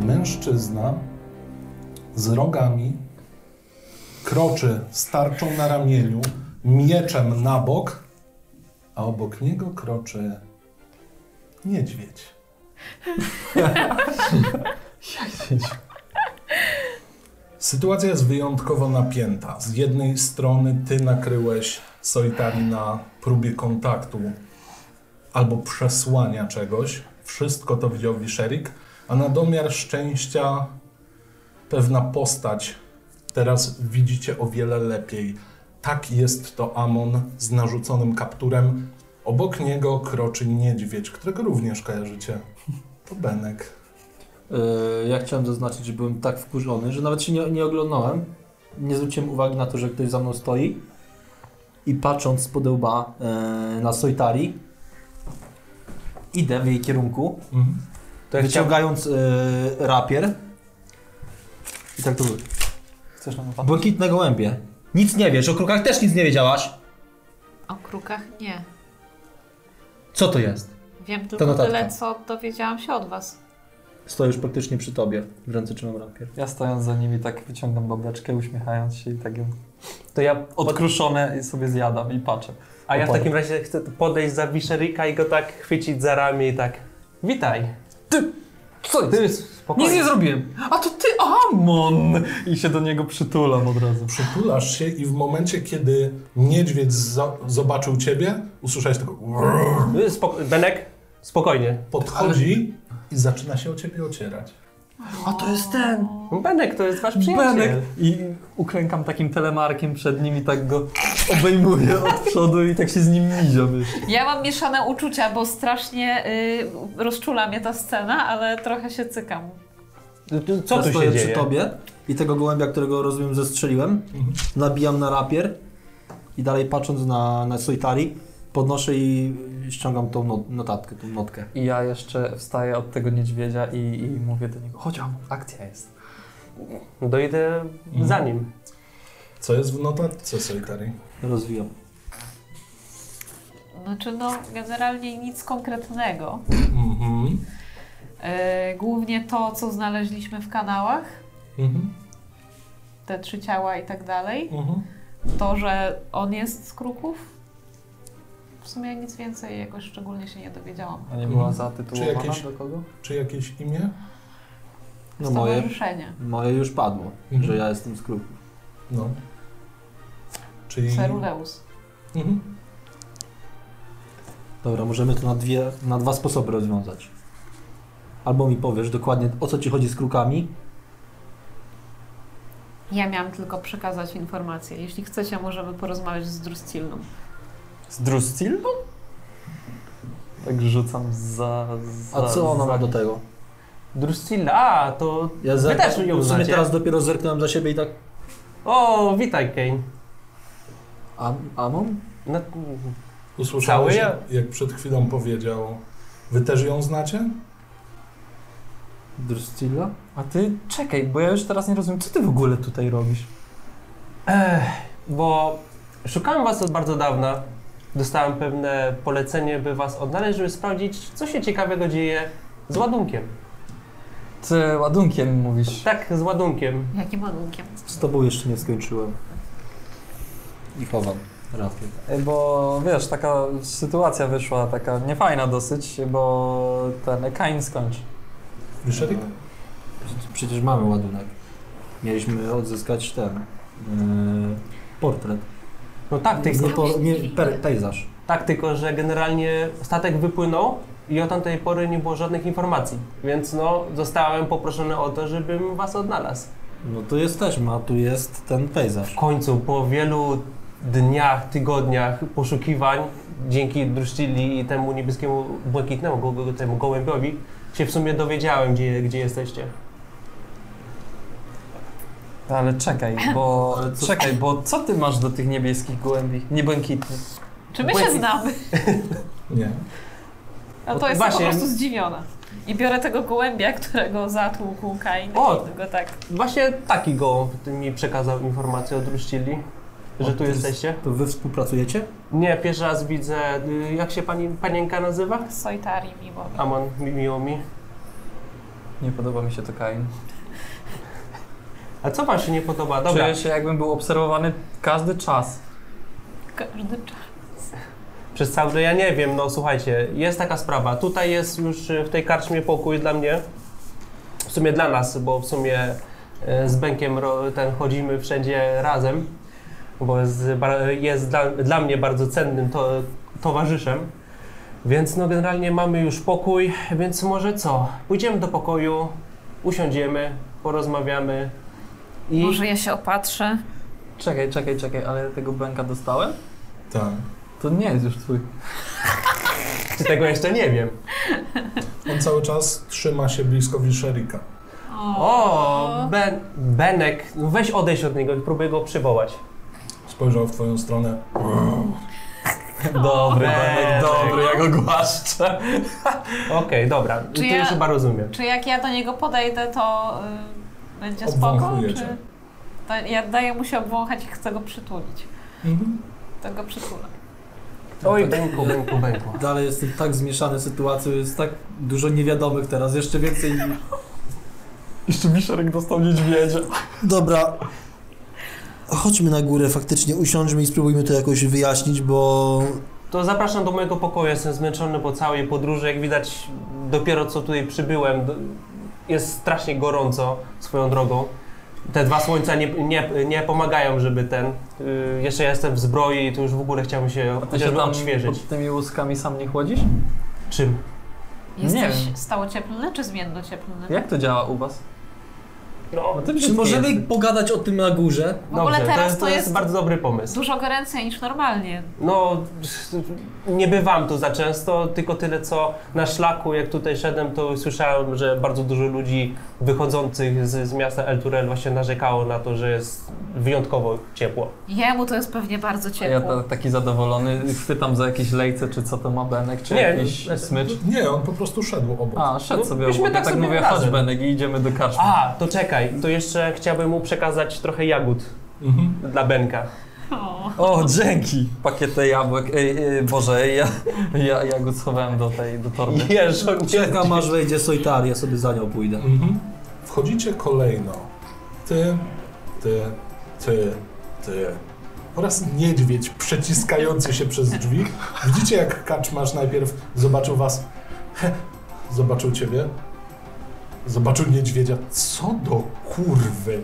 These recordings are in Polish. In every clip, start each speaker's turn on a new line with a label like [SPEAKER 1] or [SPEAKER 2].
[SPEAKER 1] mężczyzna z rogami kroczy z tarczą na ramieniu, mieczem na bok, a obok niego kroczy niedźwiedź. Sytuacja jest wyjątkowo napięta. Z jednej strony ty nakryłeś Solitari na próbie kontaktu albo przesłania czegoś. Wszystko to widział Wiszerik, a na domiar szczęścia pewna postać teraz widzicie o wiele lepiej. Tak jest to Amon z narzuconym kapturem. Obok niego kroczy niedźwiedź, którego również kojarzycie. To Benek.
[SPEAKER 2] Yy, Ja chciałem zaznaczyć, że byłem tak wkurzony, że nawet się nie, nie oglądałem. Nie zwróciłem uwagi na to, że ktoś za mną stoi. I patrząc spod łba yy, na Sojtari, idę w jej kierunku,
[SPEAKER 1] Mhm.
[SPEAKER 3] To ja chciałbym...
[SPEAKER 2] wyciągając yy, rapier. I tak to było.
[SPEAKER 3] Chcesz nam pan?
[SPEAKER 2] Błękitne gołębie. Nic nie wiesz, o krukach też nic nie wiedziałaś.
[SPEAKER 4] O krukach nie.
[SPEAKER 2] Co to jest?
[SPEAKER 4] Wiem tylko
[SPEAKER 2] notatka.
[SPEAKER 4] tyle, co dowiedziałam się od was.
[SPEAKER 2] Stoję już praktycznie przy tobie. W ręce trzymam rapier.
[SPEAKER 3] Ja stojąc za nimi tak wyciągam babeczkę, uśmiechając się i tak ją... To ja odkruszone sobie zjadam i patrzę.
[SPEAKER 5] A ja w
[SPEAKER 2] Opadł.
[SPEAKER 5] takim razie chcę podejść za Wiszeryka i go tak chwycić za ramię i tak. Witaj.
[SPEAKER 3] Co Ty spokojnie.
[SPEAKER 5] Nic nie zrobiłem.
[SPEAKER 3] A to ty Amon! I się do niego przytulam od razu.
[SPEAKER 1] Przytulasz się i w momencie, kiedy niedźwiedź zo- zobaczył ciebie, usłyszałeś tego
[SPEAKER 5] Y, Spoko- Benek, spokojnie.
[SPEAKER 1] podchodzi i zaczyna się o ciebie ocierać.
[SPEAKER 3] A to jest ten!
[SPEAKER 5] Benek, to jest wasz przyjaciel.
[SPEAKER 3] Benek! I uklękam takim telemarkiem przed nim i tak go obejmuję od przodu i tak się z nim miziam jeszcze.
[SPEAKER 4] Ja mam mieszane uczucia, bo strasznie y, rozczula mnie ta scena, ale trochę się cykam.
[SPEAKER 5] Co
[SPEAKER 2] ja
[SPEAKER 5] tu
[SPEAKER 2] stoję
[SPEAKER 5] się
[SPEAKER 2] przy
[SPEAKER 5] dzieje?
[SPEAKER 2] tobie i tego gołębia, którego rozumiem zestrzeliłem,
[SPEAKER 1] Mhm.
[SPEAKER 2] nabijam na rapier i dalej patrząc na, na Solitari, podnoszę i ściągam tą no, notatkę, tą notkę.
[SPEAKER 3] I ja jeszcze wstaję od tego niedźwiedzia i, i mówię do niego, chodź Amon, akcja jest.
[SPEAKER 5] No to idę za nim.
[SPEAKER 1] Co jest w notatce Solitary?
[SPEAKER 2] Rozwijam.
[SPEAKER 4] Znaczy, no, generalnie nic konkretnego.
[SPEAKER 1] Mhm.
[SPEAKER 4] Y, głównie to, co znaleźliśmy w kanałach,
[SPEAKER 1] Mhm.
[SPEAKER 4] te trzy ciała i tak dalej.
[SPEAKER 1] Mhm.
[SPEAKER 4] To, że on jest z kruków. W sumie nic więcej jakoś szczególnie się nie dowiedziałam.
[SPEAKER 3] A nie
[SPEAKER 1] była
[SPEAKER 3] była
[SPEAKER 1] Mhm.
[SPEAKER 3] zatytułowana
[SPEAKER 1] Czy jakieś-
[SPEAKER 3] do kogo?
[SPEAKER 1] Czy jakieś imię?
[SPEAKER 2] No moje,
[SPEAKER 4] Stowarzyszenie.
[SPEAKER 2] moje już padło,
[SPEAKER 1] Mhm.
[SPEAKER 2] że ja jestem z kruków.
[SPEAKER 1] No. Czyli...
[SPEAKER 4] Ceruleus.
[SPEAKER 1] Mhm.
[SPEAKER 2] Dobra, możemy to na, dwie, na dwa sposoby rozwiązać. Albo mi powiesz dokładnie o co ci chodzi z krukami,
[SPEAKER 4] Ja miałam tylko przekazać informację. Jeśli chcecie, możemy porozmawiać z Druscillą.
[SPEAKER 3] Z Druscillą? Tak rzucam za... za
[SPEAKER 2] a co ona
[SPEAKER 3] za...
[SPEAKER 2] ma do tego?
[SPEAKER 5] Druscilla, a to.
[SPEAKER 2] Ja
[SPEAKER 5] Wy też ją
[SPEAKER 2] w sumie
[SPEAKER 5] znacie.
[SPEAKER 2] teraz dopiero zerknąłem za siebie i tak...
[SPEAKER 5] O, witaj, Kane.
[SPEAKER 2] Am, Amon?
[SPEAKER 5] No,
[SPEAKER 1] Usłyszałeś,
[SPEAKER 5] Cały
[SPEAKER 1] jak przed chwilą powiedział, wy też ją znacie?
[SPEAKER 2] Druscilla?
[SPEAKER 3] A ty czekaj, bo ja już teraz nie rozumiem, co ty w ogóle tutaj robisz?
[SPEAKER 5] Ech, bo szukałem was od bardzo dawna. Dostałem pewne polecenie, by was odnaleźć, żeby sprawdzić, co się ciekawego dzieje z ładunkiem.
[SPEAKER 3] Ty ładunkiem mówisz.
[SPEAKER 5] Tak, z ładunkiem.
[SPEAKER 4] Jakim ładunkiem?
[SPEAKER 2] Z tobą jeszcze nie skończyłem. I chowam rapier.
[SPEAKER 3] Bo wiesz, taka sytuacja wyszła, taka niefajna dosyć, bo ten Kain skończy.
[SPEAKER 1] Wiszerik?
[SPEAKER 2] Przecież mamy ładunek. Mieliśmy odzyskać ten e, portret.
[SPEAKER 5] No tak, tylko,
[SPEAKER 2] nie, por, nie per, pejzaż.
[SPEAKER 5] tak, tylko że generalnie statek wypłynął i od tamtej pory nie było żadnych informacji. Więc no, zostałem poproszony o to, żebym was odnalazł.
[SPEAKER 2] No to jesteśmy, a tu jest ten pejzaż.
[SPEAKER 5] W końcu, po wielu dniach, tygodniach poszukiwań, dzięki druszcili i temu niebieskiemu, błękitnemu, go, go, temu gołębiowi, się w sumie dowiedziałem, gdzie, gdzie jesteście.
[SPEAKER 3] Ale czekaj, bo
[SPEAKER 2] Ale co-
[SPEAKER 3] czekaj, bo co ty masz do tych niebieskich gołębi? Niebłękitnych.
[SPEAKER 4] Czy my się
[SPEAKER 5] Błękit.
[SPEAKER 4] znamy?
[SPEAKER 1] Nie.
[SPEAKER 4] No
[SPEAKER 5] No
[SPEAKER 4] to jestem
[SPEAKER 5] właśnie.
[SPEAKER 4] po prostu zdziwiona. I biorę tego gołębia, którego zatłukł Kain
[SPEAKER 5] O!
[SPEAKER 4] i go tak
[SPEAKER 5] Właśnie taki gołąb mi przekazał informację od druszcili, że
[SPEAKER 2] O, to
[SPEAKER 5] tu
[SPEAKER 2] jest-
[SPEAKER 5] jesteście.
[SPEAKER 2] To wy współpracujecie?
[SPEAKER 5] Nie, pierwszy raz widzę, y, jak się pani, panienka nazywa?
[SPEAKER 4] sojtari miło.
[SPEAKER 5] Amon, mi, miło mi.
[SPEAKER 3] Nie podoba mi się to Kain.
[SPEAKER 5] A co wam się nie podoba? Dobra,
[SPEAKER 3] Czuję się jakbym był obserwowany każdy czas.
[SPEAKER 4] Każdy czas.
[SPEAKER 5] przez cały ja nie wiem, no słuchajcie, jest taka sprawa. Tutaj jest już y, w tej karczmie pokój dla mnie, w sumie dla nas, bo w sumie e, z Benkiem ro- ten chodzimy wszędzie razem, bo jest, ba- jest dla, dla mnie bardzo cennym to, towarzyszem. Więc no generalnie mamy już pokój, więc może co? Pójdziemy do pokoju, usiądziemy, porozmawiamy i...
[SPEAKER 4] Może ja się opatrzę.
[SPEAKER 3] Czekaj, czekaj, czekaj, ale tego bęka dostałem?
[SPEAKER 1] Tak.
[SPEAKER 3] To nie jest już twój.
[SPEAKER 5] Czy tego jeszcze nie wiem?
[SPEAKER 1] On cały czas trzyma się blisko Wiszerika.
[SPEAKER 5] O, ben, Benek, no weź odejść od niego i próbuj go przywołać.
[SPEAKER 1] Spojrzał w twoją stronę.
[SPEAKER 3] Dobry
[SPEAKER 5] Benek.
[SPEAKER 3] Benek, dobry, jak ogłaszczę.
[SPEAKER 5] Okej, dobra,
[SPEAKER 4] Czy
[SPEAKER 5] to
[SPEAKER 4] ja-
[SPEAKER 5] już chyba rozumiem.
[SPEAKER 4] Czy jak ja do niego podejdę, to y, będzie spoko?
[SPEAKER 1] Obwąchuje
[SPEAKER 4] Czy
[SPEAKER 1] cię.
[SPEAKER 4] to ja daję mu się obwąchać i chcę go przytulić.
[SPEAKER 2] Mhm.
[SPEAKER 4] To go przytulę.
[SPEAKER 5] Oj, Benku, Benku, Benku.
[SPEAKER 2] Dalej jestem tak zmieszany sytuacją, jest tak dużo niewiadomych teraz, jeszcze więcej.
[SPEAKER 3] Jeszcze Biszerek dostał niedźwiedzia.
[SPEAKER 6] Dobra. Chodźmy na górę faktycznie, usiądźmy i spróbujmy to jakoś wyjaśnić, bo
[SPEAKER 5] To zapraszam do mojego pokoju, jestem zmęczony po całej podróży, jak widać dopiero co tutaj przybyłem, do- jest strasznie gorąco swoją drogą. Te dwa słońca nie, nie, nie pomagają, żeby ten... y, jeszcze jestem w zbroi i to już w ogóle chciałbym się
[SPEAKER 3] A ty się
[SPEAKER 5] chociażby
[SPEAKER 3] tam
[SPEAKER 5] odświeżyć.
[SPEAKER 3] pod tymi łuskami sam nie chłodzisz?
[SPEAKER 5] Czym?
[SPEAKER 3] Nie
[SPEAKER 4] Jesteś
[SPEAKER 3] wiem.
[SPEAKER 4] stało cieplny czy zmienno cieplny?
[SPEAKER 3] Jak to działa u was?
[SPEAKER 5] No,
[SPEAKER 3] No ty
[SPEAKER 2] Czy
[SPEAKER 3] brzydki
[SPEAKER 2] możemy
[SPEAKER 3] jesteś.
[SPEAKER 2] pogadać o tym na górze?
[SPEAKER 4] W ogóle
[SPEAKER 5] dobrze, to
[SPEAKER 4] teraz
[SPEAKER 5] jest,
[SPEAKER 4] to jest
[SPEAKER 5] bardzo dobry pomysł.
[SPEAKER 4] dużo goręcej niż normalnie.
[SPEAKER 5] No, nie bywam tu za często, tylko tyle co na szlaku, jak tutaj szedłem, to słyszałem, że bardzo dużo ludzi wychodzących z, z miasta El Turel właśnie narzekało na to, że jest wyjątkowo ciepło.
[SPEAKER 4] Jemu to jest pewnie bardzo
[SPEAKER 3] A ja
[SPEAKER 4] ciepło.
[SPEAKER 3] ta, taki zadowolony, chwytam za jakieś lejce, czy co to ma Benek, czy
[SPEAKER 5] Nie,
[SPEAKER 3] jakiś
[SPEAKER 5] znaczy-
[SPEAKER 3] smycz.
[SPEAKER 1] Nie, on po prostu szedł obok.
[SPEAKER 3] A, szedł
[SPEAKER 5] No,
[SPEAKER 3] sobie
[SPEAKER 5] myśmy
[SPEAKER 3] obok. Tak,
[SPEAKER 5] tak
[SPEAKER 3] tak
[SPEAKER 5] sobie
[SPEAKER 3] mówię,
[SPEAKER 5] razem.
[SPEAKER 3] chodź Benek i idziemy do karczmy.
[SPEAKER 5] A, to czekaj, to jeszcze chciałbym mu przekazać trochę jagód
[SPEAKER 1] Mhm.
[SPEAKER 5] dla Benka.
[SPEAKER 4] O,
[SPEAKER 3] O, dzięki! Pakietę jabłek. Ej, ej, Boże, ej, ja, ja, ja go schowałem do tej, do torby.
[SPEAKER 5] Jeż, on nie...
[SPEAKER 2] Czekam aż wejdzie Sojtar, ja sobie za nią pójdę.
[SPEAKER 1] Mhm. Wchodzicie kolejno. Ty, ty, ty, ty. Oraz niedźwiedź przeciskający się przez drzwi. Widzicie, jak kaczmarz najpierw zobaczył was. He, zobaczył ciebie. Zobaczył niedźwiedzia. Co do kurwy?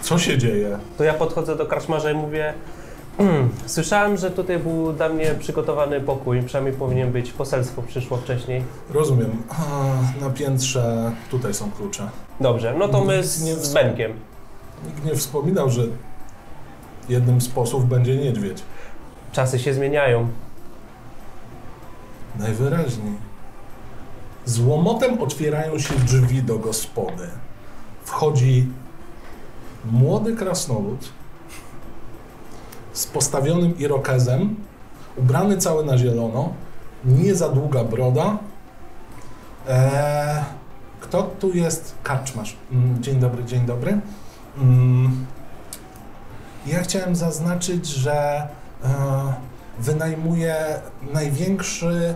[SPEAKER 1] Co się dzieje?
[SPEAKER 5] To ja podchodzę do karczmarza i mówię... "Mm, Słyszałem, że tutaj był dla mnie przygotowany pokój, przynajmniej powinien być, poselstwo przyszło wcześniej.
[SPEAKER 1] Rozumiem. A, na piętrze tutaj są klucze.
[SPEAKER 5] Dobrze, no to my z,
[SPEAKER 1] Nie
[SPEAKER 5] z Benkiem.
[SPEAKER 1] Nikt nie wspominał, że jednym z posłów będzie niedźwiedź.
[SPEAKER 5] Czasy się zmieniają.
[SPEAKER 1] Najwyraźniej. Z łomotem otwierają się drzwi do gospody. Wchodzi młody krasnolud z postawionym irokezem, ubrany cały na zielono, nie za długa broda. Eee, kto tu jest? Karczmasz. Mm, Dzień dobry, dzień dobry. Mm, Ja chciałem zaznaczyć, że e, wynajmuję największy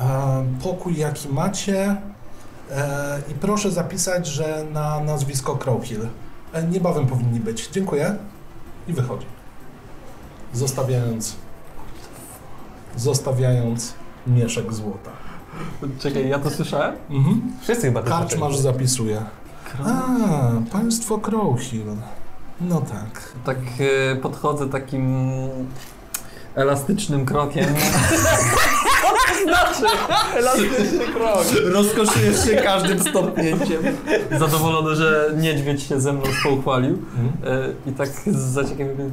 [SPEAKER 1] e, pokój, jaki macie. E, I proszę zapisać, że na nazwisko Crowhill. E, niebawem powinni być. Dziękuję. I wychodzi. Zostawiając. Zostawiając mieszek złota.
[SPEAKER 3] Czekaj, ja to słyszałem?
[SPEAKER 1] Mhm.
[SPEAKER 5] Wszyscy chyba to
[SPEAKER 1] Karczmarz
[SPEAKER 5] słyszeli.
[SPEAKER 1] zapisuje. A, państwo Crowhill. No tak.
[SPEAKER 3] Tak e, podchodzę takim elastycznym krokiem.
[SPEAKER 5] Elastyczny krok.
[SPEAKER 2] Rozkoszujesz się każdym stopnięciem.
[SPEAKER 3] Zadowolony, że niedźwiedź się ze mną pouchwalił.
[SPEAKER 1] Mhm.
[SPEAKER 3] E, I tak z zaciekawieniem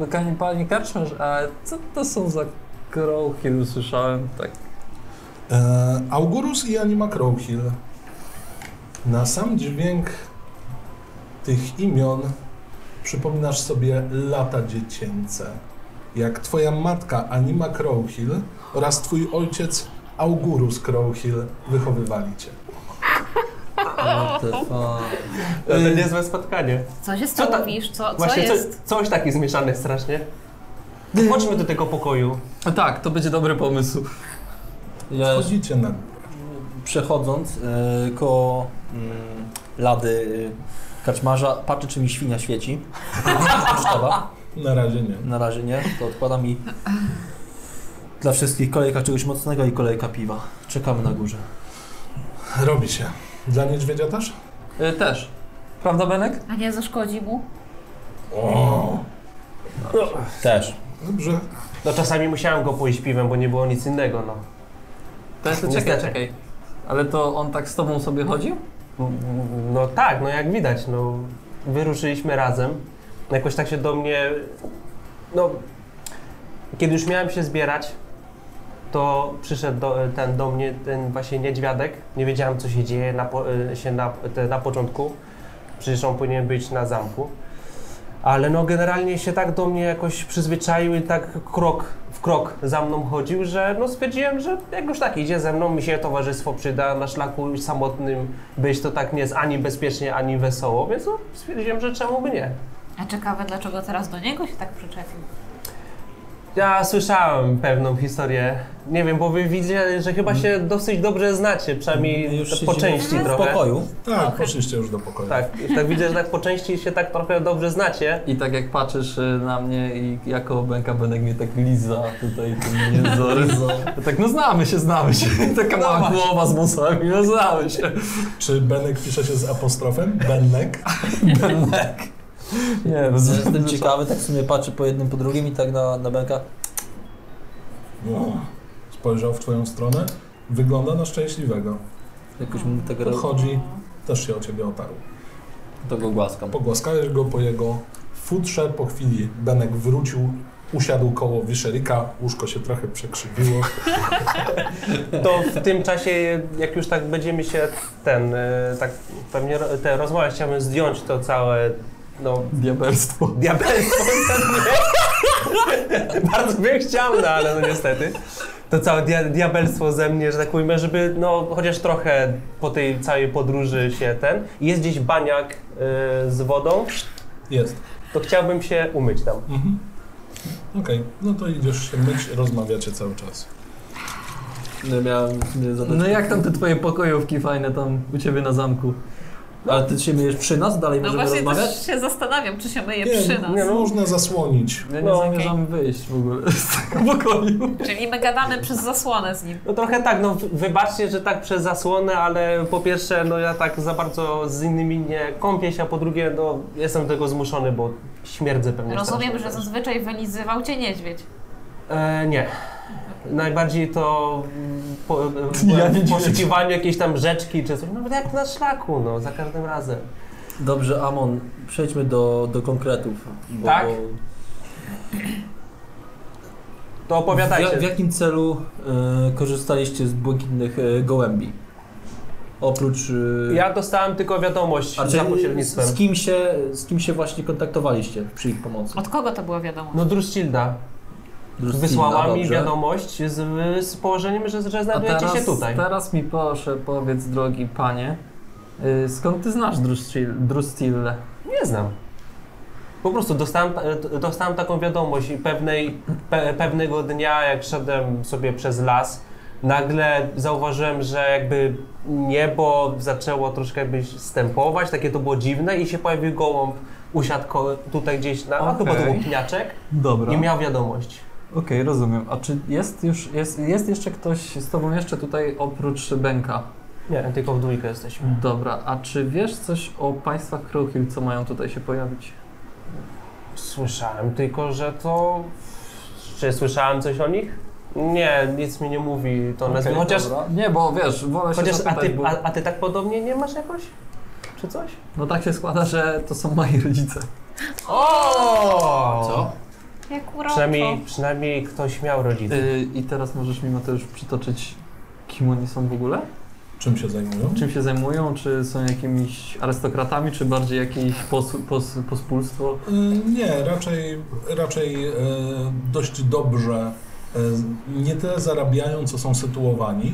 [SPEAKER 3] e, Panie, panie karczmarz, a co to są za kroki? Usłyszałem tak.
[SPEAKER 1] E, Augurus i Anima Crowhill. Na sam dźwięk tych imion przypominasz sobie lata dziecięce. Jak twoja matka Anima Crowhill oraz twój ojciec Augurus Crowhill wychowywali cię.
[SPEAKER 5] To niezłe spotkanie.
[SPEAKER 4] co się z
[SPEAKER 5] Co
[SPEAKER 4] tym
[SPEAKER 5] ta-
[SPEAKER 4] mówisz? Co, co
[SPEAKER 5] Właśnie
[SPEAKER 4] jest?
[SPEAKER 5] co, coś taki zmieszany strasznie. Chodźmy do
[SPEAKER 3] E,
[SPEAKER 5] tego pokoju.
[SPEAKER 3] Tak, to będzie dobry pomysł.
[SPEAKER 2] Ja
[SPEAKER 1] Wchodzicie na...
[SPEAKER 2] przechodząc e, koło mm, lady e, kaczmarza, patrzę czy mi świnia świeci. Sztawa.
[SPEAKER 1] Na razie nie.
[SPEAKER 2] Na razie nie, to odpadam i dla wszystkich kolejka czegoś mocnego i kolejka piwa. Czekamy na górze.
[SPEAKER 1] Robi się. Dla niedźwiedzia też?
[SPEAKER 3] Y, też. Prawda, Benek?
[SPEAKER 4] A nie zaszkodzi mu?
[SPEAKER 1] O,
[SPEAKER 3] No.
[SPEAKER 2] Też.
[SPEAKER 1] dobrze.
[SPEAKER 5] No czasami musiałem go pójść piwem, bo nie było nic innego, no.
[SPEAKER 3] To jest, czekaj,
[SPEAKER 5] Niestety.
[SPEAKER 3] czekaj. Ale to on tak z tobą sobie chodził?
[SPEAKER 5] No tak, no jak widać, no wyruszyliśmy razem. Jakoś tak się do mnie, no kiedy już miałem się zbierać, to przyszedł do, ten do mnie ten właśnie niedźwiadek. Nie wiedziałem co się dzieje na, po- y, się na, te, na początku. Przecież on powinien być na zamku. Ale no generalnie się tak do mnie jakoś przyzwyczaił i tak krok w krok za mną chodził, że no stwierdziłem, że jak już tak idzie ze mną, mi się towarzystwo przyda, na szlaku samotnym być to tak nie jest ani bezpiecznie, ani wesoło, więc no, stwierdziłem, że czemu by nie.
[SPEAKER 4] A ciekawe, dlaczego teraz do niego się tak przyczepił.
[SPEAKER 5] Ja słyszałem pewną historię, nie wiem, bo wy widzicie, że chyba się dosyć dobrze znacie, przynajmniej
[SPEAKER 2] Mm,
[SPEAKER 5] tak
[SPEAKER 2] Już
[SPEAKER 5] po
[SPEAKER 2] siedzimy
[SPEAKER 5] części
[SPEAKER 2] w
[SPEAKER 5] trochę.
[SPEAKER 2] pokoju.
[SPEAKER 1] Tak, poszliście już do pokoju.
[SPEAKER 5] Tak, tak widzę, że tak po części się tak trochę dobrze znacie.
[SPEAKER 3] I tak jak patrzysz y, na mnie i jako Benka Benek mnie tak liza tutaj, to mnie zaryza. Ja tak, no znamy się, znamy się. Taka mała głowa z musami, no znamy się.
[SPEAKER 1] Czy Benek pisze się z apostrofem? Benek?
[SPEAKER 3] Benek. Nie, no bez
[SPEAKER 2] Jestem ciekawy, tak w sumie patrzę po jednym, po drugim i tak na, na Benka.
[SPEAKER 1] O, spojrzał w twoją stronę. Wygląda na szczęśliwego.
[SPEAKER 2] Jakoś mu tego,
[SPEAKER 1] Podchodzi,
[SPEAKER 4] No
[SPEAKER 1] też się o ciebie otarł.
[SPEAKER 2] tego głaskam.
[SPEAKER 1] Pogłaskałeś go po jego futrze. Po chwili Benek wrócił, usiadł koło wiszerika, łóżko się trochę przekrzywiło.
[SPEAKER 5] To w tym czasie, jak już tak będziemy się ten, e, tak pewnie ro- te rozmawiać, chciałbym zdjąć to całe, no,
[SPEAKER 3] Diabelstwo.
[SPEAKER 5] diabelstwo. Bardzo bym chciał, no ale no niestety. To całe dia diabelstwo ze mnie, że tak powiem, żeby no chociaż trochę po tej całej podróży się ten. Jest gdzieś baniak e, z wodą,
[SPEAKER 1] Jest.
[SPEAKER 5] to chciałbym się umyć tam.
[SPEAKER 1] Mhm. Okej, no to idziesz się myć, rozmawiacie cały czas.
[SPEAKER 2] Nie No miałem nie zadać.
[SPEAKER 3] No jak tam te twoje pokojówki fajne tam u ciebie na zamku?
[SPEAKER 2] Ale ty się myjesz przy nas? Dalej
[SPEAKER 4] No
[SPEAKER 2] możemy
[SPEAKER 4] właśnie
[SPEAKER 2] rozmawiać?
[SPEAKER 4] też się zastanawiam, czy się myje
[SPEAKER 1] Nie,
[SPEAKER 4] przy nas.
[SPEAKER 1] nie, no, można zasłonić.
[SPEAKER 3] Ja nie
[SPEAKER 5] No,
[SPEAKER 3] zamierzam wyjść w ogóle z tego pokoju.
[SPEAKER 4] Czyli my gadamy przez zasłonę z nim.
[SPEAKER 5] No trochę tak, no w- wybaczcie, że tak przez zasłonę, ale po pierwsze, no ja tak za bardzo z innymi nie kąpię się, a po drugie, no jestem do tego zmuszony, bo śmierdzę pewnie.
[SPEAKER 4] Rozumiem,
[SPEAKER 5] strasznie
[SPEAKER 4] że
[SPEAKER 5] też.
[SPEAKER 4] zazwyczaj wylizywał cię niedźwiedź.
[SPEAKER 5] E, nie. Najbardziej to mm, po,
[SPEAKER 3] Ja
[SPEAKER 5] ja
[SPEAKER 3] nie
[SPEAKER 5] w poszukiwaniu jakiejś tam rzeczki czy coś, No, nawet jak na szlaku, no, za każdym razem.
[SPEAKER 2] Dobrze, Amon, przejdźmy do, do konkretów. Bo,
[SPEAKER 5] Tak?
[SPEAKER 2] bo
[SPEAKER 5] To opowiadajcie.
[SPEAKER 2] W, w jakim celu e, korzystaliście z błękitnych e, gołębi? Oprócz. E,
[SPEAKER 5] Ja dostałem tylko wiadomość
[SPEAKER 2] a czy-
[SPEAKER 5] za pośrednictwem.
[SPEAKER 2] z kim, się, z kim się właśnie kontaktowaliście przy ich pomocy?
[SPEAKER 4] Od kogo to była wiadomość?
[SPEAKER 5] No Druszcilda
[SPEAKER 2] Drużyna,
[SPEAKER 5] wysłała mi
[SPEAKER 2] dobrze.
[SPEAKER 5] wiadomość z, z położeniem, że, że
[SPEAKER 3] No,
[SPEAKER 5] znajdujecie się tutaj.
[SPEAKER 3] teraz mi proszę powiedz, drogi panie, y, skąd ty znasz Drustille?
[SPEAKER 5] Nie znam. Po prostu dostałem, ta- e, d- dostałem taką wiadomość i pewnej, pe, pewnego dnia, jak szedłem sobie przez las, nagle zauważyłem, że jakby niebo zaczęło troszkę jakby stępować, takie to było dziwne i się pojawił gołąb, usiadł ko- tutaj gdzieś na, a chyba to
[SPEAKER 3] Okej.
[SPEAKER 5] był pniaczek
[SPEAKER 3] Dobra.
[SPEAKER 5] i
[SPEAKER 3] Okej,
[SPEAKER 5] miał wiadomość.
[SPEAKER 3] rozumiem. A czy jest już, jest, jest jeszcze ktoś z tobą jeszcze tutaj oprócz Benka?
[SPEAKER 5] Nie, tylko w dwójkę jesteśmy.
[SPEAKER 3] Dobra, a czy wiesz coś o państwach Crowhill, co mają tutaj się pojawić?
[SPEAKER 5] Słyszałem tylko, że to... Czy słyszałem coś o nich? Nie, nic mi nie mówi to nazwisko,
[SPEAKER 3] Okej,
[SPEAKER 5] chociaż
[SPEAKER 3] dobra. Nie, bo wiesz, wolę się
[SPEAKER 5] Chociaż a
[SPEAKER 3] zapytać,
[SPEAKER 5] ty,
[SPEAKER 3] bo...
[SPEAKER 5] a, a ty tak podobnie nie masz jakoś? Czy coś?
[SPEAKER 3] No tak się składa, że to są moi rodzice.
[SPEAKER 5] O!
[SPEAKER 2] Co?
[SPEAKER 1] No,
[SPEAKER 4] Jak uroczo.
[SPEAKER 5] Przynajmniej, przynajmniej ktoś miał rodziców.
[SPEAKER 3] Yy, I teraz możesz mi Mateusz przytoczyć, kim oni są w ogóle?
[SPEAKER 1] Czym się zajmują?
[SPEAKER 3] Czym się zajmują? Czy są jakimiś arystokratami, czy bardziej jakieś pos, pos, pospólstwo?
[SPEAKER 1] Y, Nie, raczej, raczej e, dość dobrze e, nie tyle zarabiają, co są sytuowani.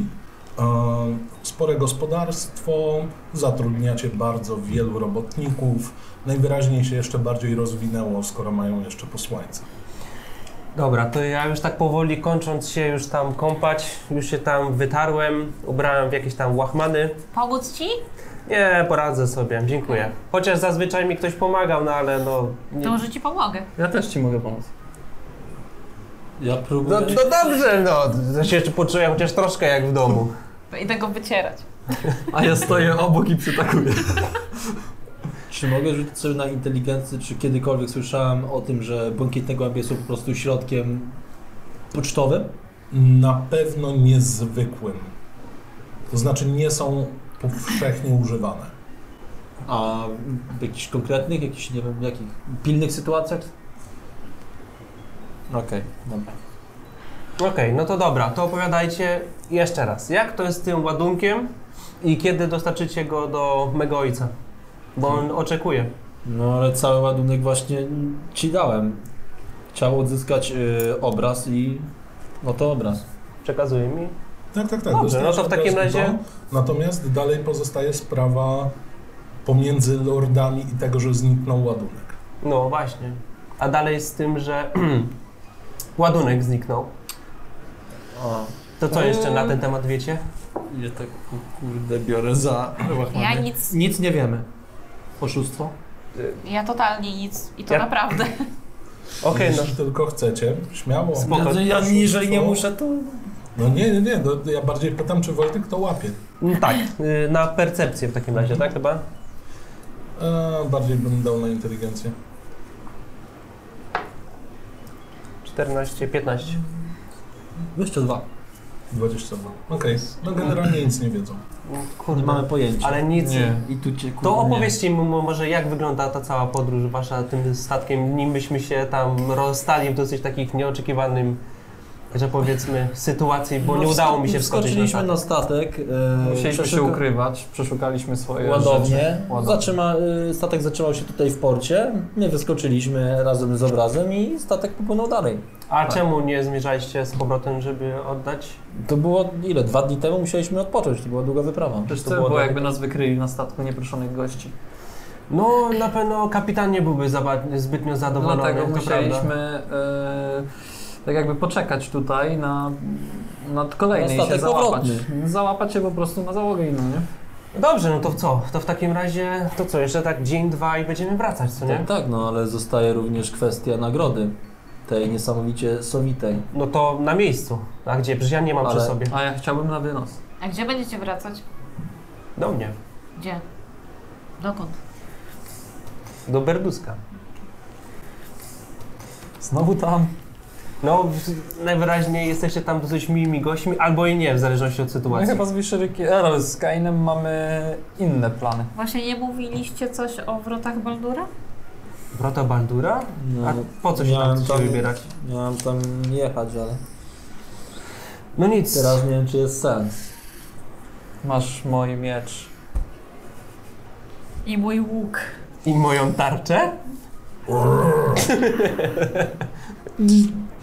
[SPEAKER 1] E, Spore gospodarstwo, zatrudniacie bardzo wielu robotników. Najwyraźniej się jeszcze bardziej rozwinęło, skoro mają jeszcze posłańca.
[SPEAKER 5] Dobra, to ja już tak powoli kończąc się już tam kąpać, już się tam wytarłem, ubrałem w jakieś tam łachmany.
[SPEAKER 4] Pomóc ci?
[SPEAKER 5] Nie, poradzę sobie, dziękuję. Chociaż zazwyczaj mi ktoś pomagał, no ale no...
[SPEAKER 4] To
[SPEAKER 5] Nie.
[SPEAKER 4] może ci pomogę.
[SPEAKER 3] Ja też ci mogę pomóc.
[SPEAKER 2] Ja próbuję.
[SPEAKER 5] No, no dobrze, no, to się jeszcze poczułem chociaż troszkę jak w domu.
[SPEAKER 4] Idę go wycierać.
[SPEAKER 3] A ja stoję obok i przytakuję.
[SPEAKER 2] Czy mogę rzucić sobie na inteligencję, czy kiedykolwiek słyszałem o tym, że błękitne gołębie są po prostu środkiem pocztowym?
[SPEAKER 1] Na pewno niezwykłym. To znaczy nie są powszechnie używane.
[SPEAKER 2] A w jakichś konkretnych, jakichś, nie wiem, jakich pilnych sytuacjach? Okej, dobra.
[SPEAKER 5] Okej, no to dobra, to opowiadajcie jeszcze raz, jak to jest z tym ładunkiem i kiedy dostarczycie go do mego ojca? Bo on oczekuje.
[SPEAKER 2] No ale cały ładunek właśnie ci dałem. Chciał odzyskać y, obraz i no to obraz.
[SPEAKER 5] Przekazuje mi.
[SPEAKER 1] Tak, tak, tak. dostarczy
[SPEAKER 5] Dobrze, no to w takim
[SPEAKER 1] obraz
[SPEAKER 5] razie-
[SPEAKER 1] do, Natomiast dalej pozostaje sprawa pomiędzy lordami i tego, że zniknął ładunek.
[SPEAKER 5] No właśnie. A dalej z tym, że ładunek zniknął.
[SPEAKER 2] O,
[SPEAKER 5] To co jeszcze na ten temat wiecie?
[SPEAKER 2] ja tak ku- kurde biorę za
[SPEAKER 4] Ja
[SPEAKER 2] łachmany.
[SPEAKER 4] nic,
[SPEAKER 2] Nic nie wiemy. Oszustwo?
[SPEAKER 4] ja totalnie nic. I to
[SPEAKER 5] Ja-
[SPEAKER 4] naprawdę.
[SPEAKER 5] Okej, no,
[SPEAKER 1] Jeśli tylko chcecie, śmiało.
[SPEAKER 5] Spoko.
[SPEAKER 2] Ja, ja niżej nie muszę, to...
[SPEAKER 1] No nie, nie, nie. No, ja bardziej pytam, czy Wojtek to łapie.
[SPEAKER 5] no mm, tak, y, na percepcję w takim razie, tak chyba?
[SPEAKER 1] E, bardziej bym dał na inteligencję.
[SPEAKER 5] 14, 15.
[SPEAKER 2] Jeszcze dwa.
[SPEAKER 1] 22. Okej. No generalnie nic nie wiedzą.
[SPEAKER 5] Mm,
[SPEAKER 2] Nie mamy pojęcia.
[SPEAKER 5] Ale nic.
[SPEAKER 3] Nie.
[SPEAKER 2] I tu cię kurde,
[SPEAKER 5] To
[SPEAKER 2] nie.
[SPEAKER 5] opowiedzcie mi mo- może jak wygląda ta cała podróż wasza tym statkiem, nim myśmy się tam rozstali w dosyć takich nieoczekiwanym, że powiedzmy, sytuacji, bo nie
[SPEAKER 2] No,
[SPEAKER 5] udało mi się
[SPEAKER 2] wsk-
[SPEAKER 5] wskoczyć na
[SPEAKER 2] Wskoczyliśmy
[SPEAKER 5] statek.
[SPEAKER 2] na statek. e,
[SPEAKER 3] Musieliśmy się
[SPEAKER 2] przeszuka-
[SPEAKER 3] ukrywać, przeszukaliśmy swoje rzeczy.
[SPEAKER 2] Ładownie.
[SPEAKER 3] Ładownie.
[SPEAKER 2] Zatrzyma, y, statek zatrzymał się tutaj w porcie. My wyskoczyliśmy razem z obrazem i statek popłynął dalej.
[SPEAKER 5] A
[SPEAKER 3] Tak.
[SPEAKER 5] czemu nie zmierzaliście z powrotem, żeby oddać?
[SPEAKER 2] To było ile? Dwa dni temu musieliśmy odpocząć. To była długa wyprawa.
[SPEAKER 3] Przecież
[SPEAKER 5] To
[SPEAKER 3] to
[SPEAKER 5] było
[SPEAKER 3] było,
[SPEAKER 5] dobre.
[SPEAKER 3] jakby nas wykryli na statku nieproszonych gości.
[SPEAKER 5] No, na pewno kapitan nie byłby zaba- zbytnio zadowolony.
[SPEAKER 3] Dlatego
[SPEAKER 5] to prawda.
[SPEAKER 3] musieliśmy e, tak jakby poczekać tutaj na, na kolejny
[SPEAKER 2] Na
[SPEAKER 3] i się
[SPEAKER 2] statek
[SPEAKER 3] załapać.
[SPEAKER 2] powrotny.
[SPEAKER 3] Załapać się po prostu na załogę inną, nie?
[SPEAKER 5] Dobrze, no to co? To w takim razie, to co, jeszcze tak dzień, dwa i będziemy wracać, co nie?
[SPEAKER 2] Tak, tak, no ale zostaje również kwestia nagrody. Tej niesamowicie sowitej.
[SPEAKER 5] No to na miejscu. A gdzie? Przecież ja nie mam przy
[SPEAKER 2] Ale-
[SPEAKER 5] sobie.
[SPEAKER 3] A ja chciałbym na wynos.
[SPEAKER 4] A gdzie będziecie wracać?
[SPEAKER 5] Do mnie.
[SPEAKER 4] Gdzie? Dokąd?
[SPEAKER 5] Do Berduska.
[SPEAKER 3] Znowu tam.
[SPEAKER 5] No, w- najwyraźniej jesteście tam dosyć miłymi gośćmi, albo i nie, w zależności od
[SPEAKER 3] My
[SPEAKER 5] sytuacji.
[SPEAKER 3] No
[SPEAKER 6] No
[SPEAKER 3] chyba z Wiszeryki, ale z Kainem mamy inne plany.
[SPEAKER 4] Właśnie nie mówiliście coś o wrotach Baldura?
[SPEAKER 5] Wrota Baldura?
[SPEAKER 2] No,
[SPEAKER 3] Tak.
[SPEAKER 5] A po co się tam
[SPEAKER 2] miałem
[SPEAKER 5] chcecie
[SPEAKER 2] tam-
[SPEAKER 5] wybierać?
[SPEAKER 2] Miałem tam jechać, ale
[SPEAKER 5] No nic.
[SPEAKER 2] teraz nie wiem, czy jest sens.
[SPEAKER 3] Masz mój miecz.
[SPEAKER 4] I mój łuk.
[SPEAKER 5] I moją tarczę?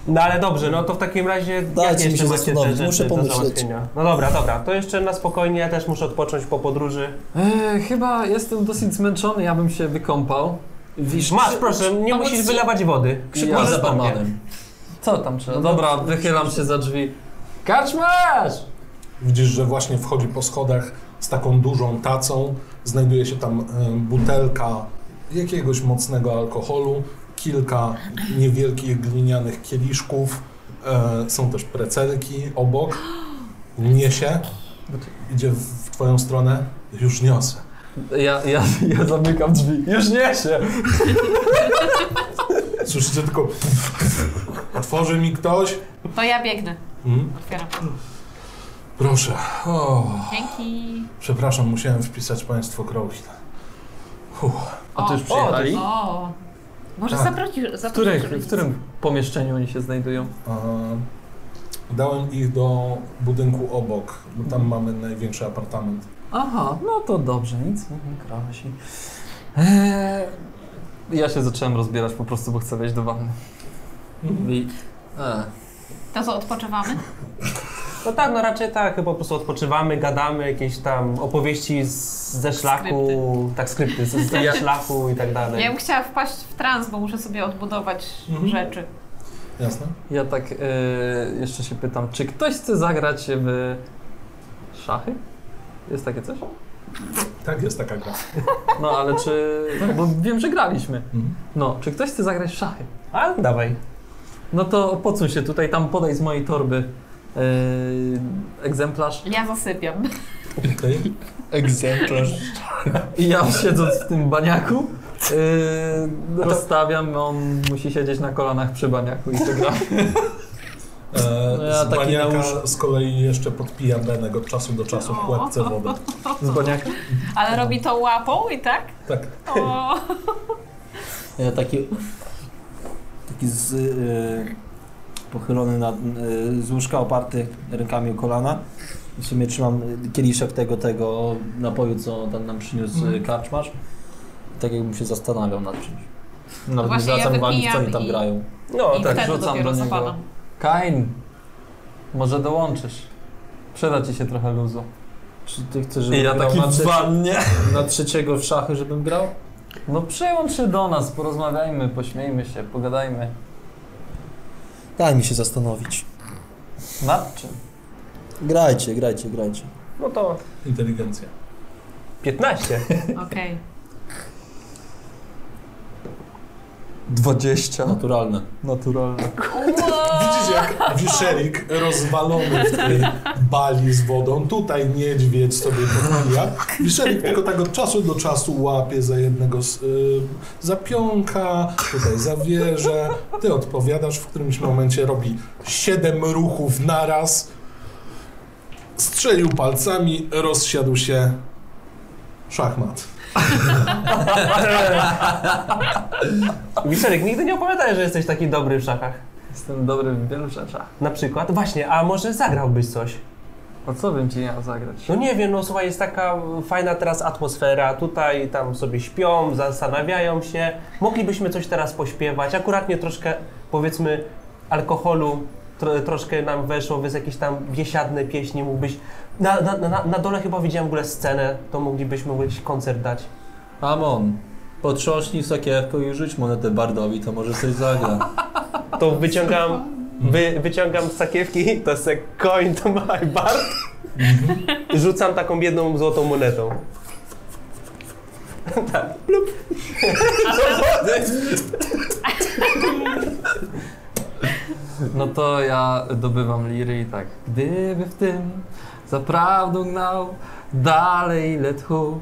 [SPEAKER 5] No ale dobrze, no to w takim razie
[SPEAKER 6] Dajcie
[SPEAKER 5] jakie
[SPEAKER 6] mi
[SPEAKER 5] jeszcze
[SPEAKER 6] się
[SPEAKER 5] macie te
[SPEAKER 6] zastanowić,
[SPEAKER 5] rzeczy
[SPEAKER 6] muszę
[SPEAKER 5] do
[SPEAKER 6] pomyśleć.
[SPEAKER 5] załatwienia? No dobra, dobra, to jeszcze na spokojnie, ja też muszę odpocząć po podróży.
[SPEAKER 3] E, chyba jestem dosyć zmęczony, ja bym się wykąpał. Wisz,
[SPEAKER 5] Masz, proszę, nie
[SPEAKER 3] pomocy.
[SPEAKER 5] musisz wylewać wody.
[SPEAKER 3] Krzyk
[SPEAKER 5] Możesz
[SPEAKER 2] Ja
[SPEAKER 3] może
[SPEAKER 2] za
[SPEAKER 5] po mnie.
[SPEAKER 2] barmanem.
[SPEAKER 3] Co tam trzeba? No Dobra, wychylam się za drzwi. Karczmasz!
[SPEAKER 1] Widzisz, że właśnie wchodzi po schodach z taką dużą tacą. Znajduje się tam e, butelka jakiegoś mocnego alkoholu, kilka niewielkich glinianych kieliszków. e, Są też precelki obok. Niesie. Idzie w w twoją stronę. Już niosę.
[SPEAKER 3] Ja, ja, ja zamykam drzwi. Już nie się!
[SPEAKER 1] Słyszycie tylko... Otworzy mi ktoś.
[SPEAKER 4] To ja biegnę.
[SPEAKER 1] Mm,
[SPEAKER 4] Otwieram.
[SPEAKER 1] Proszę. O,
[SPEAKER 4] Dzięki.
[SPEAKER 1] przepraszam, musiałem wpisać państwo kroki.
[SPEAKER 3] A
[SPEAKER 4] O,
[SPEAKER 3] to już przyjechali?
[SPEAKER 4] o. Może
[SPEAKER 1] Tak.
[SPEAKER 4] zaprosisz,
[SPEAKER 3] W, której,
[SPEAKER 4] zaprosisz
[SPEAKER 3] w którym pomieszczeniu oni się znajdują?
[SPEAKER 1] E, Dałem ich do budynku obok, bo
[SPEAKER 3] Mhm.
[SPEAKER 1] tam mamy największy apartament.
[SPEAKER 3] Aha, no to dobrze, nic, nie nie krawa się. Eee, ja się zacząłem rozbierać po prostu, bo chcę wejść do wanny.
[SPEAKER 2] I- e.
[SPEAKER 4] To co, odpoczywamy?
[SPEAKER 5] No tak, no raczej tak, po prostu odpoczywamy, gadamy, jakieś tam opowieści z, ze szlaku, tak skrypty, z, z ze szlaku i tak dalej.
[SPEAKER 4] Ja bym chciała wpaść w trans, bo muszę sobie odbudować
[SPEAKER 1] Mhm.
[SPEAKER 4] rzeczy.
[SPEAKER 1] Jasne?
[SPEAKER 3] Ja tak e, jeszcze się pytam, czy ktoś chce zagrać w szachy? Jest takie coś?
[SPEAKER 1] Tak, jest taka gra.
[SPEAKER 3] No ale czy... bo wiem, że graliśmy.
[SPEAKER 1] Mhm.
[SPEAKER 3] No, czy ktoś chce zagrać w szachy?
[SPEAKER 5] A, dawaj.
[SPEAKER 3] No to pocuń się tutaj, tam podaj z mojej torby e, egzemplarz
[SPEAKER 4] Ja zasypiam.
[SPEAKER 1] Okej.
[SPEAKER 6] Egzemplarz.
[SPEAKER 3] i ja siedząc w tym baniaku e, rozstawiam, on musi siedzieć na kolanach przy baniaku i to gra.
[SPEAKER 1] E,
[SPEAKER 3] No
[SPEAKER 1] Z
[SPEAKER 3] ja taki
[SPEAKER 1] baniaka
[SPEAKER 3] nałóż-
[SPEAKER 1] z kolei jeszcze podpija Benek od czasu do czasu w płetce wody.
[SPEAKER 3] Z baniaka.
[SPEAKER 4] Ale robi to łapą i tak?
[SPEAKER 1] Tak.
[SPEAKER 4] O,
[SPEAKER 6] Ja taki, E, taki z, y, pochylony nad, y, z łóżka oparty rękami o kolana. W sumie trzymam y, kieliszek tego, tego napoju, co tam nam przyniósł mm. karczmarz. Tak jakbym się zastanawiał nad czymś. Nawet nie
[SPEAKER 4] No Właśnie ja
[SPEAKER 6] zwracam uwagi, w co oni
[SPEAKER 4] wypijam
[SPEAKER 6] tam
[SPEAKER 4] i-
[SPEAKER 6] grają.
[SPEAKER 5] No
[SPEAKER 4] I
[SPEAKER 5] tak.
[SPEAKER 4] wtedy
[SPEAKER 3] rzucam
[SPEAKER 4] dopiero
[SPEAKER 3] do niego.
[SPEAKER 4] zapadam.
[SPEAKER 3] Kain, może dołączysz. Przyda ci się trochę luzu.
[SPEAKER 6] Czy ty chcesz, żebym grał na, trze-
[SPEAKER 3] wannie.
[SPEAKER 6] na trzeciego w szachy, żebym grał?
[SPEAKER 3] No przyłącz się do nas, porozmawiajmy, pośmiejmy się, pogadajmy.
[SPEAKER 6] Daj mi się zastanowić.
[SPEAKER 3] Nad czym?
[SPEAKER 6] Grajcie, grajcie, grajcie.
[SPEAKER 5] No to
[SPEAKER 1] Inteligencja.
[SPEAKER 5] 15.
[SPEAKER 4] Okej.
[SPEAKER 3] 20.
[SPEAKER 6] Naturalne.
[SPEAKER 3] Naturalne.
[SPEAKER 1] Widzicie jak wiszerik rozwalony w tej bali z wodą. Tutaj niedźwiedź sobie popija. Wiszerik tylko tak od czasu do czasu łapie za jednego z, y, za pionka, tutaj za wieżę. Ty odpowiadasz, w którymś momencie robi siedem ruchów naraz. Strzelił palcami, rozsiadł się szachmat.
[SPEAKER 5] Wiszerek, nigdy nie opowiadaj, że jesteś taki dobry w szachach.
[SPEAKER 3] Jestem dobry w wielu rzeczach.
[SPEAKER 5] Na przykład, właśnie, a może zagrałbyś coś?
[SPEAKER 3] O co bym ci miał zagrać?
[SPEAKER 5] No nie wiem, no słuchaj, jest taka fajna teraz atmosfera, tutaj tam sobie śpią, zastanawiają się. Moglibyśmy coś teraz pośpiewać, akuratnie troszkę, powiedzmy, alkoholu tro, troszkę nam weszło, więc jakieś tam biesiadne pieśni mógłbyś... Na, na, na, na dole chyba widziałem w ogóle scenę, to moglibyśmy jakiś koncert dać.
[SPEAKER 6] Amon, potrząśnij sakiewką i rzuć monetę bardowi, to może coś zagra.
[SPEAKER 5] To wyciągam, wy, wyciągam z sakiewki, to jest coin to my bar. Mhm. Rzucam taką jedną złotą monetą.
[SPEAKER 3] No to ja dobywam liry i tak. Gdyby w tym za prawdą gnał dalej letchu,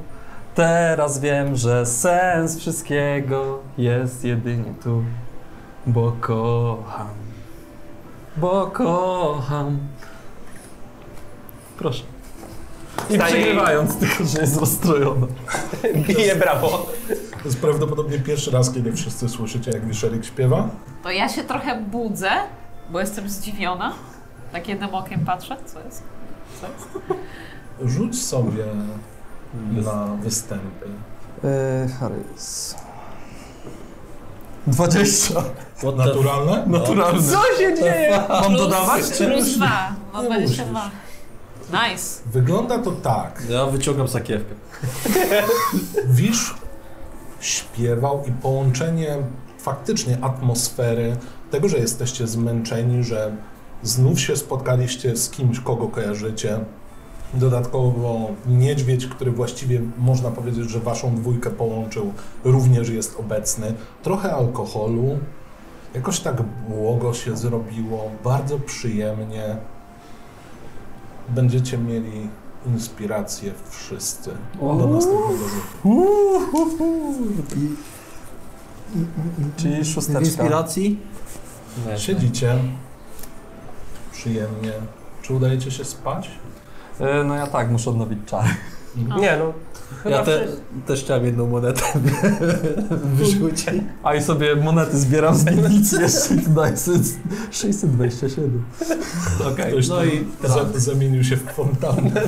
[SPEAKER 3] teraz wiem, że sens wszystkiego jest jedynie tu. Bo kocham. Bo kocham. Proszę. I
[SPEAKER 5] Wstaję i-
[SPEAKER 3] przegrywając tylko, że jest rozstrojona.
[SPEAKER 5] Bije brawo.
[SPEAKER 1] To jest prawdopodobnie pierwszy raz, kiedy wszyscy słyszycie, jak wiszerik śpiewa.
[SPEAKER 4] To ja się trochę budzę, bo jestem zdziwiona. Tak jednym okiem patrzę, co jest. Co jest?
[SPEAKER 1] Rzuć sobie na występy.
[SPEAKER 3] Eee, Harris. 20.
[SPEAKER 6] What the
[SPEAKER 1] Naturalne?
[SPEAKER 3] Naturalny.
[SPEAKER 5] Co się dzieje?
[SPEAKER 6] Mam
[SPEAKER 4] Plus-
[SPEAKER 6] dodawać? Czy...
[SPEAKER 4] Plus dwa, no
[SPEAKER 1] Nie
[SPEAKER 4] 22. Nice.
[SPEAKER 1] Wygląda to tak.
[SPEAKER 6] Ja wyciągam sakiewkę.
[SPEAKER 1] Wisz śpiewał i połączenie faktycznie atmosfery, tego, że jesteście zmęczeni, że znów się spotkaliście z kimś, kogo kojarzycie. Dodatkowo niedźwiedź, który właściwie można powiedzieć, że waszą dwójkę połączył, również jest obecny. Trochę alkoholu. Jakoś tak błogo się zrobiło, bardzo przyjemnie. Będziecie mieli inspirację wszyscy do następnego rzutu.
[SPEAKER 3] Czyli
[SPEAKER 6] W inspiracji?
[SPEAKER 1] Siedzicie przyjemnie. Czy udajecie się spać?
[SPEAKER 3] E, No ja tak, muszę odnowić czar.
[SPEAKER 5] Nie no.
[SPEAKER 6] Ja
[SPEAKER 5] Chyba
[SPEAKER 6] te,
[SPEAKER 5] wszyscy-
[SPEAKER 6] też chciałem jedną monetę wyrzucić.
[SPEAKER 3] A i sobie monety zbieram z nic jeszcze i daję sobie 627.
[SPEAKER 6] Okej,
[SPEAKER 1] Ktoś
[SPEAKER 6] no
[SPEAKER 1] tam
[SPEAKER 6] i
[SPEAKER 1] za- zamienił się w fontannę.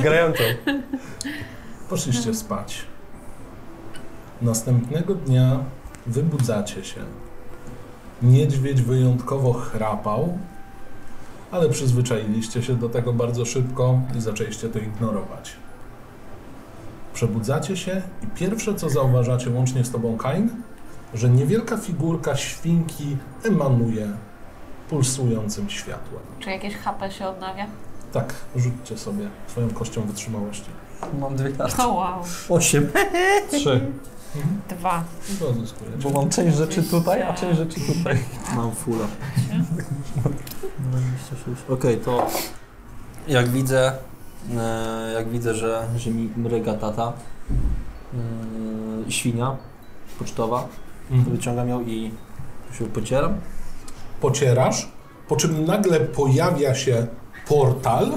[SPEAKER 5] Grającą.
[SPEAKER 1] Poszliście spać. Następnego dnia wybudzacie się. Niedźwiedź wyjątkowo chrapał, ale przyzwyczailiście się do tego bardzo szybko i zaczęliście to ignorować. Przebudzacie się i pierwsze co zauważacie łącznie z tobą Kain, że niewielka figurka świnki emanuje pulsującym światłem.
[SPEAKER 4] Czy jakieś HP się odnawia?
[SPEAKER 1] Tak, rzućcie sobie swoją kością wytrzymałości.
[SPEAKER 3] Mam dwie karty.
[SPEAKER 4] To wow.
[SPEAKER 7] 8.
[SPEAKER 3] Trzy.
[SPEAKER 4] Dwa.
[SPEAKER 1] I to odzyskujecie.
[SPEAKER 3] Bo mam część rzeczy Znaczy tutaj, a część rzeczy tutaj.
[SPEAKER 2] Mam fula. Okej, to jak widzę, e, jak widzę, że, że mi mryga tata, e, świnia pocztowa, to
[SPEAKER 1] Mhm.
[SPEAKER 2] wyciągam ją i się pocieram.
[SPEAKER 1] Pocierasz, po czym nagle pojawia się portal.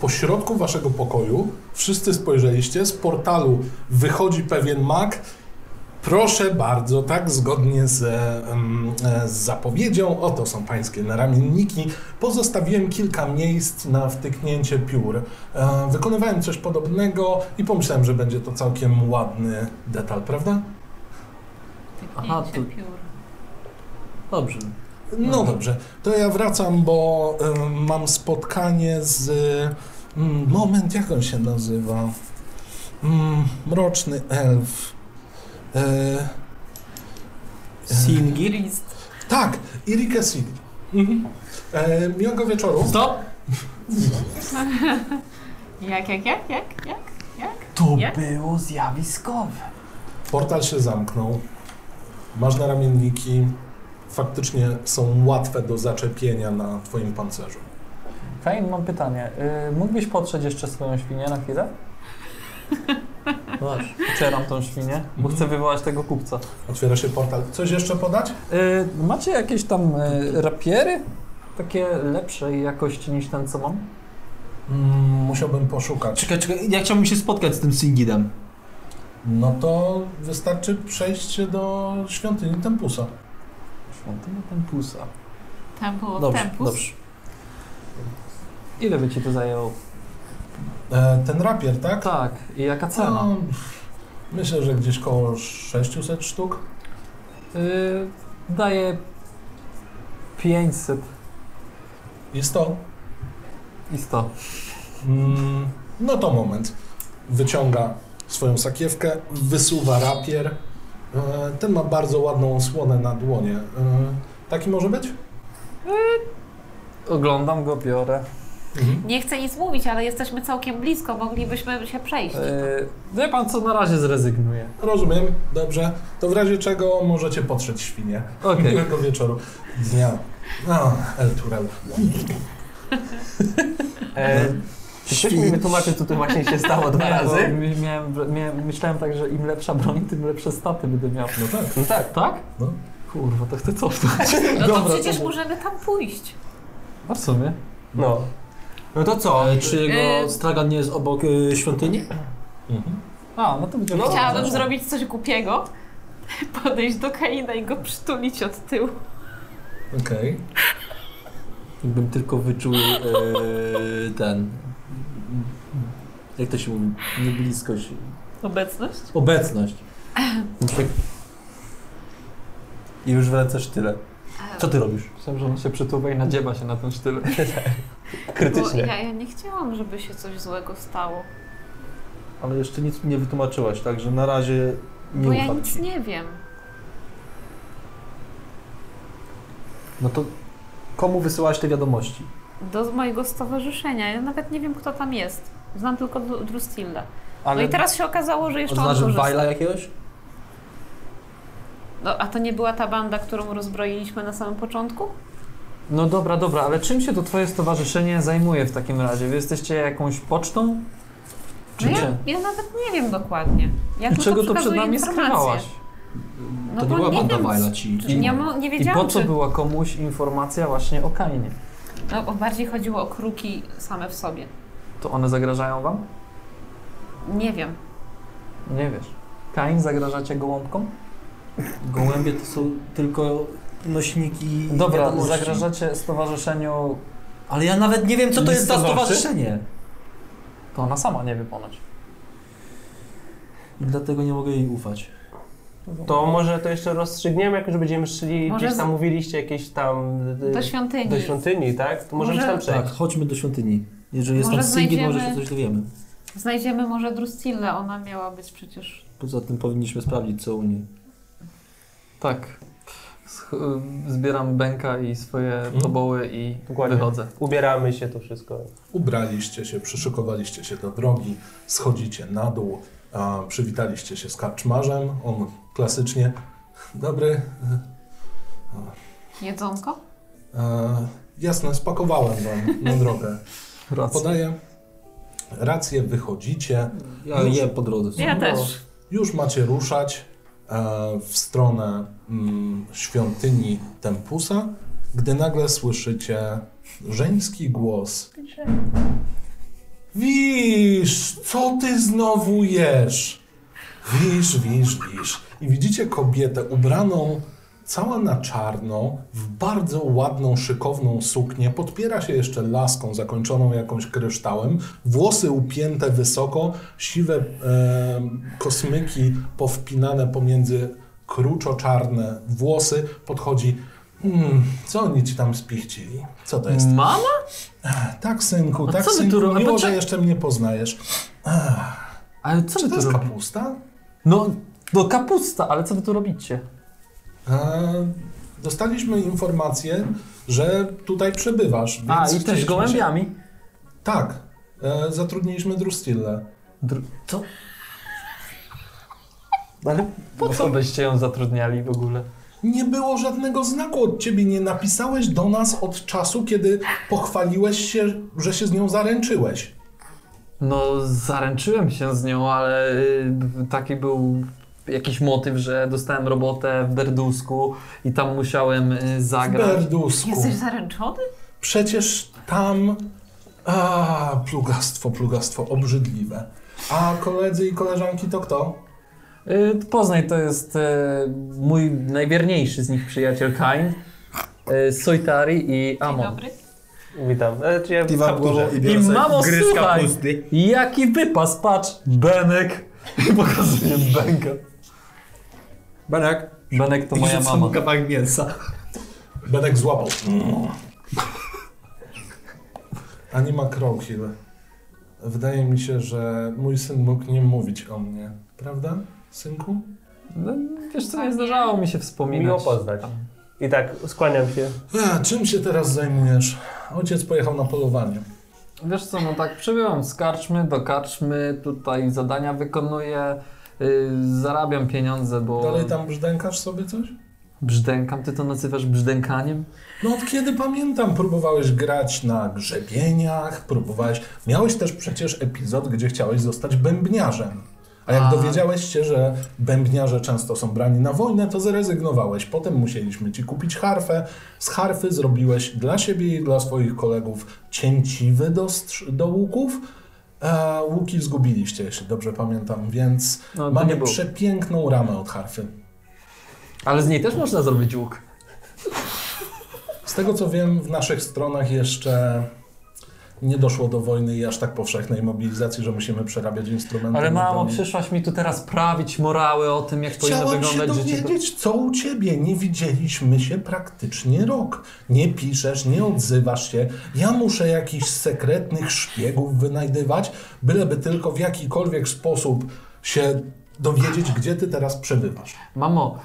[SPEAKER 1] Po środku waszego pokoju, wszyscy spojrzeliście, z portalu wychodzi pewien mag. Proszę bardzo, tak, zgodnie z, em, e, z zapowiedzią, oto są pańskie naramienniki. Pozostawiłem kilka miejsc na wtyknięcie piór. E, Wykonywałem coś podobnego i pomyślałem, że będzie to całkiem ładny detal, prawda?
[SPEAKER 4] Aha,
[SPEAKER 7] Aha,
[SPEAKER 4] to...
[SPEAKER 7] to-
[SPEAKER 4] piór.
[SPEAKER 7] Dobrze.
[SPEAKER 1] No dobrze, to ja wracam, bo y, mam spotkanie z. mm, moment, jak on się nazywa? Mm, mroczny elf. E,
[SPEAKER 2] Singi.
[SPEAKER 4] List.
[SPEAKER 1] tak, Irike Sig.
[SPEAKER 6] Mhm.
[SPEAKER 1] E, miłego wieczoru.
[SPEAKER 7] Stop!
[SPEAKER 4] Jak, jak, jak, jak, jak?
[SPEAKER 3] To
[SPEAKER 4] Jak?
[SPEAKER 3] było zjawiskowe.
[SPEAKER 1] Portal się zamknął. Masz na ramienniki. Faktycznie są łatwe do zaczepienia na Twoim pancerzu.
[SPEAKER 3] Kain, mam pytanie. Y, mógłbyś potrzeć jeszcze swoją świnię na chwilę? Zobacz, pocieram tą świnię, bo
[SPEAKER 6] Mhm.
[SPEAKER 3] chcę wywołać tego kupca.
[SPEAKER 1] Otwiera się portal. Coś jeszcze podać?
[SPEAKER 3] Y, macie jakieś tam y, rapiery? Takie lepszej jakości niż ten, co mam?
[SPEAKER 1] Mm, musiałbym poszukać.
[SPEAKER 2] Czekaj, czekaj, ja chciałbym się spotkać z tym Singidem.
[SPEAKER 1] No to wystarczy przejście do świątyni Tempusa.
[SPEAKER 3] Świątynia Tempusa.
[SPEAKER 4] Tam było
[SPEAKER 2] Dobrze,
[SPEAKER 4] tempus.
[SPEAKER 2] dobrze.
[SPEAKER 3] Ile by ci to zajęło?
[SPEAKER 1] E, ten rapier, tak?
[SPEAKER 3] Tak, i jaka cena?
[SPEAKER 1] No, myślę, że gdzieś koło 600 sztuk.
[SPEAKER 3] Y, daję 500
[SPEAKER 1] Jest to.
[SPEAKER 3] i 100.
[SPEAKER 1] Mm, no to moment. Wyciąga swoją sakiewkę, wysuwa rapier. E, ten ma bardzo ładną osłonę na dłonie. E, taki może być?
[SPEAKER 3] Oglądam go, biorę.
[SPEAKER 4] Nie chcę nic mówić, ale jesteśmy całkiem blisko, moglibyśmy się przejść.
[SPEAKER 3] Yy, wie pan co, na razie zrezygnuję.
[SPEAKER 1] Rozumiem, dobrze. To w razie czego możecie potrzeć świnie.
[SPEAKER 3] Okej.
[SPEAKER 1] Miłego wieczoru. Dnia. A, El Turel.
[SPEAKER 5] E,
[SPEAKER 2] No.
[SPEAKER 5] czy ktoś mi wytłumaczy, co tu właśnie się stało dwa
[SPEAKER 3] Nie, bo
[SPEAKER 5] razy?
[SPEAKER 3] mi- Miałem, miałem, myślałem tak, że im lepsza broń, tym lepsze staty będę miał.
[SPEAKER 1] No tak.
[SPEAKER 5] No tak.
[SPEAKER 3] Tak?
[SPEAKER 1] No.
[SPEAKER 3] Kurwa, to chcę cofnąć.
[SPEAKER 4] No to
[SPEAKER 3] Dobra,
[SPEAKER 4] przecież
[SPEAKER 3] to-
[SPEAKER 4] możemy tam pójść.
[SPEAKER 3] A w sumie?
[SPEAKER 5] No. No to co?
[SPEAKER 2] E, Czy jego
[SPEAKER 4] E,
[SPEAKER 2] stragan nie jest obok e, świątyni?
[SPEAKER 1] Mhm.
[SPEAKER 3] A, no to będzie
[SPEAKER 5] No.
[SPEAKER 3] dobrze.
[SPEAKER 4] Chciałabym zrobić coś głupiego, podejść do Kaina i go przytulić od tyłu.
[SPEAKER 1] Okej.
[SPEAKER 2] Jakbym tylko wyczuł e, ten. Jak to się mówi? Niebliskość.
[SPEAKER 4] Obecność?
[SPEAKER 2] Obecność. I już w ręce sztyle. Co tak ty robisz?
[SPEAKER 3] Myślałem, że on się przytuwa i nadziewa się na ten sztyl.
[SPEAKER 1] No
[SPEAKER 4] Bo
[SPEAKER 5] Krytycznie.
[SPEAKER 4] ja, ja nie chciałam, żeby się coś złego stało.
[SPEAKER 2] Ale jeszcze nic mi nie wytłumaczyłaś, także na razie nie
[SPEAKER 4] Bo ja
[SPEAKER 2] ufam
[SPEAKER 4] nic
[SPEAKER 2] ci.
[SPEAKER 4] nie wiem.
[SPEAKER 2] No to komu wysyłałaś te wiadomości?
[SPEAKER 4] Do mojego stowarzyszenia. Ja nawet nie wiem, kto tam jest. Znam tylko Dru- Drustilla. No
[SPEAKER 2] Ale
[SPEAKER 4] i teraz się okazało, że jeszcze on
[SPEAKER 2] znasz
[SPEAKER 4] korzysta.
[SPEAKER 2] Bajla jakiegoś?
[SPEAKER 4] No, a to nie była ta banda, którą rozbroiliśmy na samym początku?
[SPEAKER 3] No dobra, dobra, ale czym się to twoje stowarzyszenie zajmuje w takim razie? Wy jesteście jakąś pocztą? Czy
[SPEAKER 4] No ja,
[SPEAKER 3] czym?
[SPEAKER 4] ja nawet nie wiem dokładnie. Ja
[SPEAKER 3] I
[SPEAKER 4] tylko
[SPEAKER 3] czego to przed
[SPEAKER 4] przekazuję
[SPEAKER 3] nami
[SPEAKER 4] informacje.
[SPEAKER 3] skrywałaś?
[SPEAKER 4] No
[SPEAKER 2] to
[SPEAKER 4] bo
[SPEAKER 2] nie była
[SPEAKER 4] nie
[SPEAKER 2] banda
[SPEAKER 4] wiem,
[SPEAKER 2] Bajla ci.
[SPEAKER 4] Czy nie, mo- nie
[SPEAKER 3] I
[SPEAKER 4] wiedziałam,
[SPEAKER 3] po co
[SPEAKER 4] czy...
[SPEAKER 3] była komuś informacja właśnie o Kainie?
[SPEAKER 4] No, bo bardziej chodziło o kruki same w sobie.
[SPEAKER 3] To one zagrażają wam?
[SPEAKER 4] Nie wiem.
[SPEAKER 3] Nie wiesz. Kain zagrażacie gołąbkom?
[SPEAKER 2] Gołębie to są tylko nośniki.
[SPEAKER 3] Dobra,
[SPEAKER 2] wiadomości.
[SPEAKER 3] zagrażacie stowarzyszeniu...
[SPEAKER 2] Ale ja nawet nie wiem, co to jest za
[SPEAKER 5] Listonoszy?
[SPEAKER 2] stowarzyszenie.
[SPEAKER 3] To ona sama nie wie ponoć.
[SPEAKER 2] I dlatego nie mogę jej ufać.
[SPEAKER 5] To może to jeszcze rozstrzygniemy, jak już będziemy szli,
[SPEAKER 4] Może
[SPEAKER 5] gdzieś tam
[SPEAKER 4] z-
[SPEAKER 5] mówiliście jakieś tam... y,
[SPEAKER 4] Do świątyni.
[SPEAKER 5] Do świątyni, tak? To możemy
[SPEAKER 4] Może-
[SPEAKER 5] tam przejść.
[SPEAKER 2] Tak, chodźmy do świątyni. Jeżeli jest
[SPEAKER 4] Może
[SPEAKER 2] tam Singid,
[SPEAKER 4] znajdziemy-
[SPEAKER 2] może się coś dowiemy.
[SPEAKER 4] Znajdziemy może Drustillę, ona miała być przecież...
[SPEAKER 2] Poza tym powinniśmy sprawdzić, co u niej.
[SPEAKER 3] Tak. Sch- y, Zbieram bęka i swoje
[SPEAKER 1] Mhm.
[SPEAKER 3] toboły i
[SPEAKER 5] Dokładnie.
[SPEAKER 3] wychodzę.
[SPEAKER 5] Ubieramy się, to wszystko.
[SPEAKER 1] Ubraliście się, przyszykowaliście się do drogi, schodzicie na dół, a, przywitaliście się z karczmarzem. On klasycznie, dobry,
[SPEAKER 4] Jedzonko?
[SPEAKER 1] e, jasne, spakowałem wam na drogę.
[SPEAKER 3] Racja.
[SPEAKER 1] Podaję rację, wychodzicie,
[SPEAKER 2] Ja je po drodze.
[SPEAKER 4] Ja
[SPEAKER 5] No.
[SPEAKER 4] też.
[SPEAKER 1] już macie ruszać e, w stronę mm, świątyni Tempusa, gdy nagle słyszycie żeński głos. Wisz, co ty znowu jesz? Wisz, wisz, wisz. I widzicie kobietę ubraną cała na czarno, w bardzo ładną, szykowną suknię. Podpiera się jeszcze laską zakończoną jakąś kryształem. Włosy upięte wysoko, siwe e, kosmyki powpinane pomiędzy kruczo-czarne włosy. Podchodzi. Hmm, co oni ci tam spichcili? Co to jest?
[SPEAKER 3] Mama?
[SPEAKER 1] Tak, synku,
[SPEAKER 3] A
[SPEAKER 1] tak,
[SPEAKER 3] co wy tu
[SPEAKER 1] synku.
[SPEAKER 3] ro- a
[SPEAKER 1] Miło, że
[SPEAKER 3] poczek-
[SPEAKER 1] jeszcze mnie poznajesz.
[SPEAKER 3] Ale co
[SPEAKER 1] Czy to
[SPEAKER 3] wy tu
[SPEAKER 1] jest
[SPEAKER 3] robicie?
[SPEAKER 1] kapusta?
[SPEAKER 3] No, no kapusta, ale co wy tu robicie?
[SPEAKER 1] E, dostaliśmy informację, że tutaj przebywasz. Więc
[SPEAKER 3] A, i też
[SPEAKER 1] chcieliśmy Się...
[SPEAKER 3] gołębiami.
[SPEAKER 1] Tak. E, zatrudniliśmy Drustille.
[SPEAKER 3] Dr- co? Ale po co byście ją zatrudniali w ogóle?
[SPEAKER 1] Nie było żadnego znaku od ciebie. Nie napisałeś do nas od czasu, kiedy pochwaliłeś się, że się z nią zaręczyłeś.
[SPEAKER 3] No, zaręczyłem się z nią, ale y, taki był jakiś motyw, że dostałem robotę w Berdusku i tam musiałem y,
[SPEAKER 1] W
[SPEAKER 3] zagrać.
[SPEAKER 1] Berdusku.
[SPEAKER 4] Jesteś zaręczony?
[SPEAKER 1] Przecież tam. A, plugastwo, plugastwo obrzydliwe. A koledzy i koleżanki to kto?
[SPEAKER 3] Y, Poznań to jest y, mój najwierniejszy z nich przyjaciel Kain, y, Sojtari i
[SPEAKER 4] Dzień
[SPEAKER 3] Amon.
[SPEAKER 4] dobry.
[SPEAKER 5] Witam. Znaczy ja w
[SPEAKER 6] Piwa w
[SPEAKER 5] kapturze.
[SPEAKER 6] głową i
[SPEAKER 3] I
[SPEAKER 6] biorę sobie
[SPEAKER 3] mamo,
[SPEAKER 6] gry z
[SPEAKER 3] słuchaj!
[SPEAKER 6] kapusty.
[SPEAKER 3] Jaki wypas, patrz! Benek! I pokazuje Benka.
[SPEAKER 6] Benek.
[SPEAKER 3] Benek to moja
[SPEAKER 6] Rzucam
[SPEAKER 3] mama.
[SPEAKER 6] kawałek mięsa.
[SPEAKER 1] Benek złapał. Anima Crowhill. Wydaje mi się, że mój syn mógł nie mówić o mnie. Prawda, synku?
[SPEAKER 3] No, wiesz co, nie zdarzało mi się wspominać.
[SPEAKER 5] Miło poznać. I tak skłaniam się.
[SPEAKER 1] A, czym się teraz zajmujesz? Ojciec pojechał na polowanie.
[SPEAKER 3] Wiesz co, no tak przybyłem z karczmy do karczmy, tutaj zadania wykonuję, y, zarabiam pieniądze, bo...
[SPEAKER 1] Dalej tam brzdękasz sobie coś?
[SPEAKER 3] Brzdękam, ty to nazywasz brzdękaniem?
[SPEAKER 1] No od kiedy pamiętam, próbowałeś grać na grzebieniach, próbowałeś... Miałeś też przecież epizod, gdzie chciałeś zostać bębniarzem. A jak
[SPEAKER 3] A.
[SPEAKER 1] dowiedziałeś się, że bębniarze często są brani na wojnę, to zrezygnowałeś. Potem musieliśmy ci kupić harfę. Z harfy zrobiłeś dla siebie i dla swoich kolegów cięciwy do, strz- do łuków. E, łuki zgubiliście, jeśli dobrze pamiętam, więc
[SPEAKER 3] No, to nie
[SPEAKER 1] mamy
[SPEAKER 3] było.
[SPEAKER 1] przepiękną ramę od harfy.
[SPEAKER 3] Ale z niej też można zrobić łuk.
[SPEAKER 1] Z tego co wiem, w naszych stronach jeszcze nie doszło do wojny i aż tak powszechnej mobilizacji, że musimy przerabiać instrumenty. no
[SPEAKER 3] Ale
[SPEAKER 1] na
[SPEAKER 3] mamo,
[SPEAKER 1] broń.
[SPEAKER 3] przyszłaś mi tu teraz prawić morały o tym, jak powinno
[SPEAKER 1] Chciałam się
[SPEAKER 3] wyglądać życie.
[SPEAKER 1] dowiedzieć, co u ciebie. Nie widzieliśmy się praktycznie rok. Nie piszesz, nie odzywasz się. Ja muszę jakichś sekretnych szpiegów wynajdywać, byleby tylko w jakikolwiek sposób się dowiedzieć, gdzie ty teraz przebywasz.
[SPEAKER 3] Mamo,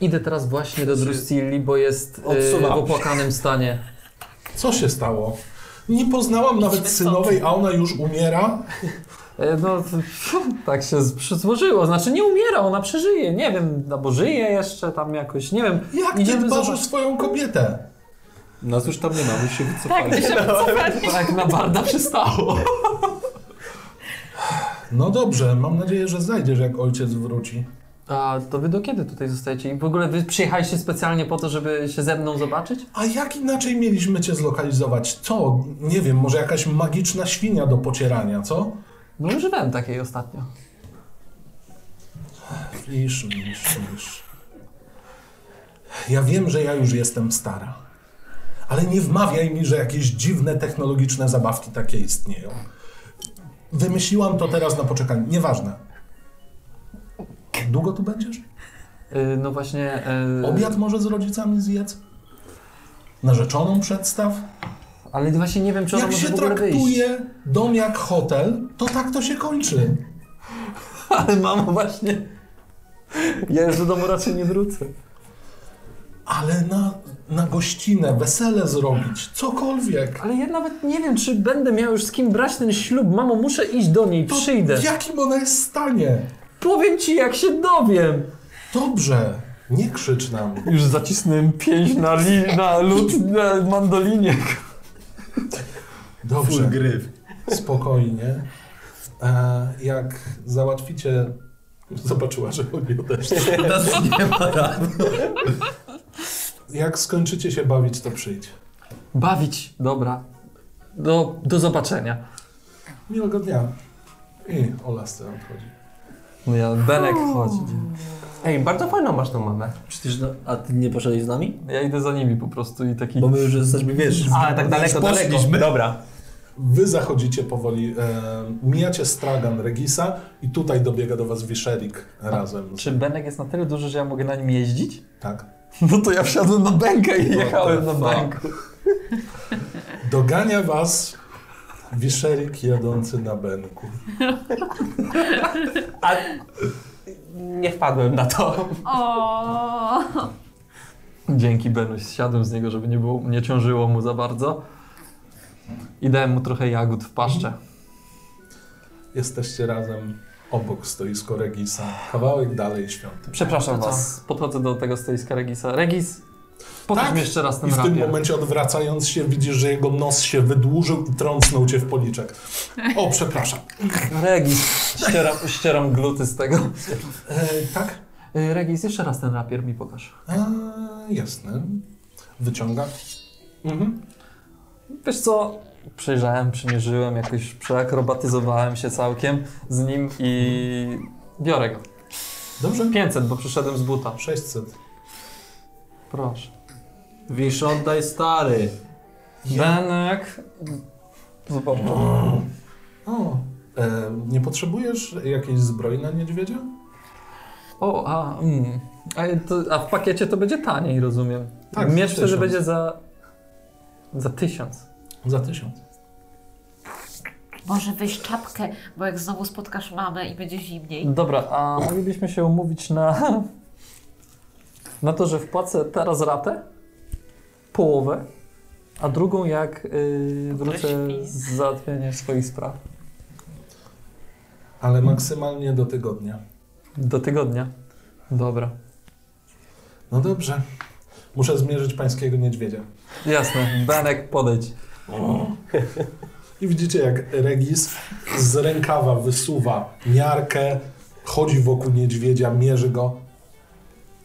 [SPEAKER 3] idę teraz właśnie do Drustilli, bo jest y,
[SPEAKER 6] Odsuwam
[SPEAKER 3] w
[SPEAKER 6] się.
[SPEAKER 3] opłakanym stanie.
[SPEAKER 1] Co się stało? Nie poznałam nawet synowej, a ona już umiera.
[SPEAKER 3] E, No, to- tak się z- przy- złożyło. Znaczy, nie umiera, ona przeżyje. Nie wiem, albo żyje jeszcze tam jakoś, nie wiem.
[SPEAKER 1] Jak ty
[SPEAKER 3] Idziemy
[SPEAKER 1] dbasz o
[SPEAKER 3] zobaczyć.
[SPEAKER 1] swoją kobietę?
[SPEAKER 2] No
[SPEAKER 6] Nas już tam nie ma, my się wycofali.
[SPEAKER 4] Tak, ty się wycofali.
[SPEAKER 3] Tak na barda przystało.
[SPEAKER 1] No dobrze, mam nadzieję, że znajdziesz, jak ojciec wróci.
[SPEAKER 3] A to wy do kiedy tutaj zostajecie? I w ogóle wy przyjechaliście specjalnie po to, żeby się ze mną zobaczyć?
[SPEAKER 1] A jak inaczej mieliśmy cię zlokalizować? Co? Nie wiem, może jakaś magiczna świnia do pocierania, co?
[SPEAKER 3] No używałem takiej ostatnio.
[SPEAKER 1] Iż, iż, iż. Ja wiem, że ja już jestem stara. Ale nie wmawiaj mi, że jakieś dziwne technologiczne zabawki takie istnieją. Wymyśliłam to teraz na poczekaniu. Nieważne. Długo tu będziesz?
[SPEAKER 3] Y, no właśnie... y,
[SPEAKER 1] Obiad może z rodzicami zjedz? Narzeczoną przedstaw?
[SPEAKER 3] Ale właśnie nie wiem, czy ona
[SPEAKER 1] Jak
[SPEAKER 3] może
[SPEAKER 1] się
[SPEAKER 3] w ogóle wyjść.
[SPEAKER 1] traktuje dom jak hotel, to tak to się kończy.
[SPEAKER 3] Ale mamo właśnie... Ja już do domu raczej nie wrócę.
[SPEAKER 1] ale na, na gościnę, wesele zrobić, cokolwiek.
[SPEAKER 3] Ale ja nawet nie wiem, czy będę miał już z kim brać ten ślub. Mamo, muszę iść do niej,
[SPEAKER 1] To
[SPEAKER 3] przyjdę.
[SPEAKER 1] W jakim ona jest stanie?
[SPEAKER 3] Powiem ci, jak się dowiem.
[SPEAKER 1] Dobrze, nie krzycz nam.
[SPEAKER 3] Już zacisnąłem pięść na, li, na lód, na mandolinie.
[SPEAKER 1] Dobrze,
[SPEAKER 8] gryw.
[SPEAKER 1] spokojnie. E, jak załatwicie... Zobaczyła, że oni odeszli.
[SPEAKER 6] Nas nie ma rady.
[SPEAKER 1] Jak skończycie się bawić, to przyjdź.
[SPEAKER 3] Bawić. Dobra. Do, do zobaczenia.
[SPEAKER 1] Miłego dnia. I Olasty odchodzi.
[SPEAKER 3] No ja, Benek chodzi.
[SPEAKER 5] Ej, bardzo fajną masz tą mamę.
[SPEAKER 6] Przecież no, a ty nie poszedłeś z nami?
[SPEAKER 3] Ja idę za nimi po prostu i taki...
[SPEAKER 6] Bo my już jesteśmy, wiesz...
[SPEAKER 5] A, tak daleko,
[SPEAKER 6] już poszliśmy.
[SPEAKER 5] daleko. Dobra.
[SPEAKER 1] Wy zachodzicie powoli, e, mijacie stragan Regisa i tutaj dobiega do was Wiszerik razem. Z,
[SPEAKER 3] Czy Benek jest na tyle duży, że ja mogę na nim jeździć?
[SPEAKER 1] tak.
[SPEAKER 3] No to ja wsiadłem na Benka i jechałem na
[SPEAKER 1] fuck.
[SPEAKER 3] Benku.
[SPEAKER 1] Dogania was Wiszerik jadący na Benku.
[SPEAKER 5] A nie wpadłem na to.
[SPEAKER 4] O,
[SPEAKER 3] Dzięki Benuś, zsiadłem z niego, żeby nie, było, nie ciążyło mu za bardzo. I dałem mu trochę jagód w paszczę.
[SPEAKER 1] Jesteście razem obok stoisko Regisa, kawałek dalej świąt.
[SPEAKER 3] Przepraszam
[SPEAKER 5] To co?
[SPEAKER 3] was, podchodzę do tego stoiska Regisa. Regis, pokaż
[SPEAKER 1] Tak?
[SPEAKER 3] mi jeszcze raz ten
[SPEAKER 1] I w tym
[SPEAKER 3] rapier.
[SPEAKER 1] momencie odwracając się widzisz, że jego nos się wydłużył i trącnął cię w policzek. O, przepraszam.
[SPEAKER 3] Regis, ścieram, ścieram gluty z tego.
[SPEAKER 1] E, tak?
[SPEAKER 3] Y, Regis, jeszcze raz ten rapier mi pokaż.
[SPEAKER 1] A, jasne. Wyciąga. Mhm.
[SPEAKER 3] Wiesz co, przejrzałem, przymierzyłem, jakoś przeakrobatyzowałem się całkiem z nim i biorę go.
[SPEAKER 1] Dobrze?
[SPEAKER 3] 500, bo przyszedłem z buta.
[SPEAKER 1] 600.
[SPEAKER 3] Proszę.
[SPEAKER 6] Wisz, oddaj stary.
[SPEAKER 3] Benek. Zobacz.
[SPEAKER 1] O, e, nie potrzebujesz jakiejś zbroi na niedźwiedzia?
[SPEAKER 3] O, a, mm. a, to, a w pakiecie to będzie taniej, rozumiem.
[SPEAKER 1] Tak,
[SPEAKER 3] Tak, Miecz
[SPEAKER 1] za
[SPEAKER 3] wtedy
[SPEAKER 1] tysiąc.
[SPEAKER 3] będzie za. za tysiąc.
[SPEAKER 1] Za tysiąc.
[SPEAKER 4] może weź czapkę, bo jak znowu spotkasz mamę i będzie zimniej.
[SPEAKER 3] Dobra, a moglibyśmy się umówić na. na to, że wpłacę teraz ratę? Połowę. A drugą jak yy, wrócę
[SPEAKER 4] śpi.
[SPEAKER 3] z załatwieniem swoich spraw.
[SPEAKER 1] Ale maksymalnie do tygodnia.
[SPEAKER 3] Do tygodnia. Dobra.
[SPEAKER 1] No dobrze. Muszę zmierzyć pańskiego niedźwiedzia.
[SPEAKER 3] Jasne, Benek podejdź.
[SPEAKER 1] I widzicie, jak Regis z rękawa wysuwa miarkę, chodzi wokół niedźwiedzia, mierzy go.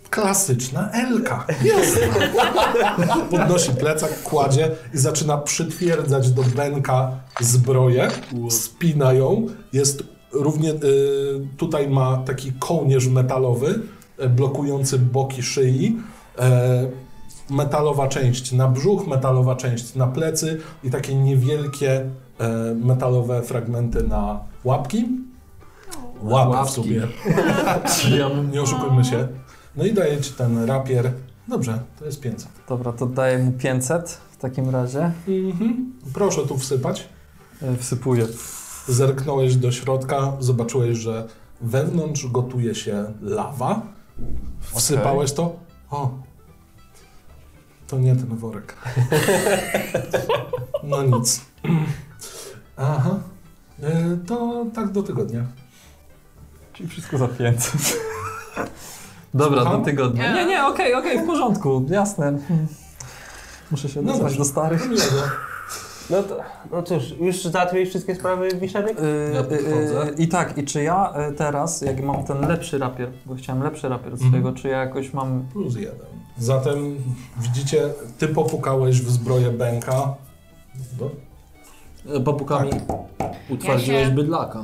[SPEAKER 1] Klasyczna Elka. Jest. Podnosi plecak, kładzie i zaczyna przytwierdzać do Benka zbroję. Spina ją. Jest równie, y, tutaj ma taki kołnierz metalowy, y, blokujący boki szyi. E, metalowa część na brzuch, metalowa część na plecy i takie niewielkie e, metalowe fragmenty na łapki. Łapy w sobie. Ja bym- Nie oszukujmy się. No i daje ci ten rapier. Dobrze, to jest 500.
[SPEAKER 3] Dobra, to daję mu 500 w takim razie.
[SPEAKER 1] Proszę tu wsypać.
[SPEAKER 3] Yy, wsypuję.
[SPEAKER 1] Zerknąłeś do środka, zobaczyłeś, że wewnątrz gotuje się lawa. Wsypałeś to. O, to nie ten worek. No nic. Aha. E, To tak do tygodnia.
[SPEAKER 3] Czyli wszystko za 500. Dobra,
[SPEAKER 1] Słucham?
[SPEAKER 3] do tygodnia. Nie, nie, okej, okej, w porządku, jasne. Hmm. Muszę się
[SPEAKER 1] No
[SPEAKER 3] odezwać
[SPEAKER 1] dobrze.
[SPEAKER 3] do starych.
[SPEAKER 1] Miłego.
[SPEAKER 5] No, to, no cóż, już załatwiłeś wszystkie sprawy Wiszernik?
[SPEAKER 3] Y,
[SPEAKER 6] podchodzę.
[SPEAKER 3] y, y, I tak, i czy ja y, teraz, jak mam ten lepszy rapier, bo chciałem lepszy rapier od swojego, czy ja jakoś mam...
[SPEAKER 1] Plus jeden. Zatem widzicie, ty popukałeś w zbroję bęka. No,
[SPEAKER 6] E, Papukami utwardziłeś
[SPEAKER 4] Ja się-
[SPEAKER 6] bydlaka.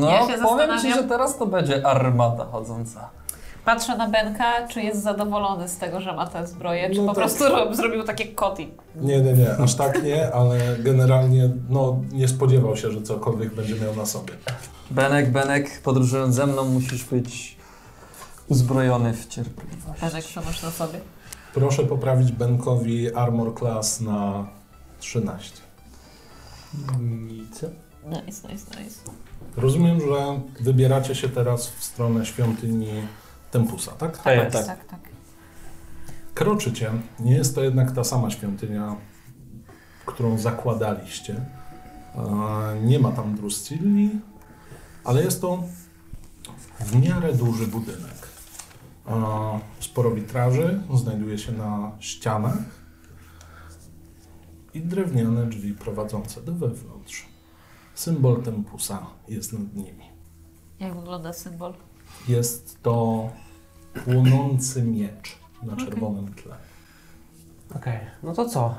[SPEAKER 3] No,
[SPEAKER 4] Ja się
[SPEAKER 3] powiem ci,
[SPEAKER 4] zastanawiam.
[SPEAKER 3] że teraz to będzie armata chodząca.
[SPEAKER 4] Patrzę na Benka, czy jest zadowolony z tego, że ma tę zbroję, czy
[SPEAKER 1] No
[SPEAKER 4] po
[SPEAKER 1] tak.
[SPEAKER 4] prostu rob, zrobił takie koty.
[SPEAKER 1] Nie, nie, nie, aż tak nie, ale generalnie no, nie spodziewał się, że cokolwiek będzie miał na sobie.
[SPEAKER 3] Benek, Benek, podróżując ze mną musisz być uzbrojony w cierpliwość.
[SPEAKER 4] Benek, co masz na sobie?
[SPEAKER 1] Proszę poprawić Benkowi armor class na 13.
[SPEAKER 6] Nic.
[SPEAKER 4] Nice, nice, nice.
[SPEAKER 1] Rozumiem, że wybieracie się teraz w stronę świątyni Tempusa, tak?
[SPEAKER 5] To jest.
[SPEAKER 4] tak, tak.
[SPEAKER 1] Kroczycie. Nie jest to jednak ta sama świątynia, którą zakładaliście. E, Nie ma tam druscilli, ale jest to w miarę duży budynek. E, Sporo witraży znajduje się na ścianach i drewniane drzwi prowadzące do wewnątrz. Symbol tempusa jest nad nimi.
[SPEAKER 4] Jak wygląda symbol?
[SPEAKER 1] Jest to płonący miecz na czerwonym tle.
[SPEAKER 5] Okej, no to co?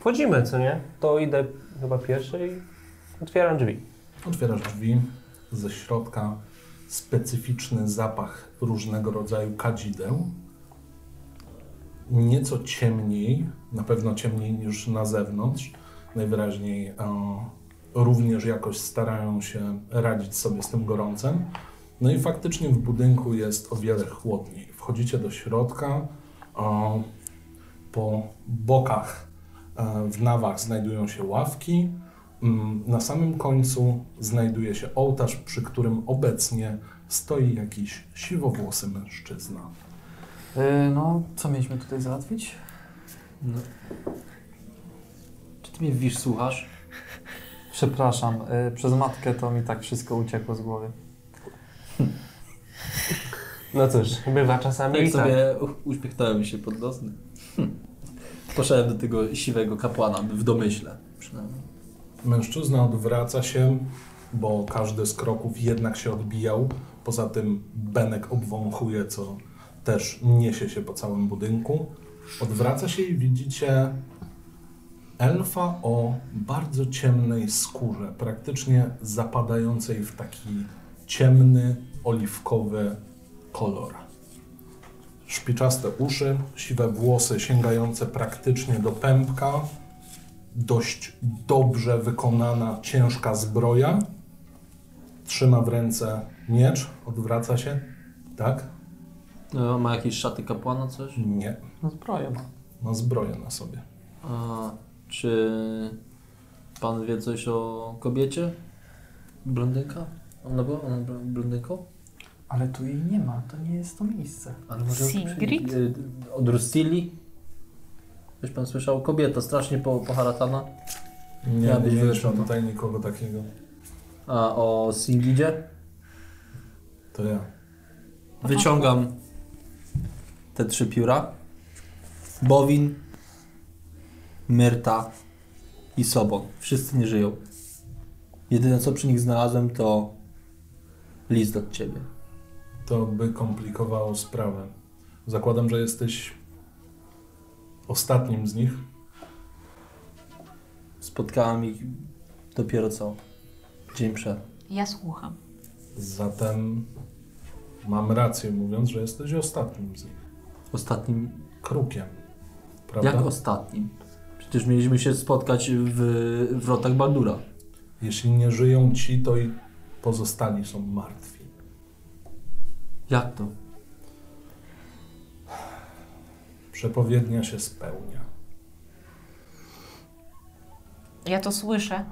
[SPEAKER 5] Wchodzimy, co nie? To idę chyba pierwszy i otwieram drzwi.
[SPEAKER 1] Otwierasz drzwi, ze środka specyficzny zapach różnego rodzaju kadzideł. Nieco ciemniej, na pewno ciemniej niż na zewnątrz. Najwyraźniej e, również jakoś starają się radzić sobie z tym gorącem. No i faktycznie w budynku jest o wiele chłodniej. Wchodzicie do środka. E, po bokach e, w nawach znajdują się ławki. Mm, Na samym końcu znajduje się ołtarz, przy którym obecnie stoi jakiś siwowłosy mężczyzna.
[SPEAKER 3] Yy, no, co mieliśmy tutaj załatwić?
[SPEAKER 9] Czy ty mnie wisz, słuchasz?
[SPEAKER 3] Przepraszam, yy, przez matkę to mi tak wszystko uciekło z głowy.
[SPEAKER 5] No cóż, bywa czasami
[SPEAKER 2] Tak
[SPEAKER 5] i tak.
[SPEAKER 2] sobie u- uśmiechnąłem się pod nosny. Hm. Poszedłem do tego siwego kapłana, w domyśle przynajmniej.
[SPEAKER 1] Mężczyzna odwraca się, bo każdy z kroków jednak się odbijał. Poza tym Benek obwąchuje, co też niesie się po całym budynku. Odwraca się i widzicie elfa o bardzo ciemnej skórze, praktycznie zapadającej w taki ciemny, oliwkowy kolor. Szpiczaste uszy, siwe włosy sięgające praktycznie do pępka, dość dobrze wykonana, ciężka zbroja. Trzyma w ręce miecz, odwraca się. Tak?
[SPEAKER 2] No, ma jakieś szaty kapłana, coś?
[SPEAKER 1] Nie.
[SPEAKER 3] No zbroję ma.
[SPEAKER 1] Ma zbroję na sobie.
[SPEAKER 2] A, czy pan wie coś o kobiecie? Blondynka? Ona była ona była blondynką?
[SPEAKER 3] Ale tu jej nie ma, to nie jest to miejsce.
[SPEAKER 2] Ale może
[SPEAKER 4] Sigrid?
[SPEAKER 2] Y, Od Rustilli? Coś pan słyszał? Kobieta strasznie po, poharatana.
[SPEAKER 1] Nie,
[SPEAKER 2] Ja
[SPEAKER 1] nie
[SPEAKER 2] byś
[SPEAKER 1] mieliśmy
[SPEAKER 2] wyszła, no.
[SPEAKER 1] tutaj nikogo takiego.
[SPEAKER 2] A o Singidzie?
[SPEAKER 1] To ja.
[SPEAKER 2] Wyciągam te trzy pióra. Bowin, Myrta i Sobon. Wszyscy nie żyją. Jedyne co przy nich znalazłem to list od ciebie.
[SPEAKER 1] To by komplikowało sprawę. Zakładam, że jesteś ostatnim z nich.
[SPEAKER 2] Spotkałem ich dopiero co. Dzień przed.
[SPEAKER 4] Ja słucham.
[SPEAKER 1] Zatem mam rację mówiąc, że jesteś ostatnim z nich.
[SPEAKER 2] Ostatnim.
[SPEAKER 1] Krukiem. Prawda?
[SPEAKER 2] Jak ostatnim? Przecież mieliśmy się spotkać w wrotach Baldura.
[SPEAKER 1] Jeśli nie żyją ci, to i pozostali są martwi.
[SPEAKER 2] Jak to?
[SPEAKER 1] Przepowiednia się spełnia.
[SPEAKER 4] Ja to słyszę.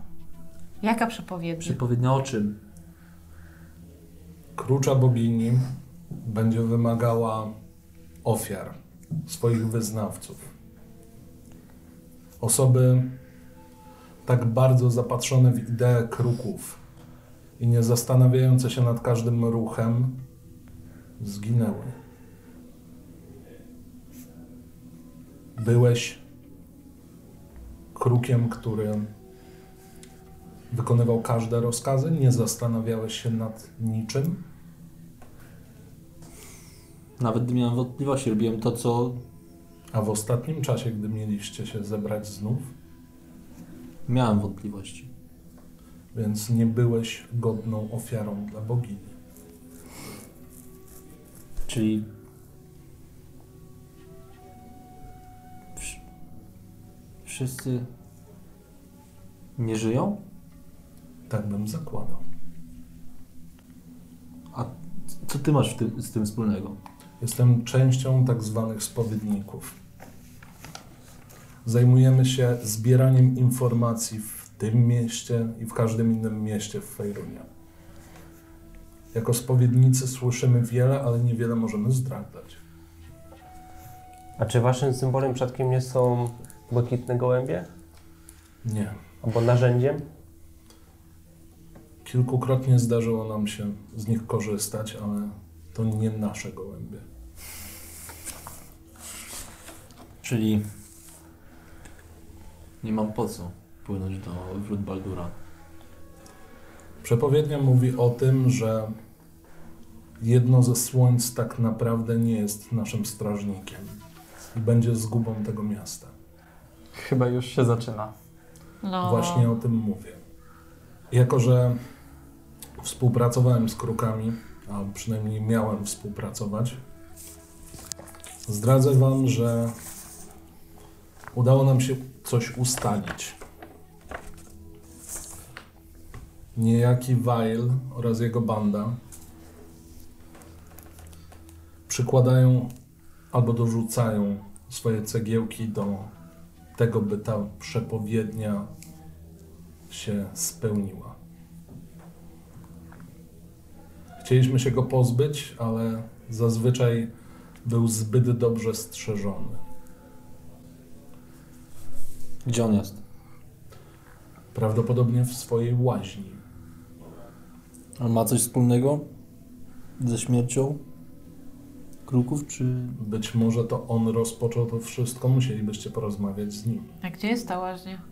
[SPEAKER 4] Jaka przepowiednia?
[SPEAKER 2] Przepowiednia o czym?
[SPEAKER 1] Krucza bogini będzie wymagała ofiar swoich wyznawców. Osoby tak bardzo zapatrzone w ideę kruków i nie zastanawiające się nad każdym ruchem zginęły. Byłeś krukiem, który wykonywał każde rozkazy, nie zastanawiałeś się nad niczym.
[SPEAKER 2] Nawet gdy miałem wątpliwości, robiłem to, co
[SPEAKER 1] A w ostatnim czasie, gdy mieliście się zebrać znów,
[SPEAKER 2] miałem wątpliwości.
[SPEAKER 1] więc nie byłeś godną ofiarą dla bogini.
[SPEAKER 2] Czyli. Wsz- Wszyscy nie żyją?
[SPEAKER 1] Tak bym zakładał.
[SPEAKER 2] Co ty masz w tym, z tym wspólnego?
[SPEAKER 1] Jestem częścią tak zwanych spowiedników. Zajmujemy się zbieraniem informacji w tym mieście i w każdym innym mieście w Fejrunie. Jako spowiednicy słyszymy wiele, ale niewiele możemy zdradzać.
[SPEAKER 5] A czy waszym symbolem przodkiem nie są błękitne gołębie?
[SPEAKER 1] Nie.
[SPEAKER 5] Albo narzędziem?
[SPEAKER 1] Kilkukrotnie zdarzyło nam się z nich korzystać, ale to nie nasze gołębie.
[SPEAKER 2] Czyli nie mam po co płynąć do wrót Baldura.
[SPEAKER 1] Przepowiednia mówi o tym, że jedno ze słońc tak naprawdę nie jest naszym strażnikiem i będzie zgubą tego miasta.
[SPEAKER 3] Chyba już się zaczyna.
[SPEAKER 4] No,
[SPEAKER 1] Właśnie o tym mówię. Jako, że współpracowałem z krukami, a przynajmniej miałem współpracować, zdradzę Wam, że udało nam się coś ustalić. Niejaki Weil oraz jego banda przykładają albo dorzucają swoje cegiełki do tego, by ta przepowiednia się spełniła. Chcieliśmy się go pozbyć, ale zazwyczaj był zbyt dobrze strzeżony.
[SPEAKER 2] Gdzie on jest?
[SPEAKER 1] Prawdopodobnie w swojej łaźni.
[SPEAKER 2] On ma coś wspólnego ze śmiercią kruków, czy...
[SPEAKER 1] Być może to on rozpoczął to wszystko, musielibyście porozmawiać z nim.
[SPEAKER 4] A gdzie jest ta łaźnia?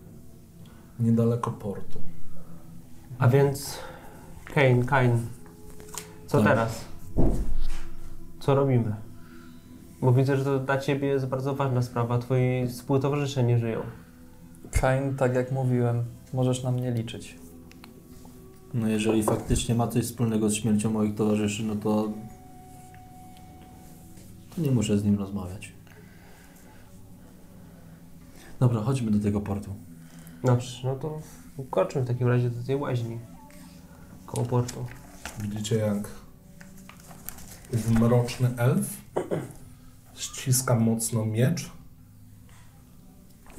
[SPEAKER 1] Niedaleko portu.
[SPEAKER 5] A więc Kain, Kain. Co
[SPEAKER 2] Tak.
[SPEAKER 5] teraz? Co robimy? Bo widzę, że to dla ciebie jest bardzo ważna sprawa. Twoi współtowarzysze nie żyją.
[SPEAKER 3] Kain, tak jak mówiłem, możesz na mnie liczyć.
[SPEAKER 2] No jeżeli faktycznie ma coś wspólnego z śmiercią moich towarzyszy, no to... to nie muszę z nim rozmawiać. Dobra, chodźmy do tego portu.
[SPEAKER 5] Dobrze, no to koczmy w takim razie do tej łaźni. Koło portu.
[SPEAKER 1] Widzicie, jak ów mroczny elf ściska mocno miecz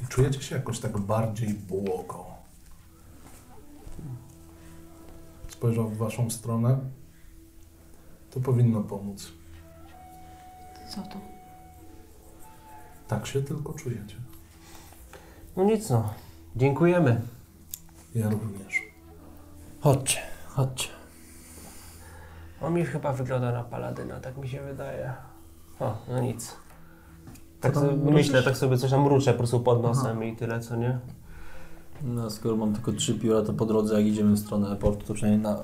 [SPEAKER 1] i czujecie się jakoś tak bardziej błogo. Spojrzał w waszą stronę. To powinno pomóc.
[SPEAKER 4] Co to?
[SPEAKER 1] Tak się tylko czujecie.
[SPEAKER 5] No nic no. Dziękujemy.
[SPEAKER 1] Ja również.
[SPEAKER 2] Chodźcie, chodźcie.
[SPEAKER 5] On mi chyba wygląda na paladyna, tak mi się wydaje. O, no nic. Tak
[SPEAKER 3] tam
[SPEAKER 5] sobie,
[SPEAKER 3] mruczysz?
[SPEAKER 5] myślę, tak sobie coś tam mruczę po prostu pod nosem i tyle, co nie?
[SPEAKER 2] No, skoro mam tylko trzy pióra, to po drodze jak idziemy w stronę portu, to przynajmniej na...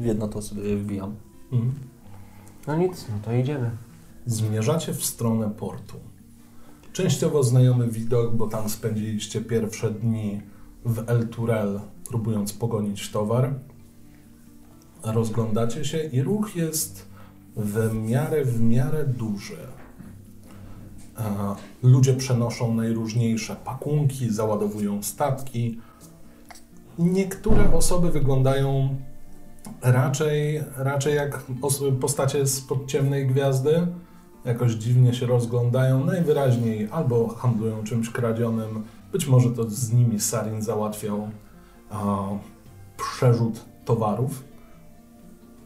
[SPEAKER 2] w jedno to sobie je wbijam.
[SPEAKER 1] Mhm.
[SPEAKER 5] No nic, no to idziemy.
[SPEAKER 1] Zmierzacie w stronę portu. Częściowo znajomy widok, bo tam spędziliście pierwsze dni w El Turel, próbując pogonić towar. Rozglądacie się i ruch jest w miarę, w miarę duży. E, Ludzie przenoszą najróżniejsze pakunki, załadowują statki. Niektóre osoby wyglądają raczej, raczej jak osoby, postacie spod ciemnej gwiazdy. Jakoś dziwnie się rozglądają, najwyraźniej albo handlują czymś kradzionym, być może to z nimi Sarin załatwiał a, przerzut towarów.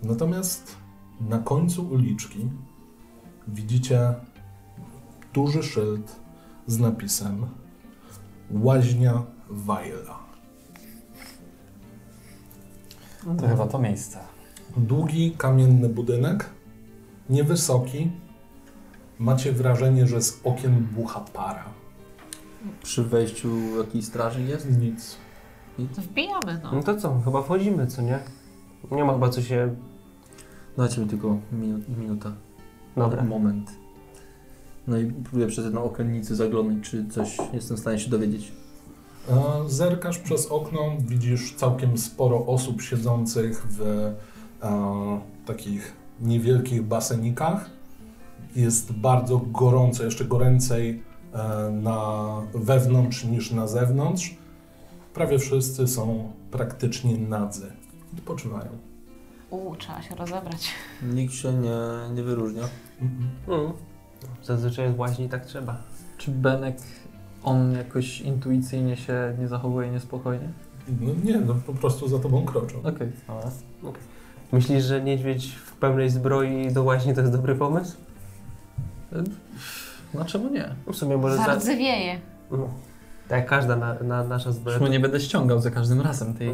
[SPEAKER 1] Natomiast na końcu uliczki widzicie duży szyld z napisem Łaźnia Wajla.
[SPEAKER 3] To
[SPEAKER 4] Mhm.
[SPEAKER 3] chyba to miejsce.
[SPEAKER 1] Długi, kamienny budynek, niewysoki. Macie wrażenie, że z okien bucha para.
[SPEAKER 2] Przy wejściu jakiś strażnik jest?
[SPEAKER 1] Nic.
[SPEAKER 4] Wbijamy, no.
[SPEAKER 5] No to co, chyba wchodzimy, co nie? Nie ma chyba co się...
[SPEAKER 2] Dajcie mi tylko minu- minutę,
[SPEAKER 5] Dobra.
[SPEAKER 4] Mhm.
[SPEAKER 2] moment. No i próbuję przez jedną okiennicę zaglądać, czy coś jestem w stanie się dowiedzieć.
[SPEAKER 1] E, Zerkasz przez okno, widzisz całkiem sporo osób siedzących w e, takich niewielkich basenikach. Jest bardzo gorąco, jeszcze goręcej e, na wewnątrz niż na zewnątrz. Prawie wszyscy są praktycznie nadzy. Odpoczywają.
[SPEAKER 4] U, trzeba się rozebrać.
[SPEAKER 2] Nikt się nie, nie wyróżnia.
[SPEAKER 1] Mhm.
[SPEAKER 5] Mm. Zazwyczaj właśnie tak trzeba.
[SPEAKER 3] Czy Benek, on jakoś intuicyjnie się nie zachowuje niespokojnie?
[SPEAKER 1] No nie, no po prostu za tobą kroczą.
[SPEAKER 3] Okej, dobra.
[SPEAKER 5] Myślisz, że niedźwiedź w pełnej zbroi do łaźni to jest dobry pomysł?
[SPEAKER 3] No czemu nie?
[SPEAKER 5] W sumie może za...
[SPEAKER 4] Zardzewieje.
[SPEAKER 5] No. Tak jak każda na, na, nasza zbroja.
[SPEAKER 3] Czemu nie będę ściągał za każdym razem tej...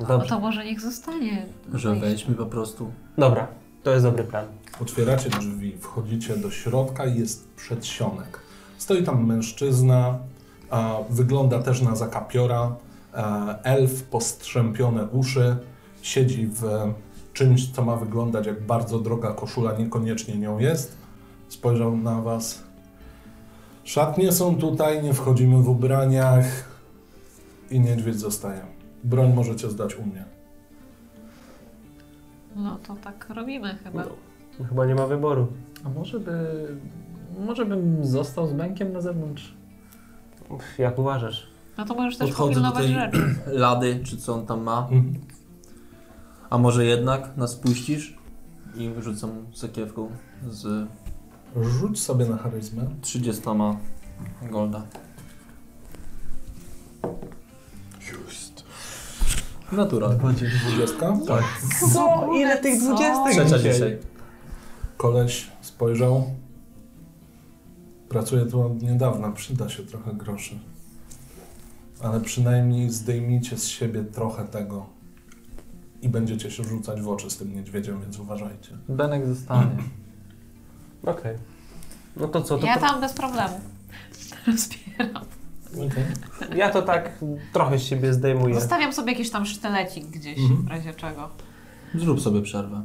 [SPEAKER 4] No
[SPEAKER 5] Dobrze.
[SPEAKER 4] to może niech zostanie.
[SPEAKER 2] Może wejdźmy po prostu.
[SPEAKER 5] Dobra, to jest dobry plan.
[SPEAKER 1] Otwieracie drzwi, wchodzicie do środka i jest przedsionek. Stoi tam mężczyzna, a wygląda też na zakapiora. e, Elf, postrzępione uszy, siedzi w e, czymś, co ma wyglądać jak bardzo droga koszula, niekoniecznie nią jest. Spojrzał na was. Szatnie są tutaj, nie wchodzimy w ubraniach. I niedźwiedź zostaje. Broń możecie zdać u mnie.
[SPEAKER 4] No to tak robimy chyba.
[SPEAKER 5] Chyba nie ma wyboru.
[SPEAKER 3] A może by... Może bym został z bękiem na zewnątrz?
[SPEAKER 5] Uf, jak uważasz?
[SPEAKER 4] No to możesz też
[SPEAKER 2] Podchodzę
[SPEAKER 4] popilnować
[SPEAKER 2] do tej-
[SPEAKER 4] rzeczy.
[SPEAKER 2] Lady, czy co on tam ma?
[SPEAKER 1] Mhm.
[SPEAKER 2] A może jednak nas puścisz? I wyrzucam sakiewką z
[SPEAKER 1] Rzuć sobie na charyzmę.
[SPEAKER 2] 30 golda.
[SPEAKER 1] Just.
[SPEAKER 2] Naturalnie.
[SPEAKER 1] 20.
[SPEAKER 3] Tak.
[SPEAKER 5] Co? Ile tych
[SPEAKER 4] Co?
[SPEAKER 1] Tak
[SPEAKER 5] dwudziestych
[SPEAKER 2] Trzecia
[SPEAKER 5] dzisiaj?
[SPEAKER 2] dzisiaj.
[SPEAKER 1] Koleś spojrzał. Pracuje tu od niedawna, przyda się trochę groszy. Ale przynajmniej zdejmijcie z siebie trochę tego i będziecie się rzucać w oczy z tym niedźwiedziem, więc uważajcie.
[SPEAKER 3] Benek zostanie.
[SPEAKER 5] Okej. No to co? To
[SPEAKER 4] Ja
[SPEAKER 5] ja,
[SPEAKER 4] tam bez problemu. Rozbieram.
[SPEAKER 5] ja to tak trochę z siebie zdejmuję.
[SPEAKER 4] Zostawiam sobie jakiś tam sztylecik gdzieś
[SPEAKER 1] Mhm.
[SPEAKER 4] w razie czego.
[SPEAKER 2] Zrób sobie przerwę.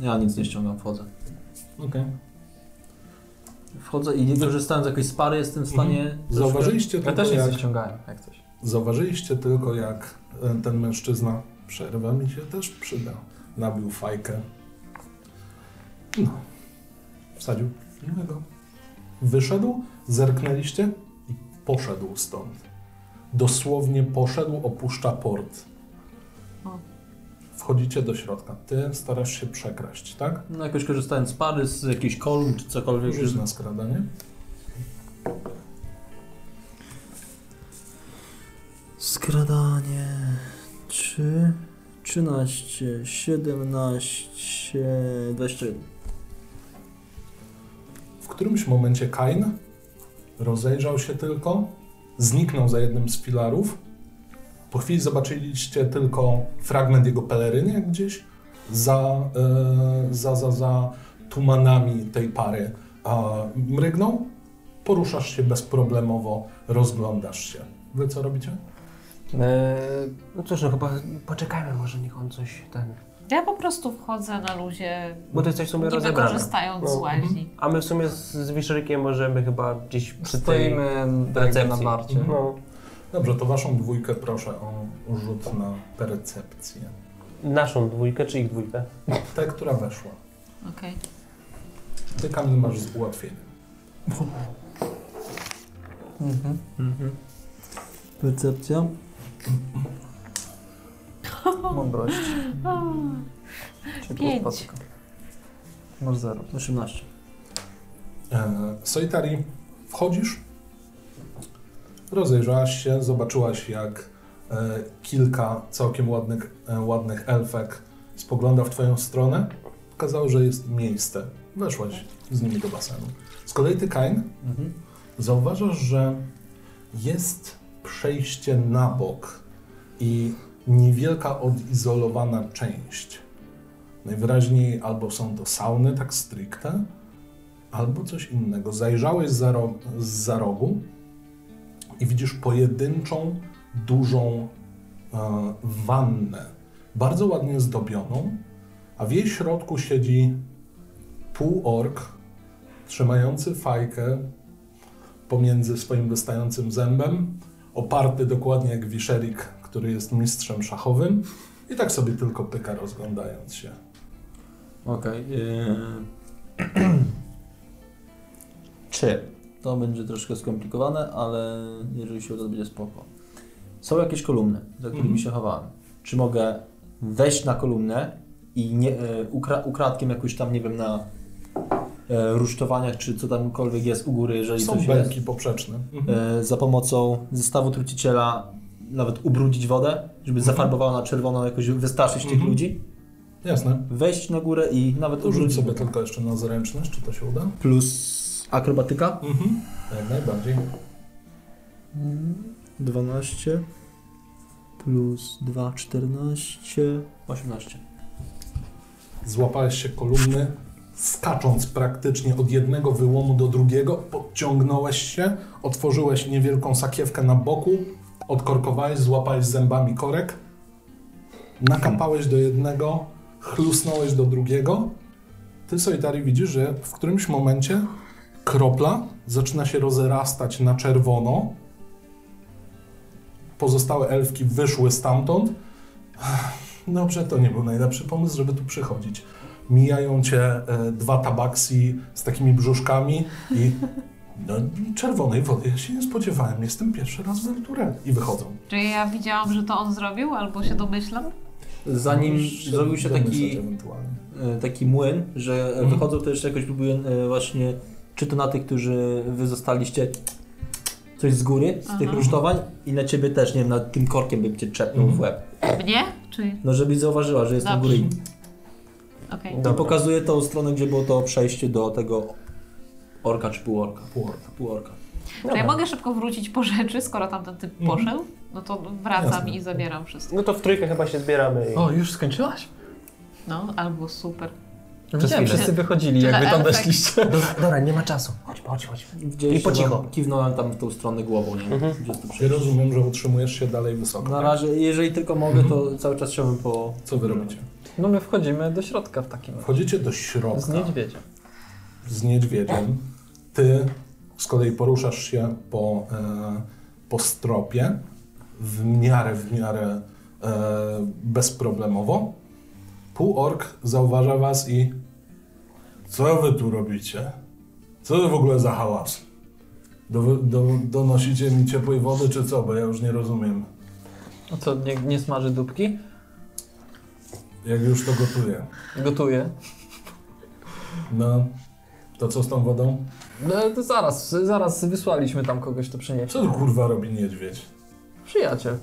[SPEAKER 2] Ja nic nie ściągam, wchodzę.
[SPEAKER 1] Okay.
[SPEAKER 2] Wchodzę i nie korzystając z jakiejś spary jestem w stanie... troszkę-
[SPEAKER 1] Mhm. Zauważyliście,
[SPEAKER 3] Ja
[SPEAKER 1] tylko
[SPEAKER 3] też nic
[SPEAKER 1] jak,
[SPEAKER 3] nie ściągałem, jak coś.
[SPEAKER 1] zauważyliście tylko, jak e, ten mężczyzna przerwa mi się też przyda. Nabił fajkę. No. Wsadził innego. Wyszedł, zerknęliście i poszedł stąd. Dosłownie poszedł, opuszcza port.
[SPEAKER 4] O.
[SPEAKER 1] Wchodzicie do środka. Ty starasz się przekraść, tak?
[SPEAKER 2] No jakoś korzystając z pary, z jakichś kolumn czy cokolwiek.
[SPEAKER 1] Rzuć
[SPEAKER 2] że-
[SPEAKER 1] na skradanie.
[SPEAKER 2] Skradanie 3, 13, 17, 21.
[SPEAKER 1] W którymś momencie Kain rozejrzał się tylko, zniknął za jednym z filarów. Po chwili zobaczyliście tylko fragment jego peleryny jak gdzieś za, e, za, za, za tumanami tej pary. A mrygnął, poruszasz się bezproblemowo, rozglądasz się. Wy co robicie?
[SPEAKER 5] Eee, no cóż, no chyba poczekajmy, może niech on coś ten.
[SPEAKER 4] Ja po prostu wchodzę na luzie,
[SPEAKER 5] Bo to jest coś w sumie
[SPEAKER 4] nie
[SPEAKER 5] rozebrane.
[SPEAKER 4] wykorzystając
[SPEAKER 5] No,
[SPEAKER 4] z łaźni.
[SPEAKER 5] A my w sumie z, z Wiszyrykiem możemy chyba gdzieś przy tej
[SPEAKER 3] Stoimy jakby
[SPEAKER 5] recepcji.
[SPEAKER 3] na barcie.
[SPEAKER 5] No.
[SPEAKER 1] Dobrze, to waszą dwójkę proszę o rzut na percepcję.
[SPEAKER 5] Naszą dwójkę czy ich dwójkę?
[SPEAKER 1] Tę, która weszła.
[SPEAKER 4] Okej.
[SPEAKER 1] Ty, Kamil, masz z ułatwieniem.
[SPEAKER 3] Mhm.
[SPEAKER 2] Percepcja?
[SPEAKER 3] Mądrość.
[SPEAKER 4] No.
[SPEAKER 3] Ciepło
[SPEAKER 4] Pięć.
[SPEAKER 3] spadko. Masz zero.
[SPEAKER 2] 18.
[SPEAKER 1] E, Solitari, wchodzisz, rozejrzałaś się, zobaczyłaś jak e, kilka całkiem ładnych, e, ładnych elfek spogląda w twoją stronę. Okazało, że jest miejsce. Weszłaś z nimi do basenu. Z kolei ty, Kain, zauważasz, że jest przejście na bok i niewielka odizolowana część. Najwyraźniej albo są to sauny, tak stricte, albo coś innego. Zajrzałeś za ro- z rogu i widzisz pojedynczą, dużą e, wannę, bardzo ładnie zdobioną, a w jej środku siedzi półork, trzymający fajkę pomiędzy swoim wystającym zębem, oparty dokładnie jak Wiszerik, który jest mistrzem szachowym i tak sobie tylko pyka rozglądając się.
[SPEAKER 2] Okej. Yy... Czy? To będzie troszkę skomplikowane, ale jeżeli się uda, to będzie spoko. Są jakieś kolumny, za którymi
[SPEAKER 1] Mhm.
[SPEAKER 2] się chowałem. Czy mogę wejść na kolumnę i nie, e, ukra ukradkiem jakoś tam, nie wiem, na e, rusztowaniach, czy co tamkolwiek jest u góry, jeżeli
[SPEAKER 1] Są
[SPEAKER 2] No coś jest?
[SPEAKER 1] belki poprzeczne. Mhm.
[SPEAKER 2] e, za pomocą zestawu truciciela nawet ubrudzić wodę, żeby zafarbowała na czerwono, jakoś wystraszyć tych
[SPEAKER 1] Mhm.
[SPEAKER 2] ludzi.
[SPEAKER 1] Jasne.
[SPEAKER 2] wejść na górę i nawet
[SPEAKER 1] Rzuć
[SPEAKER 2] użyć
[SPEAKER 1] sobie tylko jeszcze na zręczność, czy to się uda?
[SPEAKER 2] Plus akrobatyka?
[SPEAKER 1] Mhm. Jak najbardziej.
[SPEAKER 2] 12 plus 2, 14, 18.
[SPEAKER 1] Złapałeś się kolumny, skacząc praktycznie od jednego wyłomu do drugiego, podciągnąłeś się, otworzyłeś niewielką sakiewkę na boku, odkorkowałeś, złapałeś zębami korek, nakapałeś do jednego, chlusnąłeś do drugiego. Ty, Solitari, widzisz, że w którymś momencie kropla zaczyna się rozrastać na czerwono. Pozostałe elfki wyszły stamtąd. Dobrze, to nie był najlepszy pomysł, żeby tu przychodzić. Mijają cię e, dwa tabaksi z takimi brzuszkami i no, czerwonej wody. Ja się nie spodziewałem, jestem pierwszy raz w Elturel. I wychodzą.
[SPEAKER 4] Czy ja widziałam, że to on zrobił, albo się domyślam?
[SPEAKER 2] Zanim
[SPEAKER 1] Możesz
[SPEAKER 2] zrobił się
[SPEAKER 1] domyślać
[SPEAKER 2] taki,
[SPEAKER 1] ewentualnie.
[SPEAKER 2] e, taki młyn, że
[SPEAKER 1] Mhm.
[SPEAKER 2] wychodzą to jeszcze jakoś próbuję e, właśnie, czy to na tych, którzy wy zostaliście coś z góry, z tych
[SPEAKER 4] Aha.
[SPEAKER 2] rusztowań i na ciebie też, nie wiem, nad tym korkiem bym cię czepnął w
[SPEAKER 1] Mhm.
[SPEAKER 2] łeb.
[SPEAKER 4] Mnie? Czy...
[SPEAKER 2] No żebyś zauważyła, że jestem
[SPEAKER 4] Dobrze.
[SPEAKER 2] góry.
[SPEAKER 4] Okej.
[SPEAKER 2] I pokazuje tą stronę, gdzie było to przejście do tego orka czy półorka. Półorka. Półorka.
[SPEAKER 4] Czy ja mogę szybko wrócić po rzeczy, skoro tamten typ
[SPEAKER 1] Mhm.
[SPEAKER 4] poszedł? No to wracam
[SPEAKER 1] Jasne.
[SPEAKER 4] i zabieram wszystko.
[SPEAKER 5] No to w trójkę chyba się zbieramy. I...
[SPEAKER 3] O, już skończyłaś?
[SPEAKER 4] No, albo super.
[SPEAKER 3] Przez
[SPEAKER 4] chwilę.
[SPEAKER 3] wszyscy wychodzili,
[SPEAKER 4] Tyle
[SPEAKER 3] jakby tam
[SPEAKER 4] elfek.
[SPEAKER 3] weszliście.
[SPEAKER 5] Dobra, nie ma czasu. Chodź, chodź, chodź.
[SPEAKER 2] Widzieliście,
[SPEAKER 5] I po cichu.
[SPEAKER 2] no, Kiwnąłem tam w tą stronę głową, nie?
[SPEAKER 5] Mhm.
[SPEAKER 2] Gdzie to
[SPEAKER 1] Ja
[SPEAKER 2] przejście.
[SPEAKER 1] rozumiem, że utrzymujesz się dalej wysoko.
[SPEAKER 2] Na
[SPEAKER 1] tak?
[SPEAKER 2] razie, jeżeli tylko mogę, to cały czas chciałbym po...
[SPEAKER 1] Co wy robicie?
[SPEAKER 3] No my wchodzimy do środka w takim razie.
[SPEAKER 1] Wchodzicie do
[SPEAKER 3] Z
[SPEAKER 1] środka
[SPEAKER 3] niedźwiedzia.
[SPEAKER 1] z niedźwiedziem. Ty z kolei poruszasz się po, e, po stropie w miarę, w miarę e, bezproblemowo. Półork zauważa was i co wy tu robicie? Co to w ogóle za hałas? Do, do, donosicie mi ciepłej wody czy co? Bo ja już nie rozumiem.
[SPEAKER 3] A co, nie, nie smaży dupki?
[SPEAKER 1] Jak już to gotuję.
[SPEAKER 3] Gotuje.
[SPEAKER 1] No, to co z tą wodą?
[SPEAKER 3] No to zaraz, zaraz wysłaliśmy tam kogoś, to przyniesie.
[SPEAKER 1] Co tu kurwa robi niedźwiedź?
[SPEAKER 3] Przyjaciel.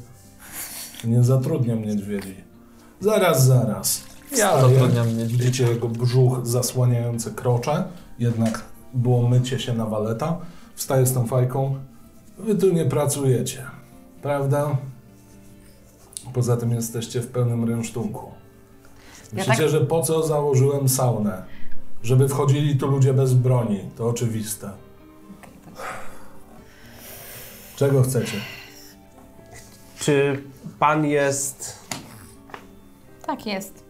[SPEAKER 1] Nie zatrudniam niedźwiedzi. Zaraz, zaraz.
[SPEAKER 3] Ja
[SPEAKER 1] Wstaje.
[SPEAKER 3] zatrudniam niedźwiedzi.
[SPEAKER 1] Widzicie jego brzuch zasłaniający krocze, jednak było mycie się na waleta. Wstaje z tą fajką. Wy tu nie pracujecie, prawda? Poza tym jesteście w pełnym rynsztunku. Myślicie,
[SPEAKER 4] tak-
[SPEAKER 1] że po co założyłem saunę? Żeby wchodzili tu ludzie bez broni, to oczywiste. Czego chcecie?
[SPEAKER 5] Czy pan jest...
[SPEAKER 4] Tak jest.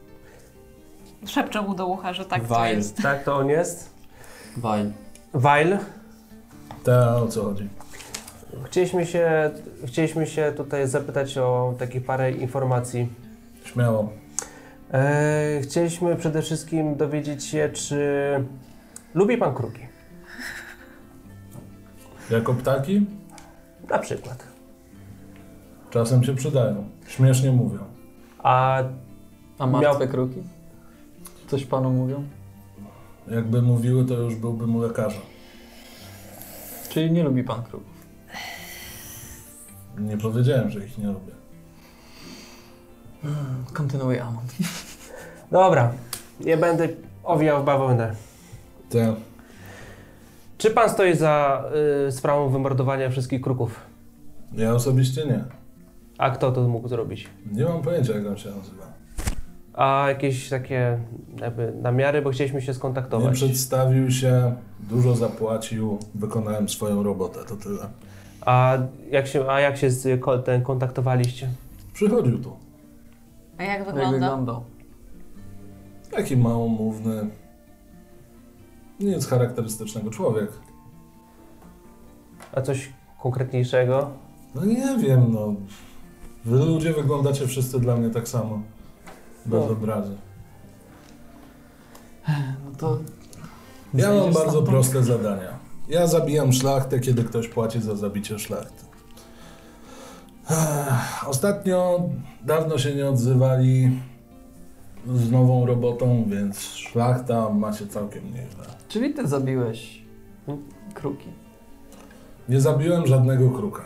[SPEAKER 4] Szepczę mu do ucha, że tak to
[SPEAKER 2] Weil.
[SPEAKER 4] jest.
[SPEAKER 5] Tak to on jest?
[SPEAKER 2] Wajn.
[SPEAKER 5] Weil?
[SPEAKER 1] Ta, o co chodzi?
[SPEAKER 5] Chcieliśmy się, chcieliśmy się tutaj zapytać o takie parę informacji.
[SPEAKER 1] Śmiało.
[SPEAKER 5] E, chcieliśmy przede wszystkim dowiedzieć się, czy lubi pan kruki?
[SPEAKER 1] Jako ptaki?
[SPEAKER 5] Na przykład.
[SPEAKER 1] Czasem się przydają. Śmiesznie mówią.
[SPEAKER 5] A
[SPEAKER 3] A martwe kruki? Coś panu mówią?
[SPEAKER 1] Jakby mówiły, to już byłbym lekarzem.
[SPEAKER 3] Czyli nie lubi pan kruków.
[SPEAKER 1] Nie powiedziałem, że ich nie lubię.
[SPEAKER 3] Kontynuuj Amon.
[SPEAKER 5] dobra, nie będę owijał w bawełnę.
[SPEAKER 1] Te,
[SPEAKER 5] Czy pan stoi za y, sprawą wymordowania wszystkich kruków?
[SPEAKER 1] ja osobiście nie.
[SPEAKER 5] A kto to mógł zrobić?
[SPEAKER 1] Nie mam pojęcia, jak on się nazywa.
[SPEAKER 5] A jakieś takie jakby namiary, bo chcieliśmy się
[SPEAKER 1] Nie
[SPEAKER 5] skontaktować.
[SPEAKER 1] przedstawił się, dużo zapłacił, wykonałem swoją robotę, to tyle.
[SPEAKER 5] A jak się, a jak się z, ko- ten, kontaktowaliście?
[SPEAKER 1] Przychodził tu.
[SPEAKER 4] A
[SPEAKER 2] Tak
[SPEAKER 4] jak
[SPEAKER 3] Jak
[SPEAKER 4] wygląda?
[SPEAKER 3] wyglądał?
[SPEAKER 1] Taki małomówny, nic charakterystycznego człowiek.
[SPEAKER 5] A coś konkretniejszego?
[SPEAKER 1] No nie wiem, no. Wy ludzie wyglądacie wszyscy dla mnie tak samo. Bez
[SPEAKER 5] No.
[SPEAKER 1] obrazy.
[SPEAKER 3] No to...
[SPEAKER 1] Ja mam
[SPEAKER 3] Zejdziesz
[SPEAKER 1] bardzo
[SPEAKER 3] stamtąd?
[SPEAKER 1] proste zadania. Ja zabijam szlachtę, kiedy ktoś płaci za zabicie szlachty. Ech, Ostatnio dawno się nie odzywali z nową robotą, więc szlachta ma się całkiem nieźle.
[SPEAKER 3] Czyli ty zabiłeś kruki.
[SPEAKER 1] Nie zabiłem żadnego kruka.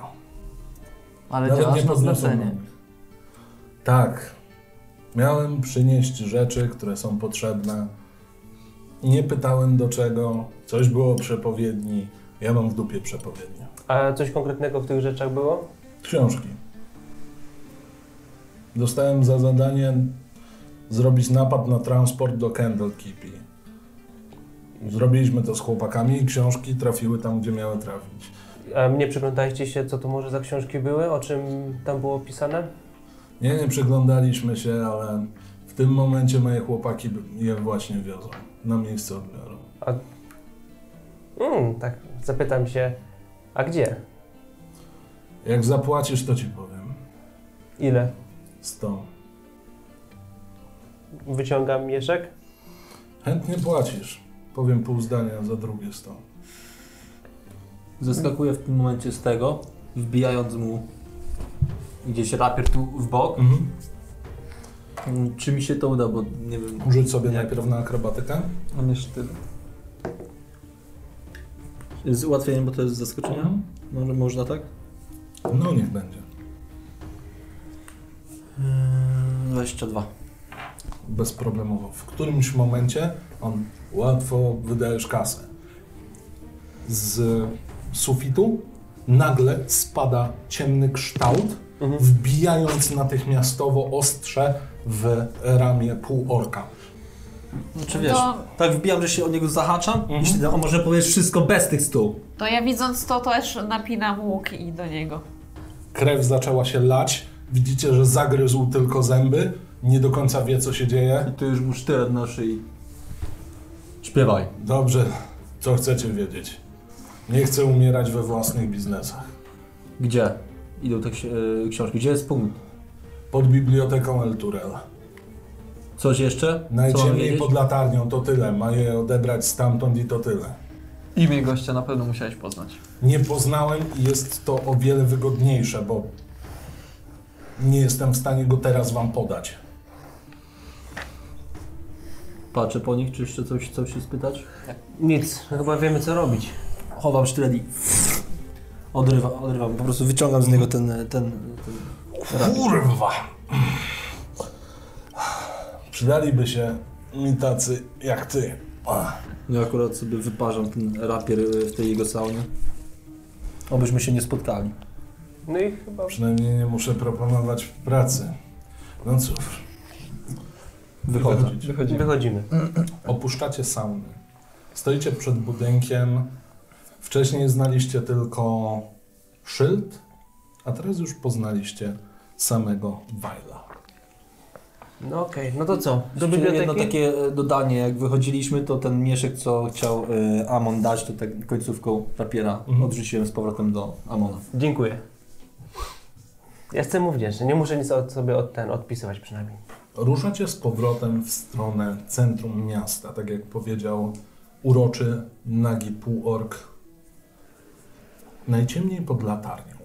[SPEAKER 3] Ale działasz na
[SPEAKER 1] podniosłem
[SPEAKER 3] zlecenie.
[SPEAKER 1] nogi. Tak. Miałem przynieść rzeczy, które są potrzebne. Nie pytałem do czego, coś było o przepowiedni. Ja mam w dupie przepowiednie.
[SPEAKER 5] A coś konkretnego w tych rzeczach było?
[SPEAKER 1] Książki. Dostałem za zadanie zrobić napad na transport do Candlekeepy. Zrobiliśmy to z chłopakami i książki trafiły tam, gdzie miały trafić.
[SPEAKER 5] A nie przyglądaliście się, co to może za książki były? O czym tam było pisane?
[SPEAKER 1] Nie, nie przyglądaliśmy się, ale w tym momencie moje chłopaki je właśnie wiozą. Na miejsce odbioru.
[SPEAKER 5] Mm, tak, zapytam się, a gdzie?
[SPEAKER 1] Jak zapłacisz, to ci powiem.
[SPEAKER 5] Ile?
[SPEAKER 1] 100.
[SPEAKER 5] Wyciągam mieszek.
[SPEAKER 1] Chętnie płacisz. Powiem pół zdania za drugie 100.
[SPEAKER 2] Zeskakuje w tym momencie z tego, wbijając mu gdzieś rapier tu w bok.
[SPEAKER 1] Mhm.
[SPEAKER 2] Mm, Czy mi się to uda, bo nie wiem.
[SPEAKER 1] Rzuć sobie najpierw na akrobatykę.
[SPEAKER 3] Mam jeszcze tyle.
[SPEAKER 2] Z ułatwieniem, bo to jest z zaskoczenia?
[SPEAKER 4] Mhm.
[SPEAKER 2] Może, można tak?
[SPEAKER 4] Yy,
[SPEAKER 1] No niech będzie.
[SPEAKER 2] 22.
[SPEAKER 1] bezproblemowo. W którymś momencie on łatwo wydajesz kasę. Z sufitu nagle spada ciemny kształt, wbijając natychmiastowo ostrze w ramię półorka.
[SPEAKER 4] No,
[SPEAKER 2] Czy wiesz,
[SPEAKER 4] To,
[SPEAKER 2] tak wbijam, że się o niego zahaczam i się, on może powiedzieć wszystko bez tych stół.
[SPEAKER 4] to ja widząc to, to też napinam łuk i do niego.
[SPEAKER 1] Krew zaczęła się lać. Widzicie, że zagryzł tylko zęby. Nie do końca wie, co się dzieje.
[SPEAKER 2] tu już mu sztylet na szyi. Śpiewaj.
[SPEAKER 1] Dobrze, co chcecie wiedzieć? Nie chcę umierać we własnych biznesach.
[SPEAKER 2] Gdzie idą te ksi- y, książki? Gdzie jest punkt?
[SPEAKER 1] Pod biblioteką El Turel.
[SPEAKER 2] Coś jeszcze? Co mam
[SPEAKER 1] Najciemniej
[SPEAKER 2] wiedzieć?
[SPEAKER 1] pod latarnią, to tyle. Ma je odebrać stamtąd i to tyle.
[SPEAKER 3] Imię gościa na pewno musiałeś poznać.
[SPEAKER 1] Nie poznałem i jest to o wiele wygodniejsze, bo nie jestem w stanie go teraz wam podać.
[SPEAKER 2] Patrzę po nich, czy jeszcze coś, coś się spytać?
[SPEAKER 5] Nic, chyba wiemy co robić.
[SPEAKER 2] Chowam sztylet i odrywam, odrywam. Po prostu wyciągam z niego ten, ten, ten
[SPEAKER 1] Kurwa! Przydaliby się mi tacy jak ty. Ach,
[SPEAKER 2] No ja akurat sobie wyparzam ten rapier y, w tej jego saunie. Obyśmy się nie spotkali.
[SPEAKER 5] No i chyba...
[SPEAKER 1] Przynajmniej nie muszę proponować pracy. No cóż,
[SPEAKER 2] Wychodzę.
[SPEAKER 1] wychodzić.
[SPEAKER 3] Wychodzimy.
[SPEAKER 5] Wychodzimy.
[SPEAKER 1] Opuszczacie sauny. Stoicie przed budynkiem. Wcześniej znaliście tylko szyld, a teraz już poznaliście samego Wajla.
[SPEAKER 5] No okej, no to co? Do
[SPEAKER 2] Jeszcze
[SPEAKER 5] biblioteki?
[SPEAKER 2] Jedno takie e, dodanie, jak wychodziliśmy, to ten mieszek, co chciał y, Amon dać, to tak końcówką rapiera
[SPEAKER 1] Mhm.
[SPEAKER 2] odrzuciłem z powrotem do Amona.
[SPEAKER 5] Dziękuję. Jestem mu wdzięczny, nie muszę nic od sobie od ten odpisywać przynajmniej.
[SPEAKER 1] Ruszacie z powrotem w stronę centrum miasta, tak jak powiedział uroczy, nagi półork. Najciemniej pod latarnią.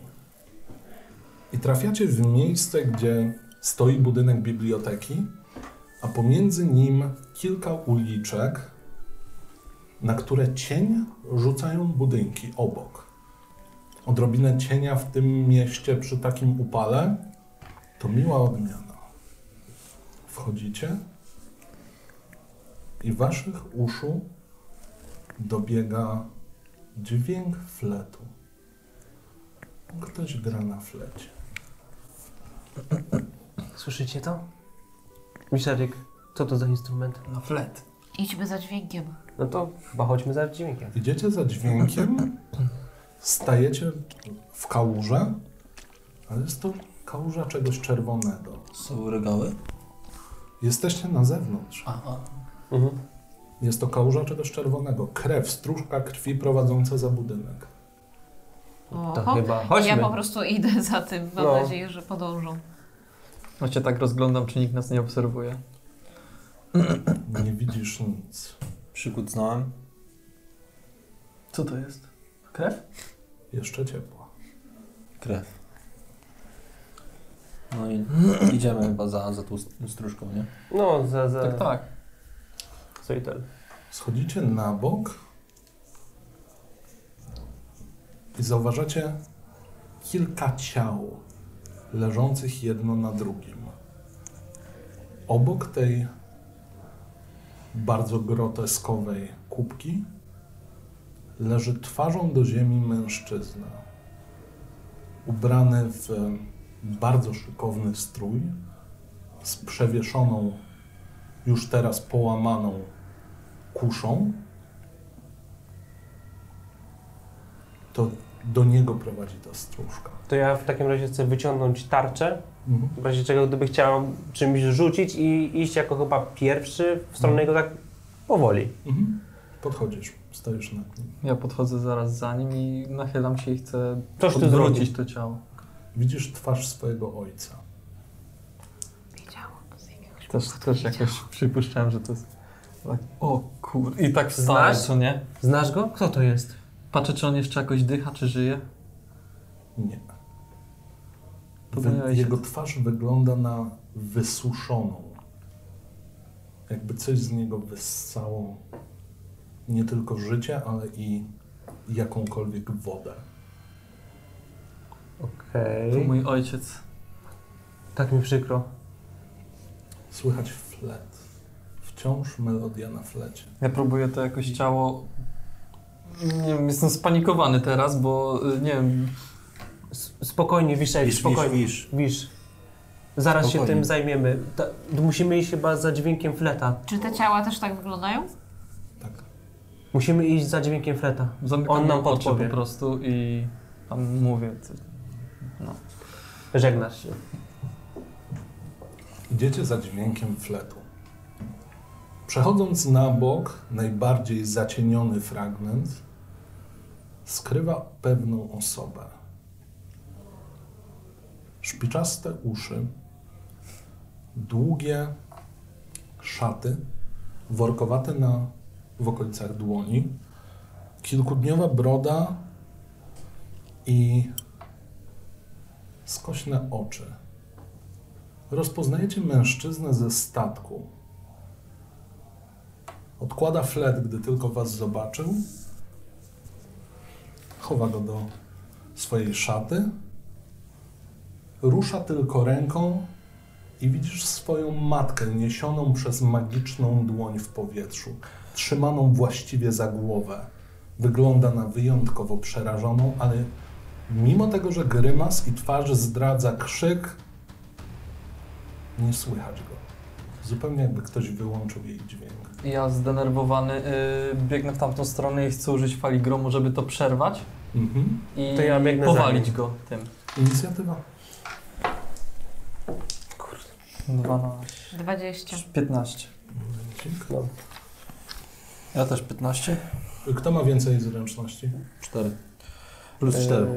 [SPEAKER 1] I trafiacie w miejsce, gdzie stoi budynek biblioteki, a pomiędzy nim kilka uliczek, na które cień rzucają budynki obok. Odrobinę cienia w tym mieście przy takim upale to miła odmiana. Wchodzicie i waszych uszu dobiega dźwięk fletu. Ktoś gra na flecie.
[SPEAKER 5] Słyszycie to? Miszeryk, co to za instrument?
[SPEAKER 3] Na flet.
[SPEAKER 4] Idźmy za dźwiękiem.
[SPEAKER 5] No to chyba chodźmy za dźwiękiem.
[SPEAKER 1] Idziecie za dźwiękiem, stajecie w kałuże, ale jest to kałuża czegoś czerwonego.
[SPEAKER 2] Są regały?
[SPEAKER 1] Jesteście na zewnątrz.
[SPEAKER 2] Aha.
[SPEAKER 5] Mhm.
[SPEAKER 1] Jest to kałuża czegoś czerwonego. Krew, stróżka krwi prowadząca za budynek.
[SPEAKER 2] Tak,
[SPEAKER 5] To
[SPEAKER 4] Oho.
[SPEAKER 5] chyba
[SPEAKER 4] Ja
[SPEAKER 5] chodźmy.
[SPEAKER 4] po prostu idę za tym. Mam
[SPEAKER 5] No.
[SPEAKER 4] nadzieję, że podążą.
[SPEAKER 3] No się tak rozglądam, czy nikt nas nie obserwuje.
[SPEAKER 1] Nie widzisz nic.
[SPEAKER 2] Przykucnąłem.
[SPEAKER 3] Co to jest? Krew?
[SPEAKER 1] Jeszcze ciepła.
[SPEAKER 2] Krew. No i idziemy chyba za, za tą stróżką, nie?
[SPEAKER 5] No, za... za...
[SPEAKER 3] Tak, tak.
[SPEAKER 5] Co i ten?
[SPEAKER 1] Schodzicie na bok i zauważacie kilka ciał leżących jedno na drugim. obok tej bardzo groteskowej kubki leży twarzą do ziemi mężczyzna, ubrany w bardzo szykowny strój, z przewieszoną, już teraz połamaną kuszą. To do niego prowadzi ta stróżka. Mhm.
[SPEAKER 5] To ja w takim razie chcę wyciągnąć tarczę, w razie czego gdyby chciał czymś rzucić i iść jako chyba pierwszy w stronę jego tak powoli.
[SPEAKER 1] Mhm. Podchodzisz, stoisz nad nim.
[SPEAKER 3] Ja podchodzę zaraz za nim i nachylam się i chcę
[SPEAKER 5] Coś ty zrobić.
[SPEAKER 3] odwrócić to ciało.
[SPEAKER 1] Widzisz twarz swojego ojca.
[SPEAKER 4] Wiedziałam z jakiegoś
[SPEAKER 3] Też, też jakoś przypuszczałem, że to jest... Tak, o kur... I tak wstałem,
[SPEAKER 5] Znasz?
[SPEAKER 3] co nie?
[SPEAKER 5] Znasz go? Kto to jest?
[SPEAKER 3] Patrzę, czy on jeszcze jakoś dycha, czy żyje.
[SPEAKER 1] Nie.
[SPEAKER 3] To
[SPEAKER 1] Wy-
[SPEAKER 3] mój ojciec.
[SPEAKER 1] jego twarz wygląda na wysuszoną. Jakby coś z niego wyssało nie tylko życie, ale i jakąkolwiek wodę.
[SPEAKER 5] Okej.
[SPEAKER 3] To mój ojciec.
[SPEAKER 5] Tak mi przykro.
[SPEAKER 1] Słychać flet. Wciąż melodia na flecie.
[SPEAKER 3] Ja próbuję to jakoś ciało... Nie wiem, jestem spanikowany teraz, bo y, nie wiem,
[SPEAKER 5] S- Spokojnie, Wiszek,
[SPEAKER 6] Wisz,
[SPEAKER 5] spokojnie.
[SPEAKER 6] wisz,
[SPEAKER 5] Wisz. Zaraz się
[SPEAKER 6] Spokojnie.
[SPEAKER 5] tym zajmiemy. Ta, musimy iść chyba za dźwiękiem fleta.
[SPEAKER 4] Czy te ciała też tak wyglądają?
[SPEAKER 1] Tak.
[SPEAKER 5] Musimy iść za dźwiękiem fleta.
[SPEAKER 3] zamykam
[SPEAKER 5] On nam
[SPEAKER 3] oczy
[SPEAKER 5] podpowie.
[SPEAKER 3] po prostu i tam mówię coś.
[SPEAKER 5] Żegnasz się.
[SPEAKER 1] Idziecie za dźwiękiem fletu. Przechodząc na bok, najbardziej zacieniony fragment skrywa pewną osobę. Szpiczaste uszy, długie szaty, workowate na, w okolicach dłoni, kilkudniowa broda i skośne oczy rozpoznajecie mężczyznę ze statku. Odkłada flet, gdy tylko was zobaczył. Chowa go do swojej szaty. Rusza tylko ręką i widzisz swoją matkę niesioną przez magiczną dłoń w powietrzu, trzymaną właściwie za głowę. Wygląda na wyjątkowo przerażoną, ale mimo tego, że grymas i twarz zdradza krzyk, nie słychać go. Zupełnie jakby ktoś wyłączył jej dźwięk.
[SPEAKER 3] Ja zdenerwowany y, biegnę w tamtą stronę i chcę użyć fali gromu, żeby to przerwać
[SPEAKER 1] Mhm.
[SPEAKER 3] i
[SPEAKER 5] To ja biegnę za
[SPEAKER 3] powalić go tym.
[SPEAKER 1] Inicjatywa.
[SPEAKER 3] 12,
[SPEAKER 4] 20.
[SPEAKER 3] 15.
[SPEAKER 1] Momencik.
[SPEAKER 6] Ja też 15.
[SPEAKER 1] Kto ma więcej zręczności?
[SPEAKER 6] 4. Plus
[SPEAKER 2] E,
[SPEAKER 6] 4.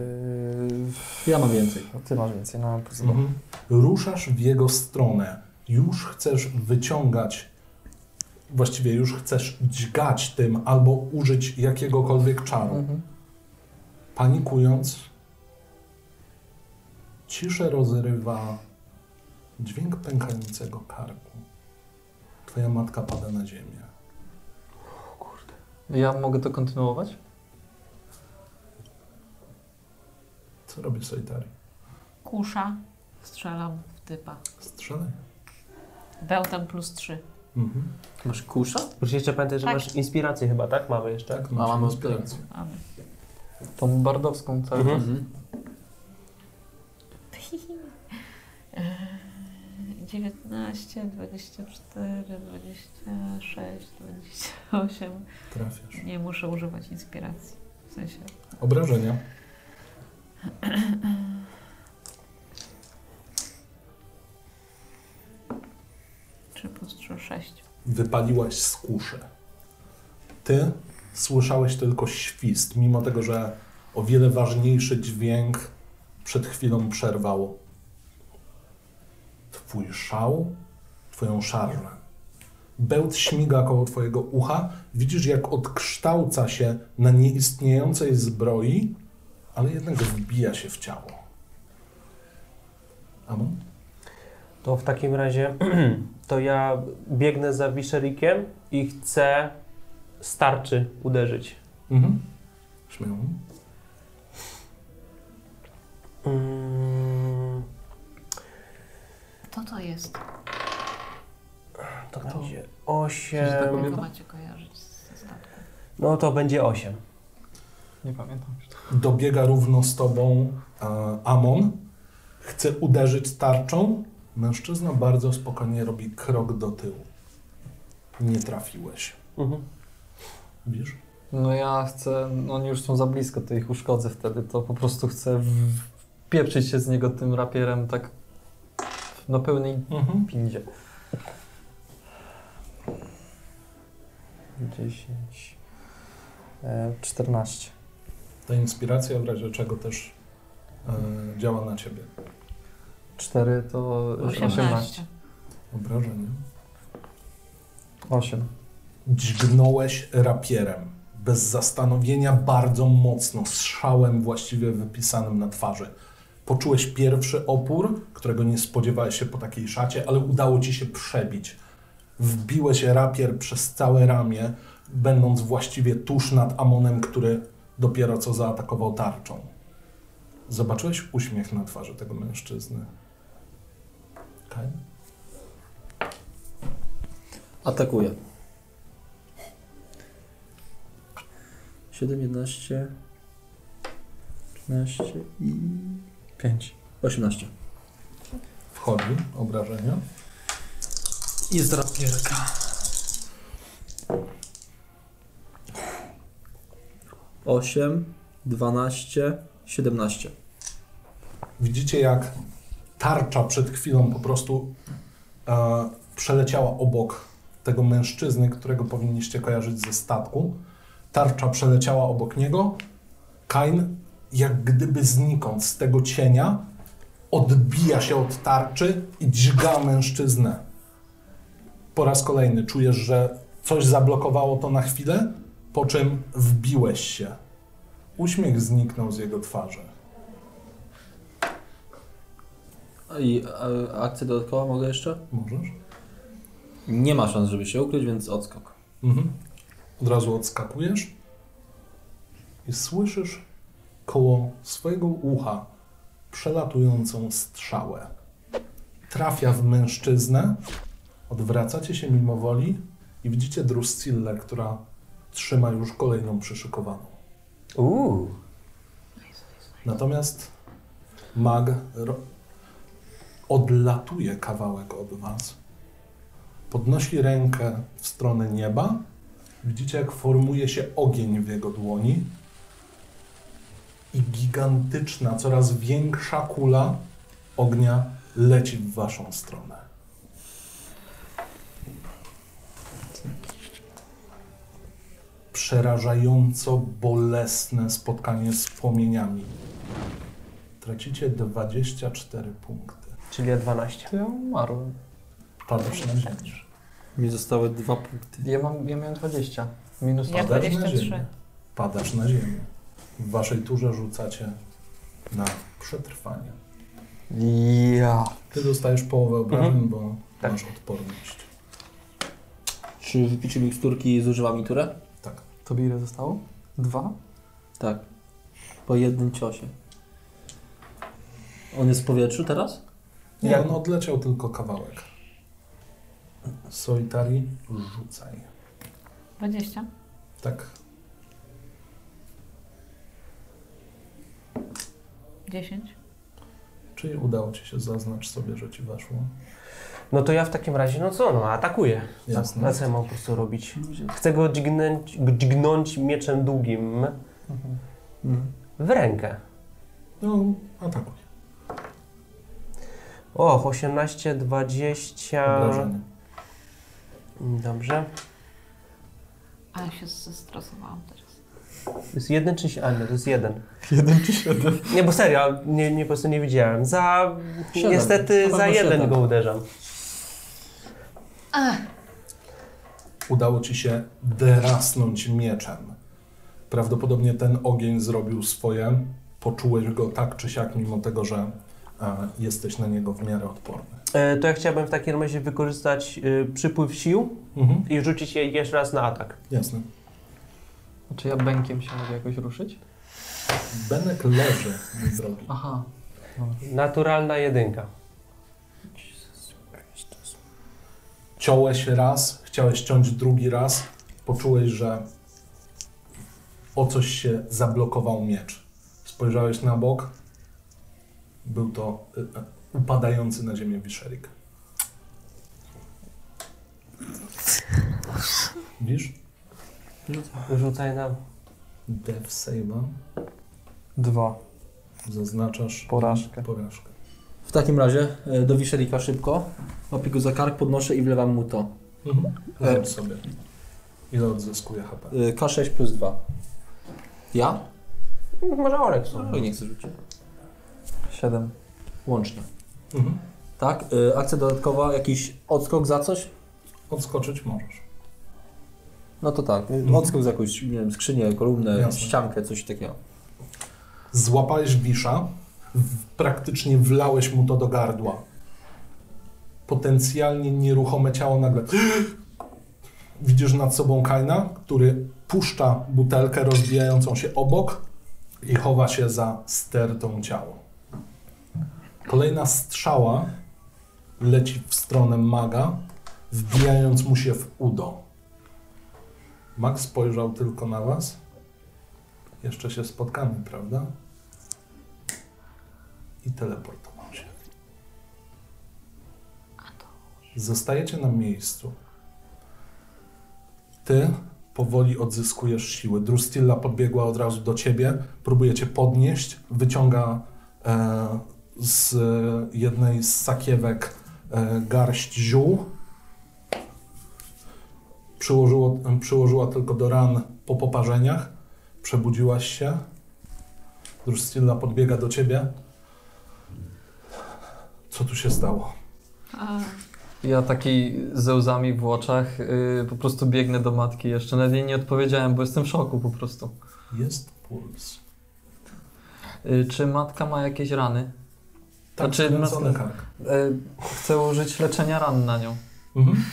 [SPEAKER 6] Ja mam więcej.
[SPEAKER 3] Eee, Ty masz więcej, no plus dwa.
[SPEAKER 1] Mhm. Ruszasz w jego stronę. Już chcesz wyciągać, właściwie już chcesz dźgać tym albo użyć jakiegokolwiek czaru.
[SPEAKER 3] Mhm.
[SPEAKER 1] Panikując, ciszę rozrywa dźwięk pękającego karku. Twoja matka pada na ziemię.
[SPEAKER 3] Ja mogę to kontynuować?
[SPEAKER 1] Co robi Solitari?
[SPEAKER 4] Kusza. Strzelam w typa.
[SPEAKER 1] Strzelaj.
[SPEAKER 4] Bełtem plus 3.
[SPEAKER 1] Mhm.
[SPEAKER 2] Masz kusza?
[SPEAKER 5] Musisz jeszcze pamiętać, że
[SPEAKER 4] Tak.
[SPEAKER 5] masz inspirację chyba, tak? Mamy jeszcze.
[SPEAKER 1] Tak,
[SPEAKER 6] A, mamy
[SPEAKER 1] inspirację.
[SPEAKER 4] Mamy.
[SPEAKER 3] Tą bardowską całą.
[SPEAKER 5] Mhm.
[SPEAKER 6] Mhm.
[SPEAKER 4] Eee, 19, 24, 26, 28.
[SPEAKER 1] Trafiasz.
[SPEAKER 4] Nie muszę używać inspiracji. W sensie
[SPEAKER 1] Obrażenia.
[SPEAKER 4] trzy plus 3, 6.
[SPEAKER 1] Wypaliłaś z kuszy. Ty słyszałeś tylko świst, mimo tego, że o wiele ważniejszy dźwięk przed chwilą przerwał twój szał, twoją szarżę. Bełt śmiga koło twojego ucha. Widzisz, jak odkształca się na nieistniejącej zbroi, ale jednak wbija się w ciało. Amon?
[SPEAKER 5] To w takim razie to ja biegnę za wiszerikiem i chcę starczy uderzyć.
[SPEAKER 1] Mhm. Śmiało.
[SPEAKER 5] Mm,
[SPEAKER 4] To to jest.
[SPEAKER 5] To
[SPEAKER 3] No.
[SPEAKER 5] będzie
[SPEAKER 3] Że tak
[SPEAKER 5] 8.
[SPEAKER 3] powiem.
[SPEAKER 4] Tylko macie kojarzyć ze statku.
[SPEAKER 5] No to będzie 8.
[SPEAKER 3] Nie pamiętam.
[SPEAKER 1] Dobiega równo z tobą e, Amon. Chce uderzyć tarczą. Mężczyzna bardzo spokojnie robi krok do tyłu. Nie trafiłeś.
[SPEAKER 5] Mhm.
[SPEAKER 1] Widzisz?
[SPEAKER 3] No ja chcę, no oni już są za blisko, to ich uszkodzę wtedy, to po prostu chcę w- wpieprzyć się z niego tym rapierem tak na pełnej
[SPEAKER 1] Mhm.
[SPEAKER 3] pindzie. 10, e, 14.
[SPEAKER 1] Ta inspiracja w razie czego też e, działa na ciebie.
[SPEAKER 3] 4 to 18.
[SPEAKER 4] 18.
[SPEAKER 1] Obrażenie.
[SPEAKER 3] 8.
[SPEAKER 1] dźgnąłeś rapierem. Bez zastanowienia, bardzo mocno, strzałem właściwie wypisanym na twarzy. Poczułeś pierwszy opór, którego nie spodziewałeś się po takiej szacie, ale udało ci się przebić. Wbiłeś rapier przez całe ramię, będąc właściwie tuż nad Amonem, który dopiero co zaatakował tarczą. Zobaczyłeś uśmiech na twarzy tego mężczyzny. Kaj?
[SPEAKER 6] Atakuje. 7, 11, 15 i
[SPEAKER 3] 5.
[SPEAKER 6] 18.
[SPEAKER 1] Wchodzi obrażenia.
[SPEAKER 6] Jest rapierka. Osiem, dwanaście, siedemnaście.
[SPEAKER 1] Widzicie, jak tarcza przed chwilą po prostu e, przeleciała obok tego mężczyzny, którego powinniście kojarzyć ze statku. Tarcza przeleciała obok niego. Kain, jak gdyby znikąd z tego cienia, odbija się od tarczy i dźga mężczyznę. Po raz kolejny czujesz, że coś zablokowało to na chwilę, po czym wbiłeś się. Uśmiech zniknął z jego twarzy.
[SPEAKER 6] I e, akcja dodatkowa mogę jeszcze?
[SPEAKER 1] Możesz?
[SPEAKER 6] Nie ma szans, żeby się ukryć, więc odskok.
[SPEAKER 1] Mhm. Od razu odskakujesz i słyszysz koło swojego ucha przelatującą strzałę. Trafia w mężczyznę, odwracacie się mimo woli i widzicie Druscillę, która trzyma już kolejną przyszykowaną.
[SPEAKER 3] Uuu.
[SPEAKER 1] Natomiast mag ro- odlatuje kawałek od was, podnosi rękę w stronę nieba. Widzicie, jak formuje się ogień w jego dłoni i gigantyczna, coraz większa kula ognia leci w waszą stronę. Przerażająco bolesne spotkanie z płomieniami. Tracicie 24 punkty.
[SPEAKER 5] Czyli ja 12.
[SPEAKER 3] Ja umarłem.
[SPEAKER 1] Padasz na ziemię.
[SPEAKER 6] Mi zostały dwa punkty.
[SPEAKER 3] Ja, mam, ja miałem 20. Minus
[SPEAKER 4] Ja
[SPEAKER 1] Padasz na
[SPEAKER 4] 23.
[SPEAKER 1] ziemię. Padasz na ziemię. W waszej turze rzucacie na przetrwanie.
[SPEAKER 3] Ja.
[SPEAKER 1] Ty dostajesz połowę obrażeń, bo
[SPEAKER 5] Tak.
[SPEAKER 1] masz odporność.
[SPEAKER 6] Czy w biciu miksturki zużywa mi turę?
[SPEAKER 1] Tak.
[SPEAKER 3] Tobie ile zostało? Dwa?
[SPEAKER 6] Tak. Po jednym ciosie. On jest w powietrzu teraz?
[SPEAKER 1] Nie,
[SPEAKER 5] Jak-
[SPEAKER 1] on odleciał tylko kawałek. Solitari, rzucaj.
[SPEAKER 4] 20.
[SPEAKER 1] Tak.
[SPEAKER 4] 10.
[SPEAKER 1] Czyli udało ci się, zaznacz sobie, że ci weszło.
[SPEAKER 5] No to ja w takim razie, no co, no atakuję.
[SPEAKER 1] Jasne.
[SPEAKER 5] Na co ja mam po prostu robić? Chcę go dźgnąć, dźgnąć mieczem długim
[SPEAKER 3] Mhm.
[SPEAKER 5] w rękę.
[SPEAKER 1] No, atakuj.
[SPEAKER 5] O, 18, 20.
[SPEAKER 1] Obrażenie.
[SPEAKER 5] Dobrze.
[SPEAKER 4] A ja się zestresowałam teraz.
[SPEAKER 5] To jest jeden czy siedem? A nie, to jest jeden. Jeden czy siedem? Nie, bo serio, nie, nie po prostu nie widziałem. Za.
[SPEAKER 6] Siedem.
[SPEAKER 5] Niestety
[SPEAKER 6] Na
[SPEAKER 5] za
[SPEAKER 6] pewno
[SPEAKER 5] jeden
[SPEAKER 6] siedem.
[SPEAKER 5] go uderzam.
[SPEAKER 1] Udało ci się derasnąć mieczem. Prawdopodobnie ten ogień zrobił swoje. Poczułeś go tak czy siak, mimo tego, że e, jesteś na niego w miarę odporny.
[SPEAKER 5] E, to ja chciałbym w takim razie wykorzystać e, przypływ sił
[SPEAKER 1] Mhm.
[SPEAKER 5] i rzucić je jeszcze raz na atak.
[SPEAKER 1] Jasne.
[SPEAKER 3] Czy Znaczy ja bękiem się mogę jakoś ruszyć?
[SPEAKER 1] Benek leży, mój drogi.
[SPEAKER 3] Aha.
[SPEAKER 5] Naturalna jedynka.
[SPEAKER 1] Ciąłeś raz, chciałeś ciąć drugi raz, poczułeś, że o coś się zablokował miecz. Spojrzałeś na bok, był to y, y, upadający na ziemię wiszerik. Widzisz?
[SPEAKER 5] Rzucaj nam.
[SPEAKER 1] Death save'a
[SPEAKER 3] Dwa.
[SPEAKER 1] zaznaczasz
[SPEAKER 3] Porażkę.
[SPEAKER 1] porażkę.
[SPEAKER 2] W takim razie e, do Wiszelika szybko. Łapię go za kark, podnoszę i wlewam mu to.
[SPEAKER 1] Mhm. Zobacz sobie. Ile odzyskuje HP?
[SPEAKER 2] E, K6 plus 2. Ja?
[SPEAKER 5] Może Olek
[SPEAKER 2] No,
[SPEAKER 5] sobie.
[SPEAKER 2] i nie chcę rzucić.
[SPEAKER 3] Siedem.
[SPEAKER 2] Łącznie.
[SPEAKER 1] Mhm.
[SPEAKER 2] Tak? E, Akcja dodatkowa, jakiś odskok za coś?
[SPEAKER 1] Odskoczyć możesz.
[SPEAKER 2] No to tak. e,
[SPEAKER 1] Mhm.
[SPEAKER 2] Odskok za jakąś, nie wiem, skrzynię, kolumnę,
[SPEAKER 1] Jasne.
[SPEAKER 2] ściankę, coś takiego.
[SPEAKER 1] Złapałeś wisza, w- praktycznie wlałeś mu to do gardła. Potencjalnie nieruchome ciało nagle. Widzisz nad sobą Kaina, który puszcza butelkę rozbijającą się obok i chowa się za stertą ciała. Kolejna strzała leci w stronę maga, wbijając mu się w udo. Mag spojrzał tylko na was. Jeszcze się spotkamy, prawda? I teleportował się. Zostajecie na miejscu. Ty powoli odzyskujesz siły. Drustilla podbiegła od razu do ciebie, próbuje cię podnieść, wyciąga e, z jednej z sakiewek e, garść ziół. Przyłożyło, przyłożyła tylko do ran po poparzeniach. Przebudziłaś się. Drusilla podbiega do ciebie. Co tu się stało?
[SPEAKER 4] A,
[SPEAKER 3] Ja taki ze łzami w oczach y, po prostu biegnę do matki. Jeszcze nawet jej nie odpowiedziałem, bo jestem w szoku po prostu.
[SPEAKER 1] Jest puls.
[SPEAKER 3] Y, czy matka ma jakieś rany? Znaczy,
[SPEAKER 1] Tak skręcony
[SPEAKER 3] nas-
[SPEAKER 1] kark.
[SPEAKER 3] Y, chcę użyć leczenia ran na nią.
[SPEAKER 1] Mhm.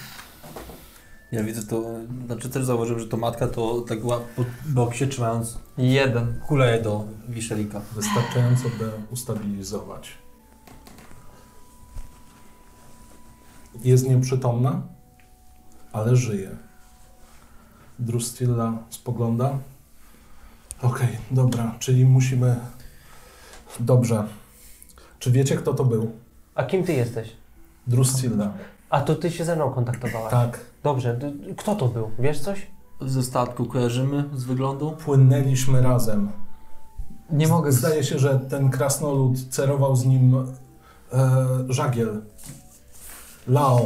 [SPEAKER 6] Ja widzę to, znaczy też zauważyłem, że to matka to tak była pod bok się trzymając
[SPEAKER 3] Jeden.
[SPEAKER 6] kuleje do wiszelika.
[SPEAKER 1] Wystarczająco, by ustabilizować. Jest nieprzytomna, ale żyje. Drustilla spogląda. Okej, dobra, czyli musimy. Dobrze. Czy wiecie, kto to był?
[SPEAKER 5] A kim ty jesteś?
[SPEAKER 1] Druscilla.
[SPEAKER 5] A to ty się ze mną kontaktowałaś.
[SPEAKER 1] Tak.
[SPEAKER 5] Dobrze, d- kto to był? Wiesz coś?
[SPEAKER 2] Ze statku kojarzymy z wyglądu?
[SPEAKER 1] Płynęliśmy razem.
[SPEAKER 3] Nie mogę. Z...
[SPEAKER 1] Zdaje się, że ten krasnolud cerował z nim e, żagiel. Lao.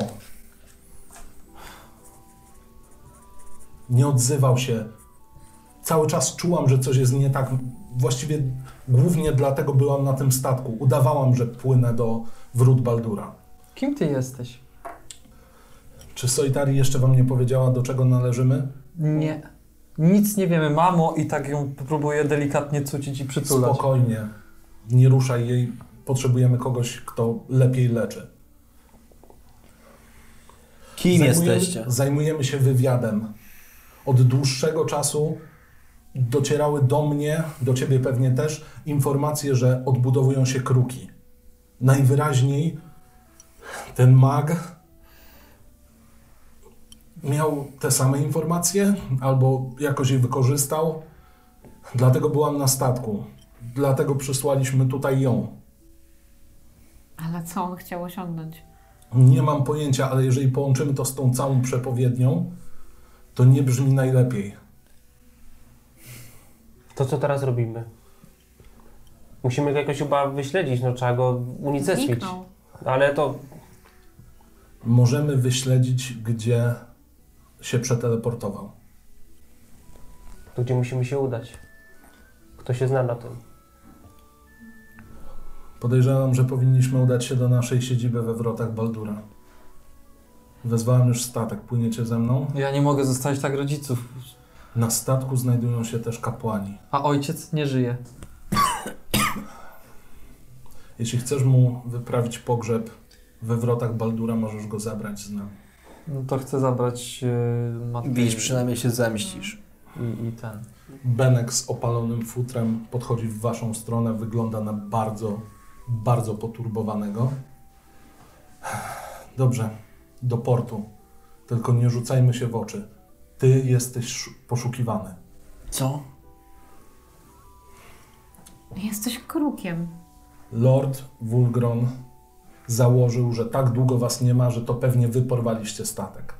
[SPEAKER 1] Nie odzywał się. Cały czas czułam, że coś jest nie tak. Właściwie głównie dlatego byłam na tym statku. Udawałam, że płynę do wrót Baldura.
[SPEAKER 3] Kim ty jesteś?
[SPEAKER 1] Czy Soitari jeszcze wam nie powiedziała, do czego należymy?
[SPEAKER 3] Nie. Mm. Nic nie wiemy, mamo, i tak ją próbuję delikatnie cucić i przytulać.
[SPEAKER 1] Spokojnie. Nie ruszaj jej. Potrzebujemy kogoś, kto lepiej leczy.
[SPEAKER 6] Kim
[SPEAKER 1] Zajmujemy-
[SPEAKER 6] jesteście?
[SPEAKER 1] Zajmujemy się wywiadem. Od dłuższego czasu docierały do mnie, do ciebie pewnie też, informacje, że odbudowują się kruki. Najwyraźniej ten mag miał te same informacje, albo jakoś je wykorzystał. Dlatego byłam na statku. Dlatego przysłaliśmy tutaj ją.
[SPEAKER 4] ale co on chciał osiągnąć?
[SPEAKER 1] Nie mam pojęcia, ale jeżeli połączymy to z tą całą przepowiednią, to nie brzmi najlepiej.
[SPEAKER 5] To co teraz robimy? Musimy go jakoś chyba wyśledzić, no trzeba go unicestwić.
[SPEAKER 4] Zniknął.
[SPEAKER 5] Ale to
[SPEAKER 1] Możemy wyśledzić, gdzie się przeteleportował.
[SPEAKER 5] To gdzie musimy się udać? Kto się zna na tym?
[SPEAKER 1] Podejrzewam, że powinniśmy udać się do naszej siedziby we wrotach Baldura. Wezwałem już statek, płyniecie ze mną.
[SPEAKER 3] Ja nie mogę zostawić tak rodziców.
[SPEAKER 1] Na statku znajdują się też kapłani.
[SPEAKER 3] A ojciec nie żyje.
[SPEAKER 1] Jeśli chcesz mu wyprawić pogrzeb we wrotach Baldura, możesz go zabrać z nami.
[SPEAKER 3] No to chcę zabrać e, matkę.
[SPEAKER 6] Widzisz,
[SPEAKER 3] i-
[SPEAKER 6] przynajmniej się zemścisz.
[SPEAKER 3] I, I ten.
[SPEAKER 1] Benek z opalonym futrem podchodzi w waszą stronę, wygląda na bardzo, bardzo poturbowanego. Dobrze, do portu. Tylko nie rzucajmy się w oczy. Ty jesteś szu- poszukiwany.
[SPEAKER 6] Co?
[SPEAKER 4] Jesteś krukiem.
[SPEAKER 1] Lord Wulgron założył, że tak długo was nie ma, że to pewnie wy porwaliście statek.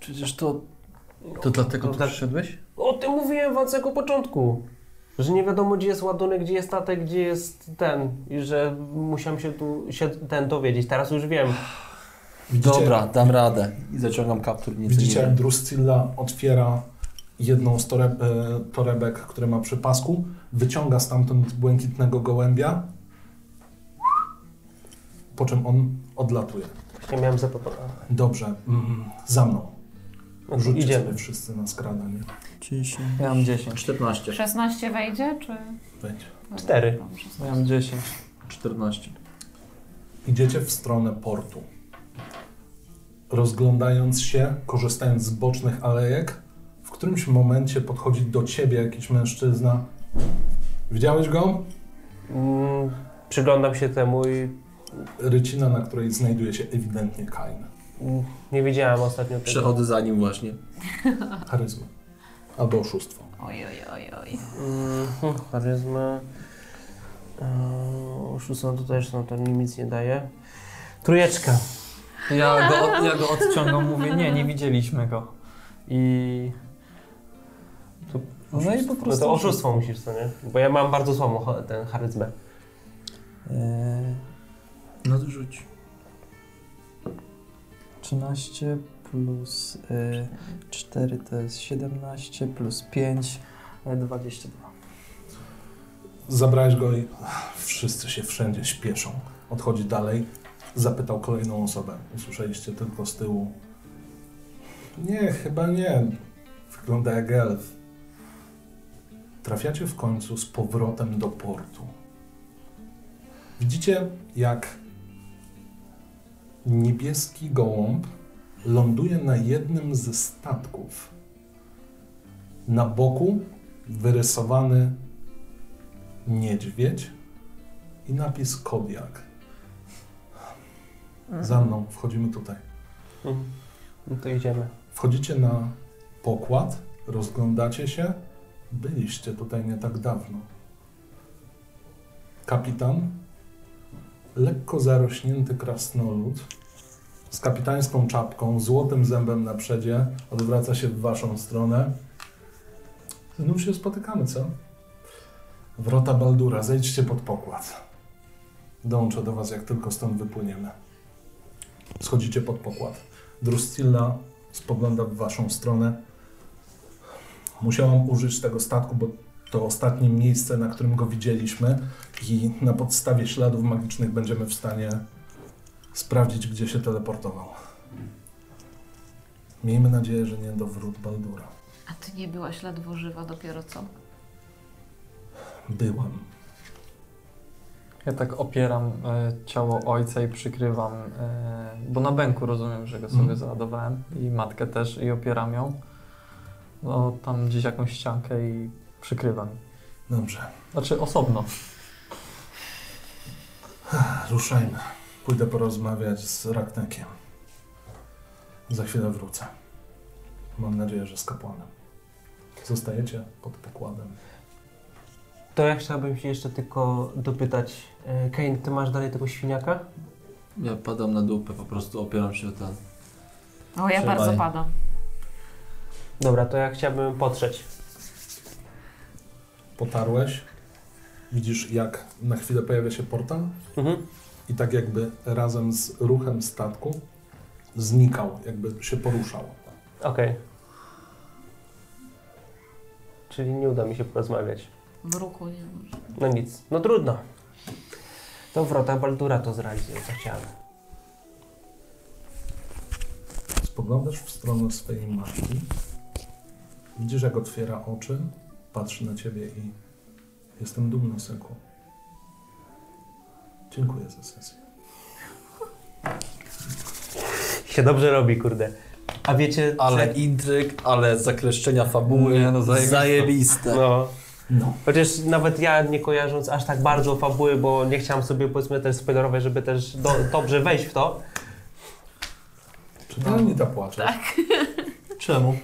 [SPEAKER 6] Przecież to...
[SPEAKER 2] To dlatego
[SPEAKER 5] No
[SPEAKER 2] tu
[SPEAKER 5] tak.
[SPEAKER 2] przyszedłeś?
[SPEAKER 5] O tym mówiłem wam od samego początku. Że nie wiadomo, gdzie jest ładunek, gdzie jest statek, gdzie jest ten. I że musiałem się tu się ten dowiedzieć. Teraz już wiem.
[SPEAKER 1] Widzicie?
[SPEAKER 6] Dobra, dam radę. I zaciągam kaptur nieco
[SPEAKER 1] Widzicie, jak
[SPEAKER 6] niżej.
[SPEAKER 1] Druscilla otwiera jedną z toreb, e, torebek, które ma przy pasku, wyciąga stamtąd błękitnego gołębia, po czym on odlatuje.
[SPEAKER 5] Właśnie miałem zapytać.
[SPEAKER 1] Dobrze, mm, za mną. Rzućcie
[SPEAKER 5] No Idziemy.
[SPEAKER 1] sobie wszyscy na skradanie.
[SPEAKER 6] 10,
[SPEAKER 3] Ja mam 10.
[SPEAKER 6] 14.
[SPEAKER 4] 16 wejdzie, czy... No,
[SPEAKER 1] Będzie.
[SPEAKER 5] Cztery.
[SPEAKER 4] Mam 16.
[SPEAKER 3] Ja mam 10.
[SPEAKER 6] 14.
[SPEAKER 1] Idziecie w stronę portu. Rozglądając się, korzystając z bocznych alejek, w którymś momencie podchodzi do ciebie jakiś mężczyzna. Widziałeś go?
[SPEAKER 5] Mm, przyglądam się temu i
[SPEAKER 1] Rycina, na której znajduje się ewidentnie Kain.
[SPEAKER 5] mm, nie widziałem ostatnio tego.
[SPEAKER 6] Przechodzę za nim właśnie.
[SPEAKER 1] Charyzma. Albo oszustwo.
[SPEAKER 4] Oj, oj, oj, oj.
[SPEAKER 5] Mm, hmm, charyzmę. Eee, Oszustwo to też no, to mi nic nie daje. Trójeczka.
[SPEAKER 3] Ja go, od- ja go odciągam, mówię, nie, nie widzieliśmy go. I...
[SPEAKER 5] To
[SPEAKER 3] No i po
[SPEAKER 5] No
[SPEAKER 3] prostu...
[SPEAKER 5] to oszustwo musisz, co nie? Bo ja mam bardzo słabą cho- tę charyzmę.
[SPEAKER 3] Eee,
[SPEAKER 6] No to rzuć.
[SPEAKER 3] 13 plus y, 4 to jest 17, plus 5, e, 22.
[SPEAKER 1] Zabrałeś go i wszyscy się wszędzie śpieszą. Odchodzi dalej. Zapytał kolejną osobę. Usłyszeliście tylko z tyłu. Nie, chyba nie. Wygląda jak elf. Trafiacie w końcu z powrotem do portu. Widzicie, jak niebieski gołąb ląduje na jednym ze statków. Na boku wyrysowany niedźwiedź i napis Kodiak. Za mną, wchodzimy tutaj.
[SPEAKER 5] Mhm. No to idziemy.
[SPEAKER 1] Wchodzicie na pokład, rozglądacie się. Byliście tutaj nie tak dawno. Kapitan, lekko zarośnięty krasnolud, z kapitańską czapką, złotym zębem na przedzie, odwraca się w waszą stronę. Znów się spotykamy, co? Wrota Baldura, zejdźcie pod pokład. Dołączę do was, jak tylko stąd wypłyniemy. Schodzicie pod pokład. Druscilla spogląda w waszą stronę. Musiałam użyć tego statku, bo to ostatnie miejsce, na którym go widzieliśmy i na podstawie śladów magicznych będziemy w stanie sprawdzić, gdzie się teleportował. Miejmy nadzieję, że nie do wrót Baldura.
[SPEAKER 4] A ty nie byłaś ledwo żywa dopiero co?
[SPEAKER 1] Byłam.
[SPEAKER 3] Ja tak opieram e, ciało ojca i przykrywam, e, bo na bęku rozumiem, że go sobie
[SPEAKER 1] Mhm.
[SPEAKER 3] załadowałem i matkę też i opieram ją. No tam gdzieś jakąś ściankę i przykrywam.
[SPEAKER 1] Dobrze,
[SPEAKER 3] Znaczy osobno.
[SPEAKER 1] ruszajmy. Pójdę porozmawiać z Raknekiem. Za chwilę wrócę. Mam nadzieję, że z kapłanem. Zostajecie pod pokładem.
[SPEAKER 5] To ja chciałbym się jeszcze tylko dopytać. E, Kane, ty masz dalej tego świniaka?
[SPEAKER 6] Ja padam na dupę, po prostu opieram się o ten.
[SPEAKER 4] O, ja
[SPEAKER 6] Trzymaj.
[SPEAKER 4] bardzo padam.
[SPEAKER 5] Dobra, to ja chciałbym potrzeć.
[SPEAKER 1] potarłeś, widzisz jak na chwilę pojawia się portal
[SPEAKER 5] Mhm.
[SPEAKER 1] i tak jakby razem z ruchem statku znikał, jakby się poruszał.
[SPEAKER 5] Okej. Czyli nie uda mi się porozmawiać.
[SPEAKER 4] W ruku nie może.
[SPEAKER 5] No nic. No trudno. To wrota Baldura to zrealizuję, co chciałem.
[SPEAKER 1] Spoglądasz w stronę swojej matki, widzisz jak otwiera oczy, patrzy na ciebie i jestem dumny, synku. Dziękuję za sesję.
[SPEAKER 5] Się dobrze robi, kurde. A wiecie,
[SPEAKER 6] Ale
[SPEAKER 5] że-
[SPEAKER 6] intryg, ale zakleszczenia fabuły.
[SPEAKER 3] Nie, no zajebiste.
[SPEAKER 6] zajebiste.
[SPEAKER 5] No.
[SPEAKER 1] No.
[SPEAKER 5] Chociaż nawet ja nie kojarząc aż tak bardzo fabuły, bo nie chciałem sobie powiedzmy też spoilerować, żeby też do, dobrze wejść w to.
[SPEAKER 1] Czy ta Anita płacze? Tak.
[SPEAKER 10] Czemu?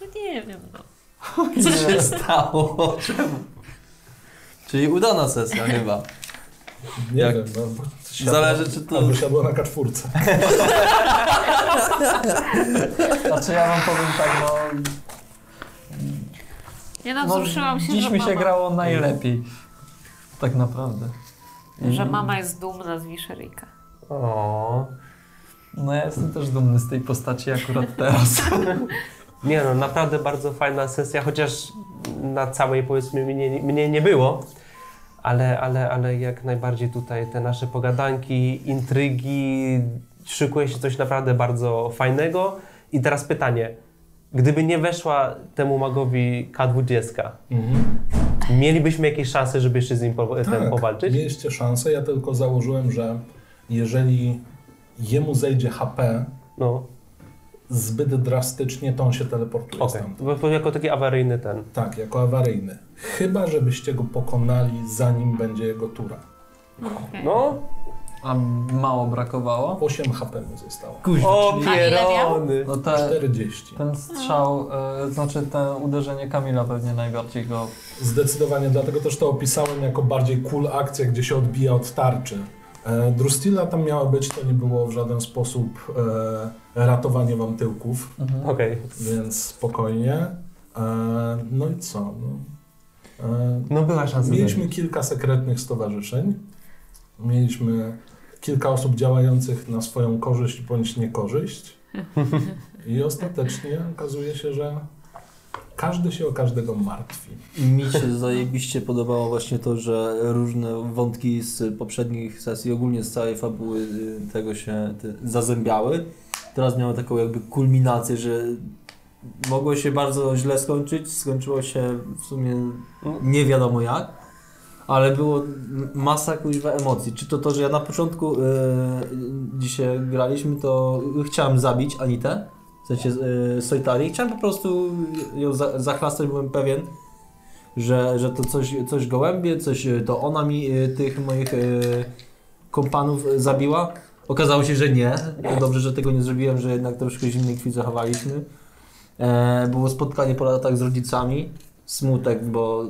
[SPEAKER 4] No nie wiem, no.
[SPEAKER 10] Co się stało? Czemu? Czyli udana sesja chyba.
[SPEAKER 1] Nie
[SPEAKER 10] Jak-
[SPEAKER 1] wiem, no. Siadła-
[SPEAKER 10] Zależy czy to...
[SPEAKER 1] Albo siadła na kaczwórce.
[SPEAKER 3] Znaczy ja wam powiem tak, no...
[SPEAKER 4] Ja no,
[SPEAKER 3] no
[SPEAKER 4] wzruszyłam się,
[SPEAKER 3] dziś
[SPEAKER 4] że,
[SPEAKER 3] mi
[SPEAKER 4] mama,
[SPEAKER 3] się grało najlepiej. Tak naprawdę.
[SPEAKER 4] że mama jest dumna z Wiszeryka.
[SPEAKER 5] O.
[SPEAKER 3] No ja jestem też dumny z tej postaci akurat teraz.
[SPEAKER 5] Nie no, naprawdę bardzo fajna sesja, chociaż na całej powiedzmy mnie, mnie nie było. Ale, ale, ale jak najbardziej tutaj te nasze pogadanki, intrygi, szykuje się coś naprawdę bardzo fajnego. I teraz pytanie, gdyby nie weszła temu magowi K20,
[SPEAKER 1] Mhm.
[SPEAKER 5] mielibyśmy jakieś szanse, żeby jeszcze z nim po, ten, powalczyć?
[SPEAKER 1] Tak, mieliście szansę, ja tylko założyłem, że jeżeli jemu zejdzie HP
[SPEAKER 5] No,
[SPEAKER 1] zbyt drastycznie, to on się teleportuje
[SPEAKER 5] okej.
[SPEAKER 1] stamtąd.
[SPEAKER 5] Po- po- Jako taki awaryjny ten.
[SPEAKER 1] Tak, jako awaryjny. Chyba, żebyście go pokonali, zanim będzie jego tura.
[SPEAKER 4] Okay.
[SPEAKER 5] No,
[SPEAKER 3] A mało brakowało?
[SPEAKER 1] 8 HP mu zostało.
[SPEAKER 5] o
[SPEAKER 4] A ile miał?
[SPEAKER 5] pierony!
[SPEAKER 3] No
[SPEAKER 2] Tak.
[SPEAKER 3] te,
[SPEAKER 1] 40.
[SPEAKER 3] ten strzał, e, znaczy to uderzenie Kamila pewnie najbardziej go...
[SPEAKER 1] Zdecydowanie, dlatego też to opisałem jako bardziej cool akcję, gdzie się odbija od tarczy. E, Drustila tam miała być, to nie było w żaden sposób e, ratowanie wam tyłków,
[SPEAKER 3] Mhm.
[SPEAKER 5] Okej.
[SPEAKER 1] więc spokojnie. E, no i co? No. E,
[SPEAKER 5] No była szansa.
[SPEAKER 1] Mieliśmy kilka sekretnych stowarzyszeń. Mieliśmy kilka osób działających na swoją korzyść bądź niekorzyść. I ostatecznie okazuje się, że każdy się o każdego martwi.
[SPEAKER 2] Mi się zajebiście podobało właśnie to, że różne wątki z poprzednich sesji, ogólnie z całej fabuły y, tego się te, zazębiały. Teraz miało taką jakby kulminację, że mogło się bardzo źle skończyć, skończyło się w sumie nie wiadomo jak, ale było masa kuźwa emocji. Czy to to, że ja na początku y, dzisiaj graliśmy, to chciałem zabić Anitę, w sensie y, Soitari, chciałem po prostu ją za, zachlastać, byłem pewien, że, że to coś, coś gołębie, coś y, to ona mi y, tych moich y, kompanów y, zabiła. Okazało się, że nie. Dobrze, że tego nie zrobiłem, że jednak troszkę zimnej krwi zachowaliśmy. E, było spotkanie po latach z rodzicami. Smutek, bo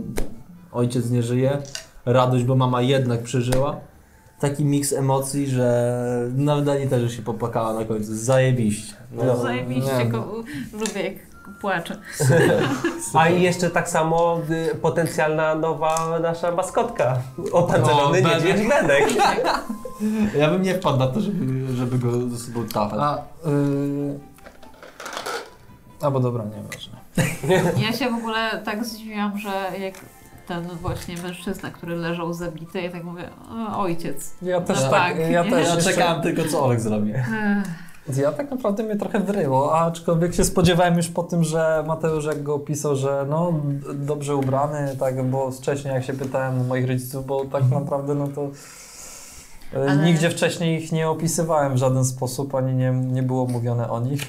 [SPEAKER 2] ojciec nie żyje. Radość, bo mama jednak przeżyła. Taki miks emocji, że nawet Ani też się popłakała na końcu. Zajebiście.
[SPEAKER 4] No, zajebiście
[SPEAKER 2] nie,
[SPEAKER 4] go lubię, jak płacze.
[SPEAKER 5] A i jeszcze tak samo y, potencjalna nowa nasza maskotka.
[SPEAKER 2] O,
[SPEAKER 5] Opancerzony
[SPEAKER 2] Benek.
[SPEAKER 5] niedźwiedź Benek.
[SPEAKER 2] Ja bym nie wpadł na to, żeby, żeby go ze sobą tafać.
[SPEAKER 3] A... Yy... A bo dobra, nieważne.
[SPEAKER 4] Ja się w ogóle tak zdziwiłam, że jak ten właśnie mężczyzna, który leżał zabity, ja tak mówię, o, ojciec.
[SPEAKER 3] Ja też
[SPEAKER 4] No
[SPEAKER 3] tak,
[SPEAKER 4] tak,
[SPEAKER 3] ja
[SPEAKER 4] nie?
[SPEAKER 3] też
[SPEAKER 2] Ja
[SPEAKER 3] jeszcze-
[SPEAKER 2] czekałem tylko, co Olek zrobi.
[SPEAKER 4] Ech.
[SPEAKER 3] Ja tak naprawdę mnie trochę wyryło, aczkolwiek się spodziewałem już po tym, że Mateusz jak go opisał, że no d- dobrze ubrany, tak, bo wcześniej jak się pytałem moich rodziców, bo tak naprawdę no to e,
[SPEAKER 4] Ale-
[SPEAKER 3] nigdzie wcześniej ich nie opisywałem w żaden sposób, ani nie, nie było mówione o nich.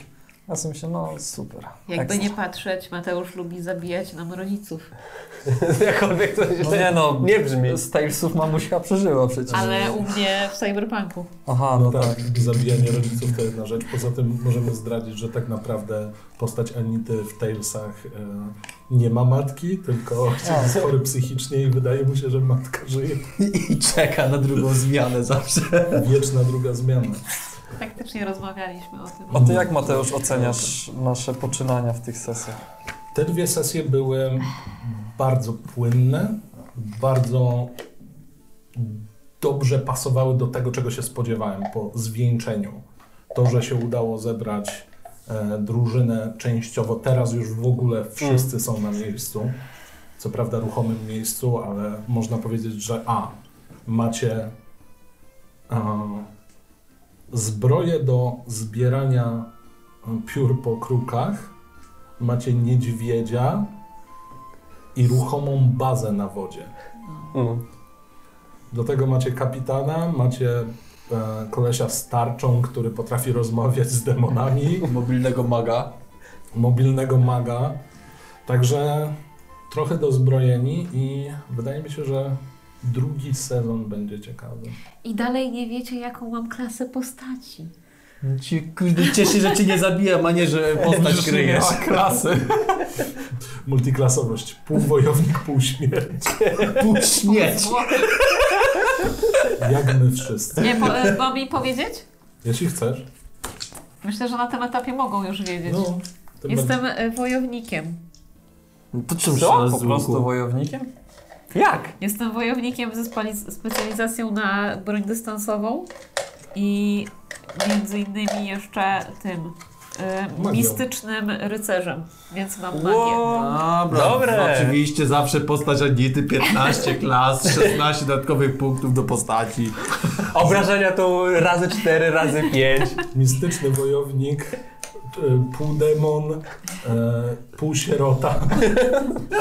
[SPEAKER 3] Ja sobie myślę, no super.
[SPEAKER 4] Jakby
[SPEAKER 3] ekstra.
[SPEAKER 4] nie patrzeć, Mateusz lubi zabijać nam rodziców.
[SPEAKER 5] Jakkolwiek to
[SPEAKER 3] No
[SPEAKER 5] się
[SPEAKER 3] nie no,
[SPEAKER 5] nie brzmi.
[SPEAKER 3] z Talesów mamusia przeżyła przecież.
[SPEAKER 4] Ale u mnie w Cyberpunku.
[SPEAKER 3] Aha,
[SPEAKER 1] No
[SPEAKER 3] no tak.
[SPEAKER 1] tak, zabijanie rodziców to jedna rzecz. Poza tym możemy zdradzić, że tak naprawdę postać Anity w Talesach e, nie ma matki, tylko ojciec
[SPEAKER 3] A.
[SPEAKER 1] jest chory psychicznie i wydaje mu się, że matka żyje.
[SPEAKER 2] I, I czeka na drugą zmianę zawsze.
[SPEAKER 1] Wieczna druga zmiana.
[SPEAKER 4] Faktycznie rozmawialiśmy o tym.
[SPEAKER 3] A ty jak Mateusz oceniasz nasze poczynania w tych sesjach?
[SPEAKER 1] Te dwie sesje były bardzo płynne, bardzo dobrze pasowały do tego, czego się spodziewałem po zwieńczeniu. To, że się udało zebrać e, drużynę częściowo, teraz już w ogóle wszyscy są na miejscu. Co prawda ruchomym miejscu, ale można powiedzieć, że a, macie e, zbroję do zbierania e, piór po krukach, macie niedźwiedzia i ruchomą bazę na wodzie.
[SPEAKER 5] Mm.
[SPEAKER 1] Do tego macie kapitana, macie e, kolesia z tarczą, który potrafi rozmawiać z demonami,
[SPEAKER 2] Mobilnego maga.
[SPEAKER 1] mobilnego maga. Także trochę dozbrojeni i wydaje mi się, że drugi sezon będzie ciekawy.
[SPEAKER 4] I dalej nie wiecie, jaką mam klasę postaci.
[SPEAKER 2] Ci, kurde, cieszy, że cię nie zabijam, a nie, że postać kryjesz.
[SPEAKER 3] klasy.
[SPEAKER 1] Multiklasowość. Pół wojownik, pół śmierć.
[SPEAKER 2] Pół śmierć.
[SPEAKER 1] Jak my wszyscy.
[SPEAKER 4] Nie, po, e, mam mi powiedzieć?
[SPEAKER 1] Jeśli chcesz.
[SPEAKER 4] Myślę, że na tym etapie mogą już wiedzieć.
[SPEAKER 1] No, tym
[SPEAKER 4] Jestem e, wojownikiem.
[SPEAKER 6] No
[SPEAKER 2] To czym
[SPEAKER 3] Co?
[SPEAKER 2] strzelasz
[SPEAKER 3] Po
[SPEAKER 2] z łuku?
[SPEAKER 3] prostu wojownikiem?
[SPEAKER 5] Jak?
[SPEAKER 4] Jestem wojownikiem ze spali- specjalizacją na broń dystansową i między innymi jeszcze tym e,
[SPEAKER 1] Magią.
[SPEAKER 4] mistycznym rycerzem, więc mam magię.
[SPEAKER 5] Wow.
[SPEAKER 2] Dobra,
[SPEAKER 5] Dobre.
[SPEAKER 2] oczywiście zawsze postać Anity 15 klas, 16 dodatkowych punktów do postaci.
[SPEAKER 5] Obrażenia to razy 4, razy 5.
[SPEAKER 1] Mistyczny wojownik, y, pół demon, y, pół sierota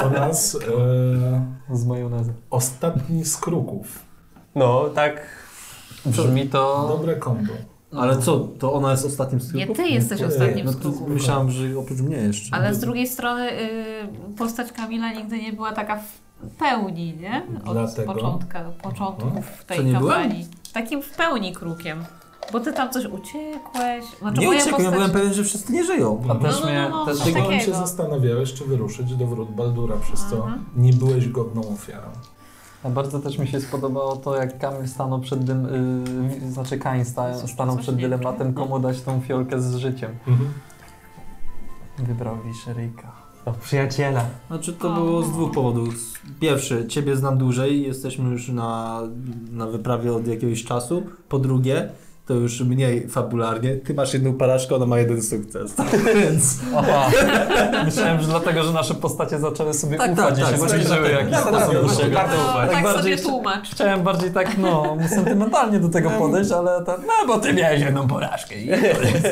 [SPEAKER 1] oraz y,
[SPEAKER 3] Z majonezy.
[SPEAKER 1] ostatni z kruków.
[SPEAKER 5] No, tak.
[SPEAKER 3] Brzmi to...
[SPEAKER 1] Dobre kombo.
[SPEAKER 2] Ale co, to ona jest ostatnim z
[SPEAKER 4] Nie
[SPEAKER 2] kruków?
[SPEAKER 4] ty jesteś
[SPEAKER 1] Nie,
[SPEAKER 4] ostatnim
[SPEAKER 2] no
[SPEAKER 4] z
[SPEAKER 2] to
[SPEAKER 4] kruków.
[SPEAKER 2] myślałem, że oprócz mnie jeszcze.
[SPEAKER 4] Ale z drugiej strony y, postać Kamila nigdy nie była taka w pełni, nie? Od
[SPEAKER 1] Dlatego-
[SPEAKER 4] początka, początków tej
[SPEAKER 2] Co, nie byłem?
[SPEAKER 4] kampanii. Takim w pełni krukiem. Bo ty tam coś uciekłeś. Znaczy,
[SPEAKER 2] Nie
[SPEAKER 4] moja
[SPEAKER 2] uciekłem, ja
[SPEAKER 4] postać-
[SPEAKER 2] byłem pewien, że wszyscy nie żyją.
[SPEAKER 3] A też
[SPEAKER 4] no,
[SPEAKER 3] mnie...
[SPEAKER 4] no, no,
[SPEAKER 3] też
[SPEAKER 4] no,
[SPEAKER 1] Dlatego
[SPEAKER 4] takiego.
[SPEAKER 1] się zastanawiałeś, czy wyruszyć do wrót Baldura, przez co
[SPEAKER 4] Mhm.
[SPEAKER 1] nie byłeś godną ofiarą.
[SPEAKER 3] A bardzo też mi się spodobało to, jak Kamil stanął przed dym, y, znaczy Kain sta,
[SPEAKER 4] Coś-
[SPEAKER 3] stanął
[SPEAKER 4] coś
[SPEAKER 3] przed
[SPEAKER 4] nie tak.
[SPEAKER 3] dylematem, komu dać tą fiolkę z życiem.
[SPEAKER 1] Mhm.
[SPEAKER 3] Wybrał Wiszeryka.
[SPEAKER 5] No, przyjaciela.
[SPEAKER 6] Znaczy to było z dwóch powodów. Pierwszy, ciebie znam dłużej, jesteśmy już na, na wyprawie od jakiegoś czasu. Po drugie, to już mniej fabularnie. Ty masz jedną porażkę, ona ma jeden sukces. Więc
[SPEAKER 3] Aha. Myślałem, że dlatego, że nasze postacie zaczęły sobie
[SPEAKER 6] Tak,
[SPEAKER 3] ufać
[SPEAKER 6] tak,
[SPEAKER 3] i
[SPEAKER 6] tak,
[SPEAKER 3] się
[SPEAKER 6] właśnie
[SPEAKER 3] zbliżyły
[SPEAKER 6] dlatego.
[SPEAKER 3] jakiś
[SPEAKER 6] Tak, tak,
[SPEAKER 3] sposób
[SPEAKER 6] tak,
[SPEAKER 3] do
[SPEAKER 6] tak.
[SPEAKER 3] siebie.
[SPEAKER 5] Bardzo
[SPEAKER 4] No,
[SPEAKER 5] ufać.
[SPEAKER 4] tak
[SPEAKER 3] Najbardziej
[SPEAKER 4] sobie
[SPEAKER 3] się-
[SPEAKER 4] tłumacz.
[SPEAKER 3] Chciałem bardziej tak, no, sentymentalnie do tego podejść, ale tak, no bo ty miałeś jedną porażkę. i koniec.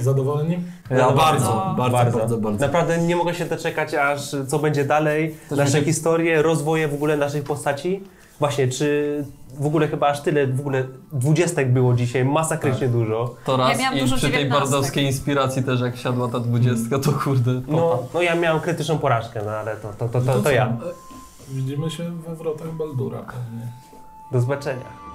[SPEAKER 1] Zadowoleni?
[SPEAKER 3] Ja
[SPEAKER 4] No.
[SPEAKER 6] bardzo, bardzo, bardzo. bardzo.
[SPEAKER 5] Naprawdę nie mogę się doczekać, aż co będzie dalej,
[SPEAKER 3] Też
[SPEAKER 5] nasze
[SPEAKER 3] będzie-
[SPEAKER 5] historie, rozwoje w ogóle naszych postaci. Właśnie, czy w ogóle chyba aż tyle, w ogóle dwudziestek było dzisiaj, masakrycznie dużo.
[SPEAKER 3] To
[SPEAKER 4] Ja
[SPEAKER 3] raz
[SPEAKER 4] miałam
[SPEAKER 3] i
[SPEAKER 4] dużo
[SPEAKER 3] przy tej
[SPEAKER 4] 19.
[SPEAKER 3] bardowskiej inspiracji też jak siadła ta dwudziestka, to kurde.
[SPEAKER 5] No, no ja miałem krytyczną porażkę, no ale to, to, to, to,
[SPEAKER 1] co? E,
[SPEAKER 5] to ja.
[SPEAKER 1] Widzimy się we wrotach Baldura pewnie.
[SPEAKER 5] Do zobaczenia.